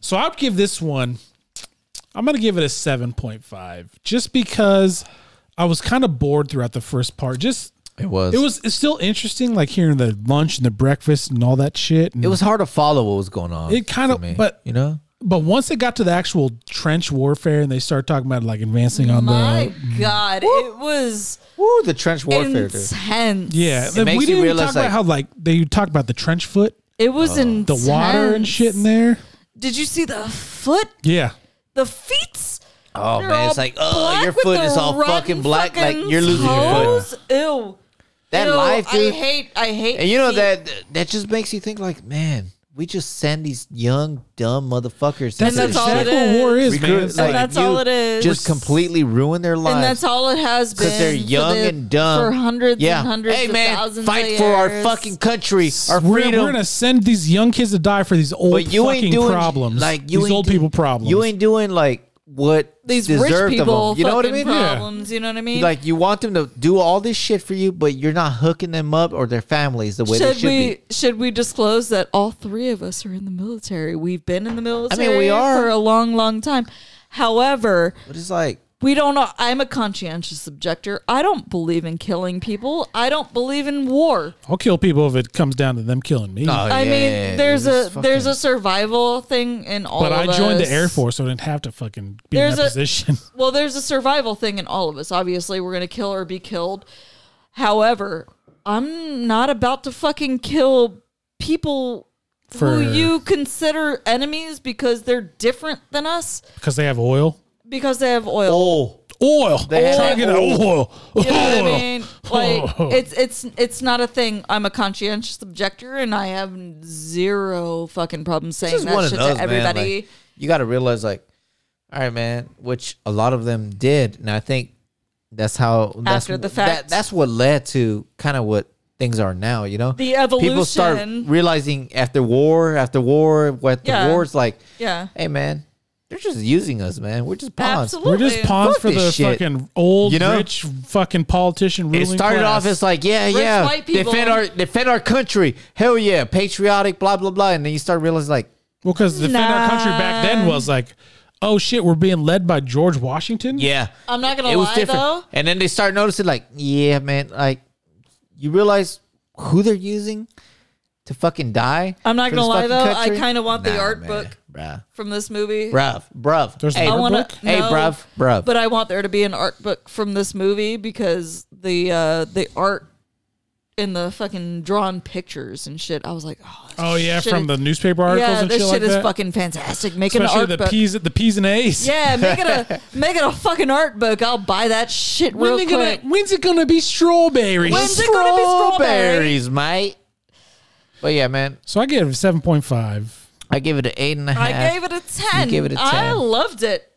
[SPEAKER 1] so I'd give this one. I'm gonna give it a seven point five, just because I was kind of bored throughout the first part. Just
[SPEAKER 2] it was
[SPEAKER 1] it was it's still interesting, like hearing the lunch and the breakfast and all that shit. And
[SPEAKER 2] it was hard to follow what was going on
[SPEAKER 1] It kinda-
[SPEAKER 2] for me,
[SPEAKER 1] but-
[SPEAKER 2] you know
[SPEAKER 1] But once it got to the actual trench warfare and they started talking about like advancing on
[SPEAKER 3] My
[SPEAKER 1] the
[SPEAKER 3] God, it was
[SPEAKER 2] Woo, the trench warfare dude.
[SPEAKER 3] intense.
[SPEAKER 1] yeah, like,
[SPEAKER 2] makes
[SPEAKER 1] we
[SPEAKER 2] you
[SPEAKER 1] didn't even
[SPEAKER 2] realize,
[SPEAKER 1] talk about
[SPEAKER 2] like- how,
[SPEAKER 1] how like they talked about the trench foot,
[SPEAKER 3] It was
[SPEAKER 2] Oh.
[SPEAKER 3] in
[SPEAKER 1] the water and shit in there.
[SPEAKER 3] Did you see the foot?
[SPEAKER 1] Yeah,
[SPEAKER 3] The feet?
[SPEAKER 2] oh
[SPEAKER 3] They're
[SPEAKER 2] man it's
[SPEAKER 3] all
[SPEAKER 2] like oh
[SPEAKER 3] black
[SPEAKER 2] your
[SPEAKER 3] with
[SPEAKER 2] foot
[SPEAKER 3] the
[SPEAKER 2] is all
[SPEAKER 3] rotten
[SPEAKER 2] fucking black like
[SPEAKER 3] fucking
[SPEAKER 2] you're losing your foot
[SPEAKER 3] toes? Ew.
[SPEAKER 2] that
[SPEAKER 3] Ew,
[SPEAKER 2] life dude
[SPEAKER 3] I hate. I hate.
[SPEAKER 2] and you know
[SPEAKER 3] feet.
[SPEAKER 2] that that just makes you think like man we just send these young dumb motherfuckers
[SPEAKER 1] that's,
[SPEAKER 2] into
[SPEAKER 3] that's
[SPEAKER 2] this
[SPEAKER 3] all
[SPEAKER 1] exactly
[SPEAKER 2] shit.
[SPEAKER 3] it
[SPEAKER 1] what
[SPEAKER 3] is.
[SPEAKER 1] war is,
[SPEAKER 2] Recruit-
[SPEAKER 1] man. It's
[SPEAKER 2] like,
[SPEAKER 1] like,
[SPEAKER 3] And that's
[SPEAKER 2] you
[SPEAKER 3] all it is.
[SPEAKER 2] just completely ruin their lives
[SPEAKER 3] and that's all it has been.
[SPEAKER 2] because they're
[SPEAKER 3] for
[SPEAKER 2] young
[SPEAKER 3] the-
[SPEAKER 2] and dumb
[SPEAKER 3] For hundreds
[SPEAKER 2] yeah.
[SPEAKER 3] and hundreds
[SPEAKER 2] Hey
[SPEAKER 3] of
[SPEAKER 2] man,
[SPEAKER 3] thousands
[SPEAKER 2] fight
[SPEAKER 3] of
[SPEAKER 2] for our
[SPEAKER 3] years.
[SPEAKER 2] fucking country, our
[SPEAKER 1] we're,
[SPEAKER 2] freedom.
[SPEAKER 1] we're gonna send these young kids to die for these old
[SPEAKER 2] but you
[SPEAKER 1] fucking
[SPEAKER 2] ain't doing
[SPEAKER 1] problems,
[SPEAKER 2] like you
[SPEAKER 1] these
[SPEAKER 2] ain't
[SPEAKER 1] old
[SPEAKER 2] do-
[SPEAKER 1] people problems.
[SPEAKER 2] You ain't doing like what
[SPEAKER 3] These
[SPEAKER 2] deserved
[SPEAKER 3] rich people,
[SPEAKER 2] of them. You know what I
[SPEAKER 3] fucking
[SPEAKER 2] mean?
[SPEAKER 3] Problems, you know what I mean?
[SPEAKER 2] Like you want them to do all this shit for you, but you're not hooking them up or their families the way
[SPEAKER 3] should
[SPEAKER 2] they should
[SPEAKER 3] we
[SPEAKER 2] be.
[SPEAKER 3] should we disclose that all three of us are in the military? We've been in the military.
[SPEAKER 2] we are.
[SPEAKER 3] for a long, long time. However,
[SPEAKER 2] But it's like
[SPEAKER 3] we don't know. I'm a conscientious objector. I don't believe in killing people. I don't believe in war.
[SPEAKER 1] I'll kill people if it comes down to them killing me.
[SPEAKER 2] oh,
[SPEAKER 3] I
[SPEAKER 2] yeah,
[SPEAKER 3] mean, there's
[SPEAKER 2] this
[SPEAKER 3] a
[SPEAKER 2] is
[SPEAKER 3] there's a
[SPEAKER 2] fucking-
[SPEAKER 3] survival thing in all.
[SPEAKER 1] but
[SPEAKER 3] of
[SPEAKER 1] I joined
[SPEAKER 3] us.
[SPEAKER 1] the air force, so I didn't have to fucking be
[SPEAKER 3] There's
[SPEAKER 1] in that
[SPEAKER 3] a-
[SPEAKER 1] position.
[SPEAKER 3] Well, there's a survival thing in all of us. Obviously, we're going to kill or be killed. However, I'm not about to fucking kill people
[SPEAKER 1] For-
[SPEAKER 3] who you consider enemies because they're different than us
[SPEAKER 1] because they have oil.
[SPEAKER 3] because they have oil.
[SPEAKER 2] oh.
[SPEAKER 1] Oil.
[SPEAKER 2] They have
[SPEAKER 1] Try to get that oil.
[SPEAKER 3] You know what I
[SPEAKER 1] Oil.
[SPEAKER 3] mean? Like it's it's it's not a thing. I'm a conscientious objector, and I have zero fucking problem
[SPEAKER 2] This
[SPEAKER 3] saying
[SPEAKER 2] is one
[SPEAKER 3] that
[SPEAKER 2] of
[SPEAKER 3] shit
[SPEAKER 2] those,
[SPEAKER 3] to
[SPEAKER 2] Man.
[SPEAKER 3] everybody.
[SPEAKER 2] Like, you got to realize, like, all right, man, which a lot of them did, and I think that's how that's,
[SPEAKER 3] After the
[SPEAKER 2] That,
[SPEAKER 3] fact.
[SPEAKER 2] that's what led to kind of what things are now. You know,
[SPEAKER 3] The
[SPEAKER 2] People start
[SPEAKER 3] evolution.
[SPEAKER 2] realizing after war, after war, what the
[SPEAKER 3] Yeah.
[SPEAKER 2] war's like.
[SPEAKER 3] yeah,
[SPEAKER 2] Hey, man, they're just using us, man. We're just pawns.
[SPEAKER 3] absolutely.
[SPEAKER 1] We're just pawns
[SPEAKER 2] Fuck
[SPEAKER 1] for
[SPEAKER 2] this
[SPEAKER 1] the
[SPEAKER 2] shit.
[SPEAKER 1] fucking old,
[SPEAKER 2] You know?
[SPEAKER 1] rich, fucking politician ruling
[SPEAKER 2] It started
[SPEAKER 1] class.
[SPEAKER 2] off as like, yeah, yeah,
[SPEAKER 3] white people.
[SPEAKER 2] defend our defend our country, hell yeah, patriotic, blah blah blah, and then you start realizing like,
[SPEAKER 1] Well, because defend our country back then was like, oh shit, we're being led by George Washington.
[SPEAKER 2] Yeah.
[SPEAKER 3] I'm not gonna lie though.
[SPEAKER 2] And then they start noticing, like, yeah, man, like, you realize who they're using to fucking die.
[SPEAKER 3] I'm not
[SPEAKER 2] for
[SPEAKER 3] gonna
[SPEAKER 2] this fucking
[SPEAKER 3] lie though. I
[SPEAKER 2] country?
[SPEAKER 3] kind of want the
[SPEAKER 2] Nah,
[SPEAKER 3] art
[SPEAKER 2] man.
[SPEAKER 3] book
[SPEAKER 2] bruh,
[SPEAKER 3] from this movie.
[SPEAKER 2] bruv, bruv.
[SPEAKER 1] There's
[SPEAKER 2] hey,
[SPEAKER 1] an
[SPEAKER 3] I
[SPEAKER 1] art
[SPEAKER 3] want
[SPEAKER 1] book?
[SPEAKER 3] to.
[SPEAKER 2] Hey, bruv, bruv.
[SPEAKER 3] But I want there to be an art book from this movie because the uh, the art in the fucking drawn pictures and shit. I was like, oh, this
[SPEAKER 1] Oh yeah,
[SPEAKER 3] shit
[SPEAKER 1] from
[SPEAKER 3] is-
[SPEAKER 1] the newspaper articles
[SPEAKER 3] yeah,
[SPEAKER 1] and
[SPEAKER 3] this
[SPEAKER 1] shit,
[SPEAKER 3] shit
[SPEAKER 1] like
[SPEAKER 3] is
[SPEAKER 1] that.
[SPEAKER 3] fucking fantastic. Make an
[SPEAKER 1] Especially
[SPEAKER 3] art
[SPEAKER 1] the
[SPEAKER 3] book.
[SPEAKER 1] p's the p's and a's.
[SPEAKER 3] Yeah, make it a make it a fucking art book. I'll buy that shit
[SPEAKER 1] When
[SPEAKER 3] real
[SPEAKER 1] they
[SPEAKER 3] quick.
[SPEAKER 1] gonna, when's it gonna be strawberries?
[SPEAKER 3] When's it gonna be strawberry?
[SPEAKER 2] strawberries, mate. But yeah, man,
[SPEAKER 1] so I give it seven point five.
[SPEAKER 2] I give it an eight and a half.
[SPEAKER 3] I gave it a ten.
[SPEAKER 2] gave it a
[SPEAKER 3] I
[SPEAKER 2] 10.
[SPEAKER 3] loved it.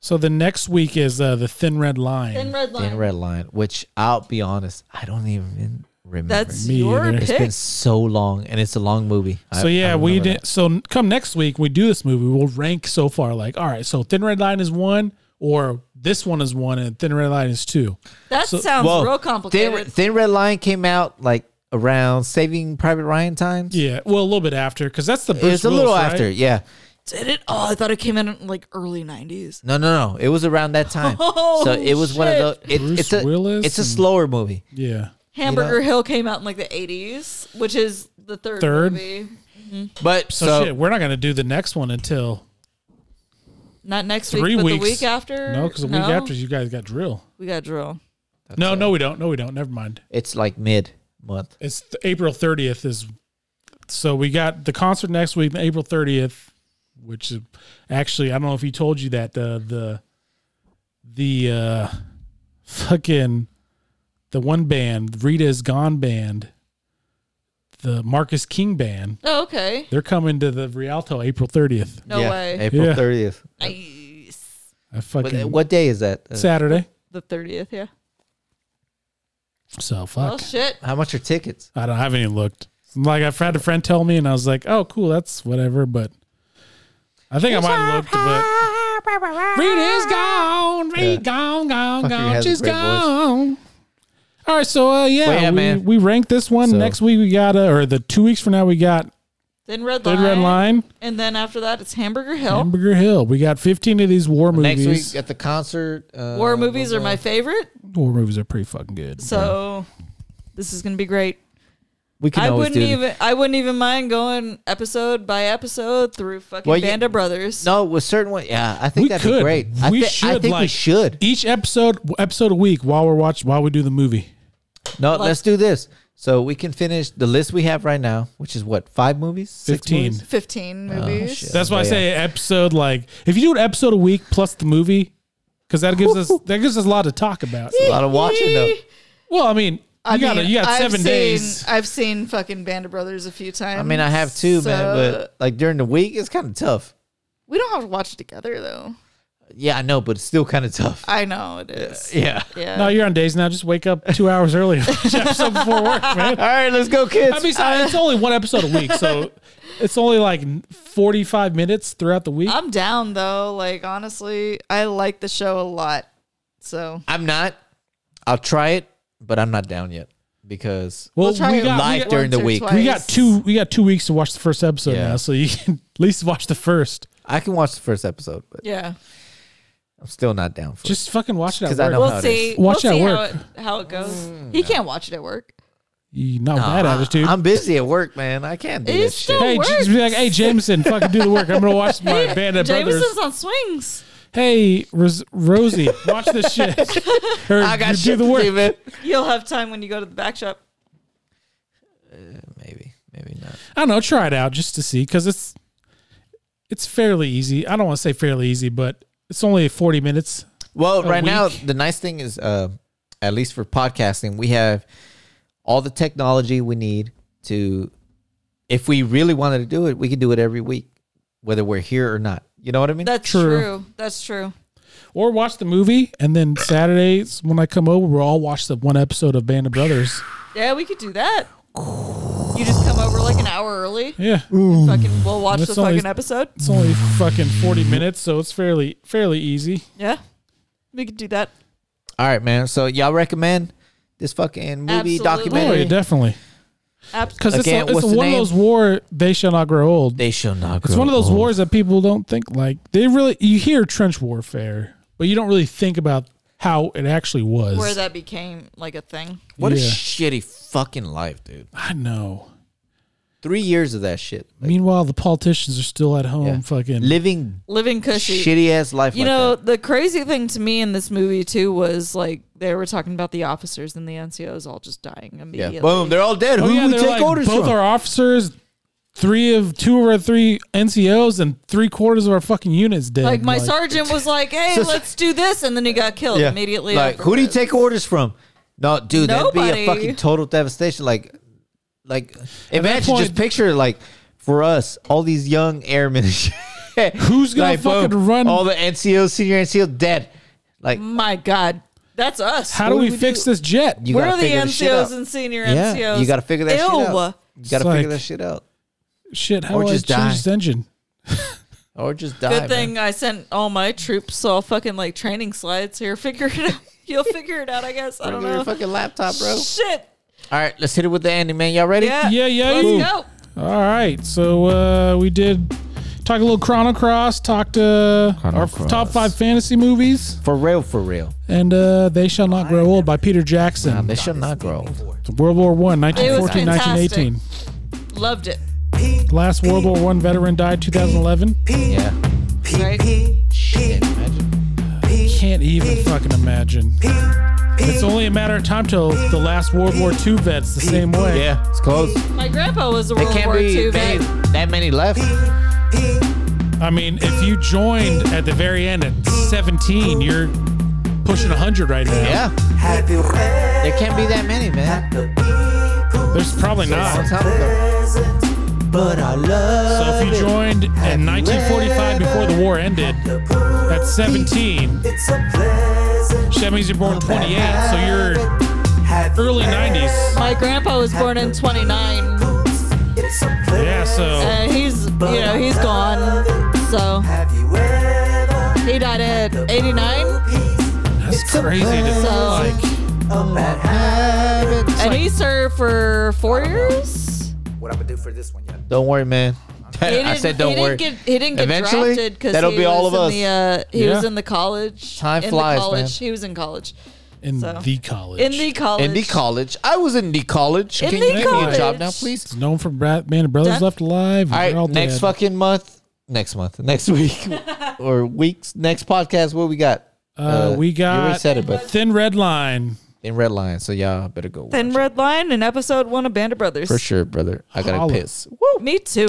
[SPEAKER 1] So the next week is uh, the Thin Red Line.
[SPEAKER 3] Thin red line.
[SPEAKER 2] Thin Red Line, which I'll be honest, I don't even remember.
[SPEAKER 3] That's
[SPEAKER 1] Me
[SPEAKER 3] your
[SPEAKER 1] either.
[SPEAKER 2] it's
[SPEAKER 3] pick.
[SPEAKER 2] been so long, and it's a long movie. I-
[SPEAKER 1] So
[SPEAKER 2] I
[SPEAKER 1] yeah,
[SPEAKER 2] remember
[SPEAKER 1] we
[SPEAKER 2] that.
[SPEAKER 1] did. So n- come next week, we do this movie. We'll rank so far. Like, all right, so Thin Red Line is one, or this one is one, and Thin Red Line is two.
[SPEAKER 3] that
[SPEAKER 1] so-
[SPEAKER 3] sounds
[SPEAKER 2] Whoa.
[SPEAKER 3] real
[SPEAKER 2] Thin,
[SPEAKER 3] complicated.
[SPEAKER 2] Thin Red Line came out like around Saving Private Ryan times.
[SPEAKER 1] Yeah, well, a little bit after because that's the Bruce
[SPEAKER 2] It was a little
[SPEAKER 1] Willis, right?
[SPEAKER 2] after, yeah.
[SPEAKER 3] Did it? Oh, I thought it came in like early nineties.
[SPEAKER 2] No, no, no. It was around that time.
[SPEAKER 3] Oh,
[SPEAKER 2] so it was one of those. It,
[SPEAKER 1] Bruce
[SPEAKER 2] it's a
[SPEAKER 1] Willis
[SPEAKER 2] it's a
[SPEAKER 1] and-
[SPEAKER 2] slower movie.
[SPEAKER 1] Yeah,
[SPEAKER 3] Hamburger Hill came out in like the eighties, which is the third,
[SPEAKER 1] Third?
[SPEAKER 3] movie.
[SPEAKER 2] But
[SPEAKER 1] so,
[SPEAKER 2] so,
[SPEAKER 1] shit, we're not gonna do the next one until
[SPEAKER 3] Not next
[SPEAKER 1] Three
[SPEAKER 3] week, but
[SPEAKER 1] weeks.
[SPEAKER 3] the week after.
[SPEAKER 1] no, because the week after you guys got drill.
[SPEAKER 3] we got drill.
[SPEAKER 1] No, no, we don't. No, we don't. Never mind.
[SPEAKER 2] it's like mid month.
[SPEAKER 1] It's th- April thirtieth is. So we got the concert next week, April thirtieth, which is actually I don't know if he told you that the the the uh, fucking the one band Rita is gone band, the Marcus King band.
[SPEAKER 3] Oh, okay.
[SPEAKER 1] They're coming to the Rialto April thirtieth.
[SPEAKER 3] No way.
[SPEAKER 2] April
[SPEAKER 1] Yeah.
[SPEAKER 2] thirtieth.
[SPEAKER 3] Nice.
[SPEAKER 1] I
[SPEAKER 2] What,
[SPEAKER 1] fucking
[SPEAKER 2] what day is that? Uh,
[SPEAKER 1] Saturday.
[SPEAKER 3] The thirtieth, yeah.
[SPEAKER 1] So fuck.
[SPEAKER 3] Well, shit.
[SPEAKER 2] how much are tickets?
[SPEAKER 1] I don't I haven't even looked. Like I've had a friend tell me, and I was like, "Oh, cool, that's whatever." But I think I might have looked, but Rita's gone, Rita
[SPEAKER 2] Yeah.
[SPEAKER 1] gone, gone,
[SPEAKER 2] Fucker
[SPEAKER 1] gone.
[SPEAKER 2] has a
[SPEAKER 1] She's
[SPEAKER 2] great voice.
[SPEAKER 1] gone. All right, so uh, yeah,
[SPEAKER 2] Well, yeah,
[SPEAKER 1] we,
[SPEAKER 2] man.
[SPEAKER 1] we ranked this one.
[SPEAKER 2] So-
[SPEAKER 1] Next week we got, uh, or the two weeks from now we got
[SPEAKER 3] Then red line.
[SPEAKER 1] Thin Red Line,
[SPEAKER 3] And then after that, it's Hamburger Hill.
[SPEAKER 1] Hamburger Hill. We got fifteen of these war movies.
[SPEAKER 2] Next week at the concert. Uh,
[SPEAKER 3] War movies are my favorite,
[SPEAKER 1] war movies are pretty fucking good.
[SPEAKER 3] so this is gonna be great.
[SPEAKER 2] We can
[SPEAKER 3] I
[SPEAKER 2] always
[SPEAKER 3] wouldn't
[SPEAKER 2] do.
[SPEAKER 3] even. I wouldn't even mind going episode by episode through fucking
[SPEAKER 2] Well, you-
[SPEAKER 3] Band of Brothers.
[SPEAKER 2] No, with certain one. Yeah, I think
[SPEAKER 1] We
[SPEAKER 2] that'd
[SPEAKER 1] could.
[SPEAKER 2] be great. I,
[SPEAKER 1] We
[SPEAKER 2] thi- I
[SPEAKER 1] should,
[SPEAKER 2] think we
[SPEAKER 1] like-
[SPEAKER 2] should.
[SPEAKER 1] Each episode, episode a week, while we're watching, while we do the movie.
[SPEAKER 2] No, let's do this. So we can finish the list we have right now, which is what five movies, Six
[SPEAKER 1] 15.
[SPEAKER 2] movies?
[SPEAKER 4] Fifteen movies.
[SPEAKER 2] Oh, shit.
[SPEAKER 1] That's why I
[SPEAKER 2] But yeah.
[SPEAKER 1] say episode like if you do an episode a week plus the movie, because that gives us that gives us a lot to talk about.
[SPEAKER 2] A lot of watching though.
[SPEAKER 1] Well, I mean, you got a- you got 7
[SPEAKER 4] seen,
[SPEAKER 1] days.
[SPEAKER 4] I've seen fucking Band of Brothers a few times.
[SPEAKER 2] I mean, I have too, man. But like during the week, it's kind of tough.
[SPEAKER 4] we don't have to watch it together though.
[SPEAKER 2] Yeah, I know, but it's still kind of tough.
[SPEAKER 4] I know it is.
[SPEAKER 2] yeah.
[SPEAKER 4] Yeah.
[SPEAKER 1] no, you're on days now. Just wake up two hours early, watch episode before work, man.
[SPEAKER 2] All right, let's go, kids.
[SPEAKER 1] I mean, it's, it's only one episode a week, so it's only like 45 minutes throughout the week.
[SPEAKER 4] I'm down though. Like honestly, I like the show a lot. So
[SPEAKER 2] I'm not. I'll try it, but I'm not down yet because
[SPEAKER 1] Well,
[SPEAKER 4] we'll try
[SPEAKER 1] we
[SPEAKER 4] it
[SPEAKER 1] got we
[SPEAKER 2] live
[SPEAKER 1] got,
[SPEAKER 2] during the
[SPEAKER 4] once or
[SPEAKER 2] week.
[SPEAKER 4] twice.
[SPEAKER 1] we got two we got two weeks to watch the first episode
[SPEAKER 2] Yeah.
[SPEAKER 1] now, so you can at least watch the first.
[SPEAKER 2] I can watch the first episode, but
[SPEAKER 3] Yeah.
[SPEAKER 2] I'm still not down for
[SPEAKER 1] Just fucking watch it at
[SPEAKER 2] 'Cause I
[SPEAKER 1] work.
[SPEAKER 2] know how
[SPEAKER 3] We'll
[SPEAKER 2] it Mm.
[SPEAKER 3] see.
[SPEAKER 1] is. Watch
[SPEAKER 3] we'll
[SPEAKER 1] it
[SPEAKER 3] see
[SPEAKER 1] at
[SPEAKER 3] how
[SPEAKER 1] work.
[SPEAKER 3] it, how it goes. he can't watch it at work.
[SPEAKER 1] You not
[SPEAKER 2] it.
[SPEAKER 1] bad at it,
[SPEAKER 2] Nah,
[SPEAKER 1] dude.
[SPEAKER 2] I'm busy at work, man. I can't do
[SPEAKER 3] It's
[SPEAKER 2] this shit.
[SPEAKER 3] still-
[SPEAKER 1] Hey,
[SPEAKER 3] works.
[SPEAKER 1] just be like, hey, Jameson, fucking do the work. I'm gonna watch my band of brothers.
[SPEAKER 3] Jameson's on swings.
[SPEAKER 1] Hey, Ros- Rosie, watch this shit. Or
[SPEAKER 2] I got
[SPEAKER 1] you
[SPEAKER 2] shit
[SPEAKER 1] do the work.
[SPEAKER 2] to do, man.
[SPEAKER 3] You'll have time when you go to the back shop.
[SPEAKER 2] Maybe, maybe not.
[SPEAKER 1] I don't know. Try it out just to see because it's it's fairly easy. I don't want to say fairly easy, but it's only 40 minutes.
[SPEAKER 2] Well,
[SPEAKER 1] a
[SPEAKER 2] right now
[SPEAKER 1] week.
[SPEAKER 2] the nice thing is, uh, at least for podcasting, we have all the technology we need to. If we really wanted to do it, we could do it every week, whether we're here or not. You know what I mean?
[SPEAKER 3] That's
[SPEAKER 1] True.
[SPEAKER 3] true. That's true.
[SPEAKER 1] Or watch the movie, and then Saturdays when I come over, we'll all watch the one episode of Band of Brothers.
[SPEAKER 3] Yeah, we could do that. You just come over like an hour early.
[SPEAKER 1] Yeah,
[SPEAKER 3] Fucking, we'll watch
[SPEAKER 1] That's
[SPEAKER 3] the
[SPEAKER 1] only-
[SPEAKER 3] fucking episode.
[SPEAKER 1] it's only fucking 40 minutes, so it's fairly fairly easy.
[SPEAKER 3] Yeah, we could do that.
[SPEAKER 2] all right, man. So y'all recommend this fucking movie
[SPEAKER 3] Absolutely.
[SPEAKER 1] Oh,
[SPEAKER 2] documentary?
[SPEAKER 1] yeah, definitely. Because it's,
[SPEAKER 2] Again,
[SPEAKER 1] a, it's
[SPEAKER 2] what's
[SPEAKER 1] one
[SPEAKER 2] the
[SPEAKER 1] of
[SPEAKER 2] name?
[SPEAKER 1] those war they shall not grow old.
[SPEAKER 2] They shall not.
[SPEAKER 1] it's
[SPEAKER 2] grow
[SPEAKER 1] one of those
[SPEAKER 2] old.
[SPEAKER 1] wars that people don't think like they really. You hear trench warfare, but you don't really think about how it actually was.
[SPEAKER 3] where that became like a thing.
[SPEAKER 2] What a
[SPEAKER 1] Yeah.
[SPEAKER 2] shitty fucking life, dude.
[SPEAKER 1] I know.
[SPEAKER 2] Three years of that shit. Like,
[SPEAKER 1] Meanwhile, the politicians are still at home,
[SPEAKER 2] yeah.
[SPEAKER 1] fucking.
[SPEAKER 2] living
[SPEAKER 3] Living cushy.
[SPEAKER 2] shitty ass life.
[SPEAKER 3] You
[SPEAKER 2] like
[SPEAKER 3] know,
[SPEAKER 2] that.
[SPEAKER 3] the crazy thing to me in this movie too was like they were talking about the officers and the NCOs all just dying immediately.
[SPEAKER 2] yeah. Boom, they're all dead.
[SPEAKER 1] oh
[SPEAKER 2] Who
[SPEAKER 1] yeah,
[SPEAKER 2] would
[SPEAKER 1] they're
[SPEAKER 2] take
[SPEAKER 1] like,
[SPEAKER 2] orders
[SPEAKER 1] both
[SPEAKER 2] from?
[SPEAKER 1] our officers, three of two of our three NCOs, and three quarters of our fucking units dead.
[SPEAKER 3] like my sergeant was like, "Hey,
[SPEAKER 2] So-
[SPEAKER 3] let's do this," and then he got killed
[SPEAKER 2] Yeah.
[SPEAKER 3] immediately.
[SPEAKER 2] Like, who do you
[SPEAKER 3] afterwards.
[SPEAKER 2] take orders from? No, dude, that'd be
[SPEAKER 3] Nobody.
[SPEAKER 2] a fucking total devastation. Like, like imagine
[SPEAKER 1] point-
[SPEAKER 2] just picture like for us, all these young airmen. Who's
[SPEAKER 1] gonna fucking run-
[SPEAKER 2] All the NCOs, senior NCOs, dead. Like,
[SPEAKER 3] My God, that's us.
[SPEAKER 1] How do we, fix this jet?
[SPEAKER 2] you
[SPEAKER 3] Where
[SPEAKER 2] gotta
[SPEAKER 3] are the
[SPEAKER 2] figure this shit out.
[SPEAKER 3] NCOs and senior
[SPEAKER 2] Yeah,
[SPEAKER 3] NCOs?
[SPEAKER 2] you gotta figure that
[SPEAKER 3] Ew.
[SPEAKER 2] shit out. You gotta
[SPEAKER 1] It's
[SPEAKER 2] figure
[SPEAKER 1] like-
[SPEAKER 2] that shit out,
[SPEAKER 1] Shit, how
[SPEAKER 2] Or
[SPEAKER 1] do I
[SPEAKER 2] just
[SPEAKER 1] change
[SPEAKER 2] die.
[SPEAKER 1] this engine?
[SPEAKER 2] or just die.
[SPEAKER 3] Good
[SPEAKER 2] man.
[SPEAKER 3] thing I sent all my troops all fucking like training slides here. Figure it out. You'll figure it out, I guess. I
[SPEAKER 2] Bring
[SPEAKER 3] don't
[SPEAKER 2] your
[SPEAKER 3] know.
[SPEAKER 2] fucking laptop, bro. All
[SPEAKER 3] Shit.
[SPEAKER 2] right, let's hit it with the ending, man. Y'all ready?
[SPEAKER 3] Yeah.
[SPEAKER 1] Yeah, yeah,
[SPEAKER 3] Let's
[SPEAKER 1] yeah.
[SPEAKER 3] go.
[SPEAKER 1] All right, so uh, we did talk a little Chrono Cross, talked uh,
[SPEAKER 2] Chrono
[SPEAKER 1] our
[SPEAKER 2] Cross.
[SPEAKER 1] top five fantasy movies,
[SPEAKER 2] For real, for real.
[SPEAKER 1] and uh, They Shall Not Grow Old by Peter
[SPEAKER 2] Nah,
[SPEAKER 1] Jackson.
[SPEAKER 2] they should not grow.
[SPEAKER 1] World War One, 1914,
[SPEAKER 3] fantastic.
[SPEAKER 1] 1918.
[SPEAKER 3] Loved it.
[SPEAKER 1] Last World War One veteran died 2011.
[SPEAKER 2] Yeah.
[SPEAKER 3] Right.
[SPEAKER 2] Shit, imagine.
[SPEAKER 1] Can't even fucking imagine. It's only a matter of time till the last World War II vets the same way.
[SPEAKER 2] Yeah, it's close.
[SPEAKER 3] My grandpa was a
[SPEAKER 2] They
[SPEAKER 3] World
[SPEAKER 2] can't
[SPEAKER 3] War
[SPEAKER 2] be
[SPEAKER 3] II
[SPEAKER 2] many,
[SPEAKER 3] vet.
[SPEAKER 2] that many left.
[SPEAKER 1] I mean, if you joined at the very end at 17, you're pushing 100 right now.
[SPEAKER 2] Yeah,
[SPEAKER 5] Have you read
[SPEAKER 2] there can't be that many, man.
[SPEAKER 5] the people
[SPEAKER 1] There's probably
[SPEAKER 2] Long
[SPEAKER 1] not.
[SPEAKER 2] time ago.
[SPEAKER 5] present? But I love
[SPEAKER 1] So if you joined in 1945 before the war ended at 17,
[SPEAKER 5] it's a pleasant
[SPEAKER 1] that means you're born 28, so you're
[SPEAKER 5] Have you
[SPEAKER 1] early
[SPEAKER 5] read
[SPEAKER 1] 90s.
[SPEAKER 3] My grandpa was born in 29.
[SPEAKER 5] It's a pleasant
[SPEAKER 1] Yeah, so
[SPEAKER 3] Uh, he's, you know, he's gone. So
[SPEAKER 5] Have you ever
[SPEAKER 3] he died at 89.
[SPEAKER 1] that's crazy to think like.
[SPEAKER 3] And he served for four years.
[SPEAKER 5] What I'm gonna do for this one, y'all?
[SPEAKER 2] Don't worry, man. I
[SPEAKER 3] didn't-
[SPEAKER 2] said don't
[SPEAKER 3] he
[SPEAKER 2] worry.
[SPEAKER 3] Didn't get, he didn't get
[SPEAKER 2] Eventually,
[SPEAKER 3] drafted because
[SPEAKER 2] that'll be all of
[SPEAKER 3] The, uh, he was
[SPEAKER 1] Yeah.
[SPEAKER 3] in the college.
[SPEAKER 2] Time
[SPEAKER 3] in
[SPEAKER 2] flies,
[SPEAKER 3] the college.
[SPEAKER 2] man.
[SPEAKER 3] He was in college.
[SPEAKER 1] in
[SPEAKER 3] So-
[SPEAKER 1] the college.
[SPEAKER 3] In the college.
[SPEAKER 2] In the college, I was in the college.
[SPEAKER 3] In
[SPEAKER 2] Can
[SPEAKER 3] the
[SPEAKER 2] you give me a job
[SPEAKER 3] college.
[SPEAKER 2] now, please?
[SPEAKER 1] it's known for Brat Man and Brothers
[SPEAKER 3] Death-
[SPEAKER 1] Left Alive.
[SPEAKER 2] All
[SPEAKER 1] and they're
[SPEAKER 2] right, next
[SPEAKER 1] dead.
[SPEAKER 2] fucking month, next month, next week, or weeks, next podcast. What we got?
[SPEAKER 1] Uh, we
[SPEAKER 2] You already
[SPEAKER 1] got
[SPEAKER 2] said it, but
[SPEAKER 1] Thin Red Line.
[SPEAKER 2] in red line. So y'all better go.
[SPEAKER 3] Thin
[SPEAKER 2] watch
[SPEAKER 3] Red Line in episode one of Band of
[SPEAKER 2] it.
[SPEAKER 3] Brothers.
[SPEAKER 2] for sure, brother. I gotta
[SPEAKER 1] Holla.
[SPEAKER 2] piss.
[SPEAKER 3] Woo, me too.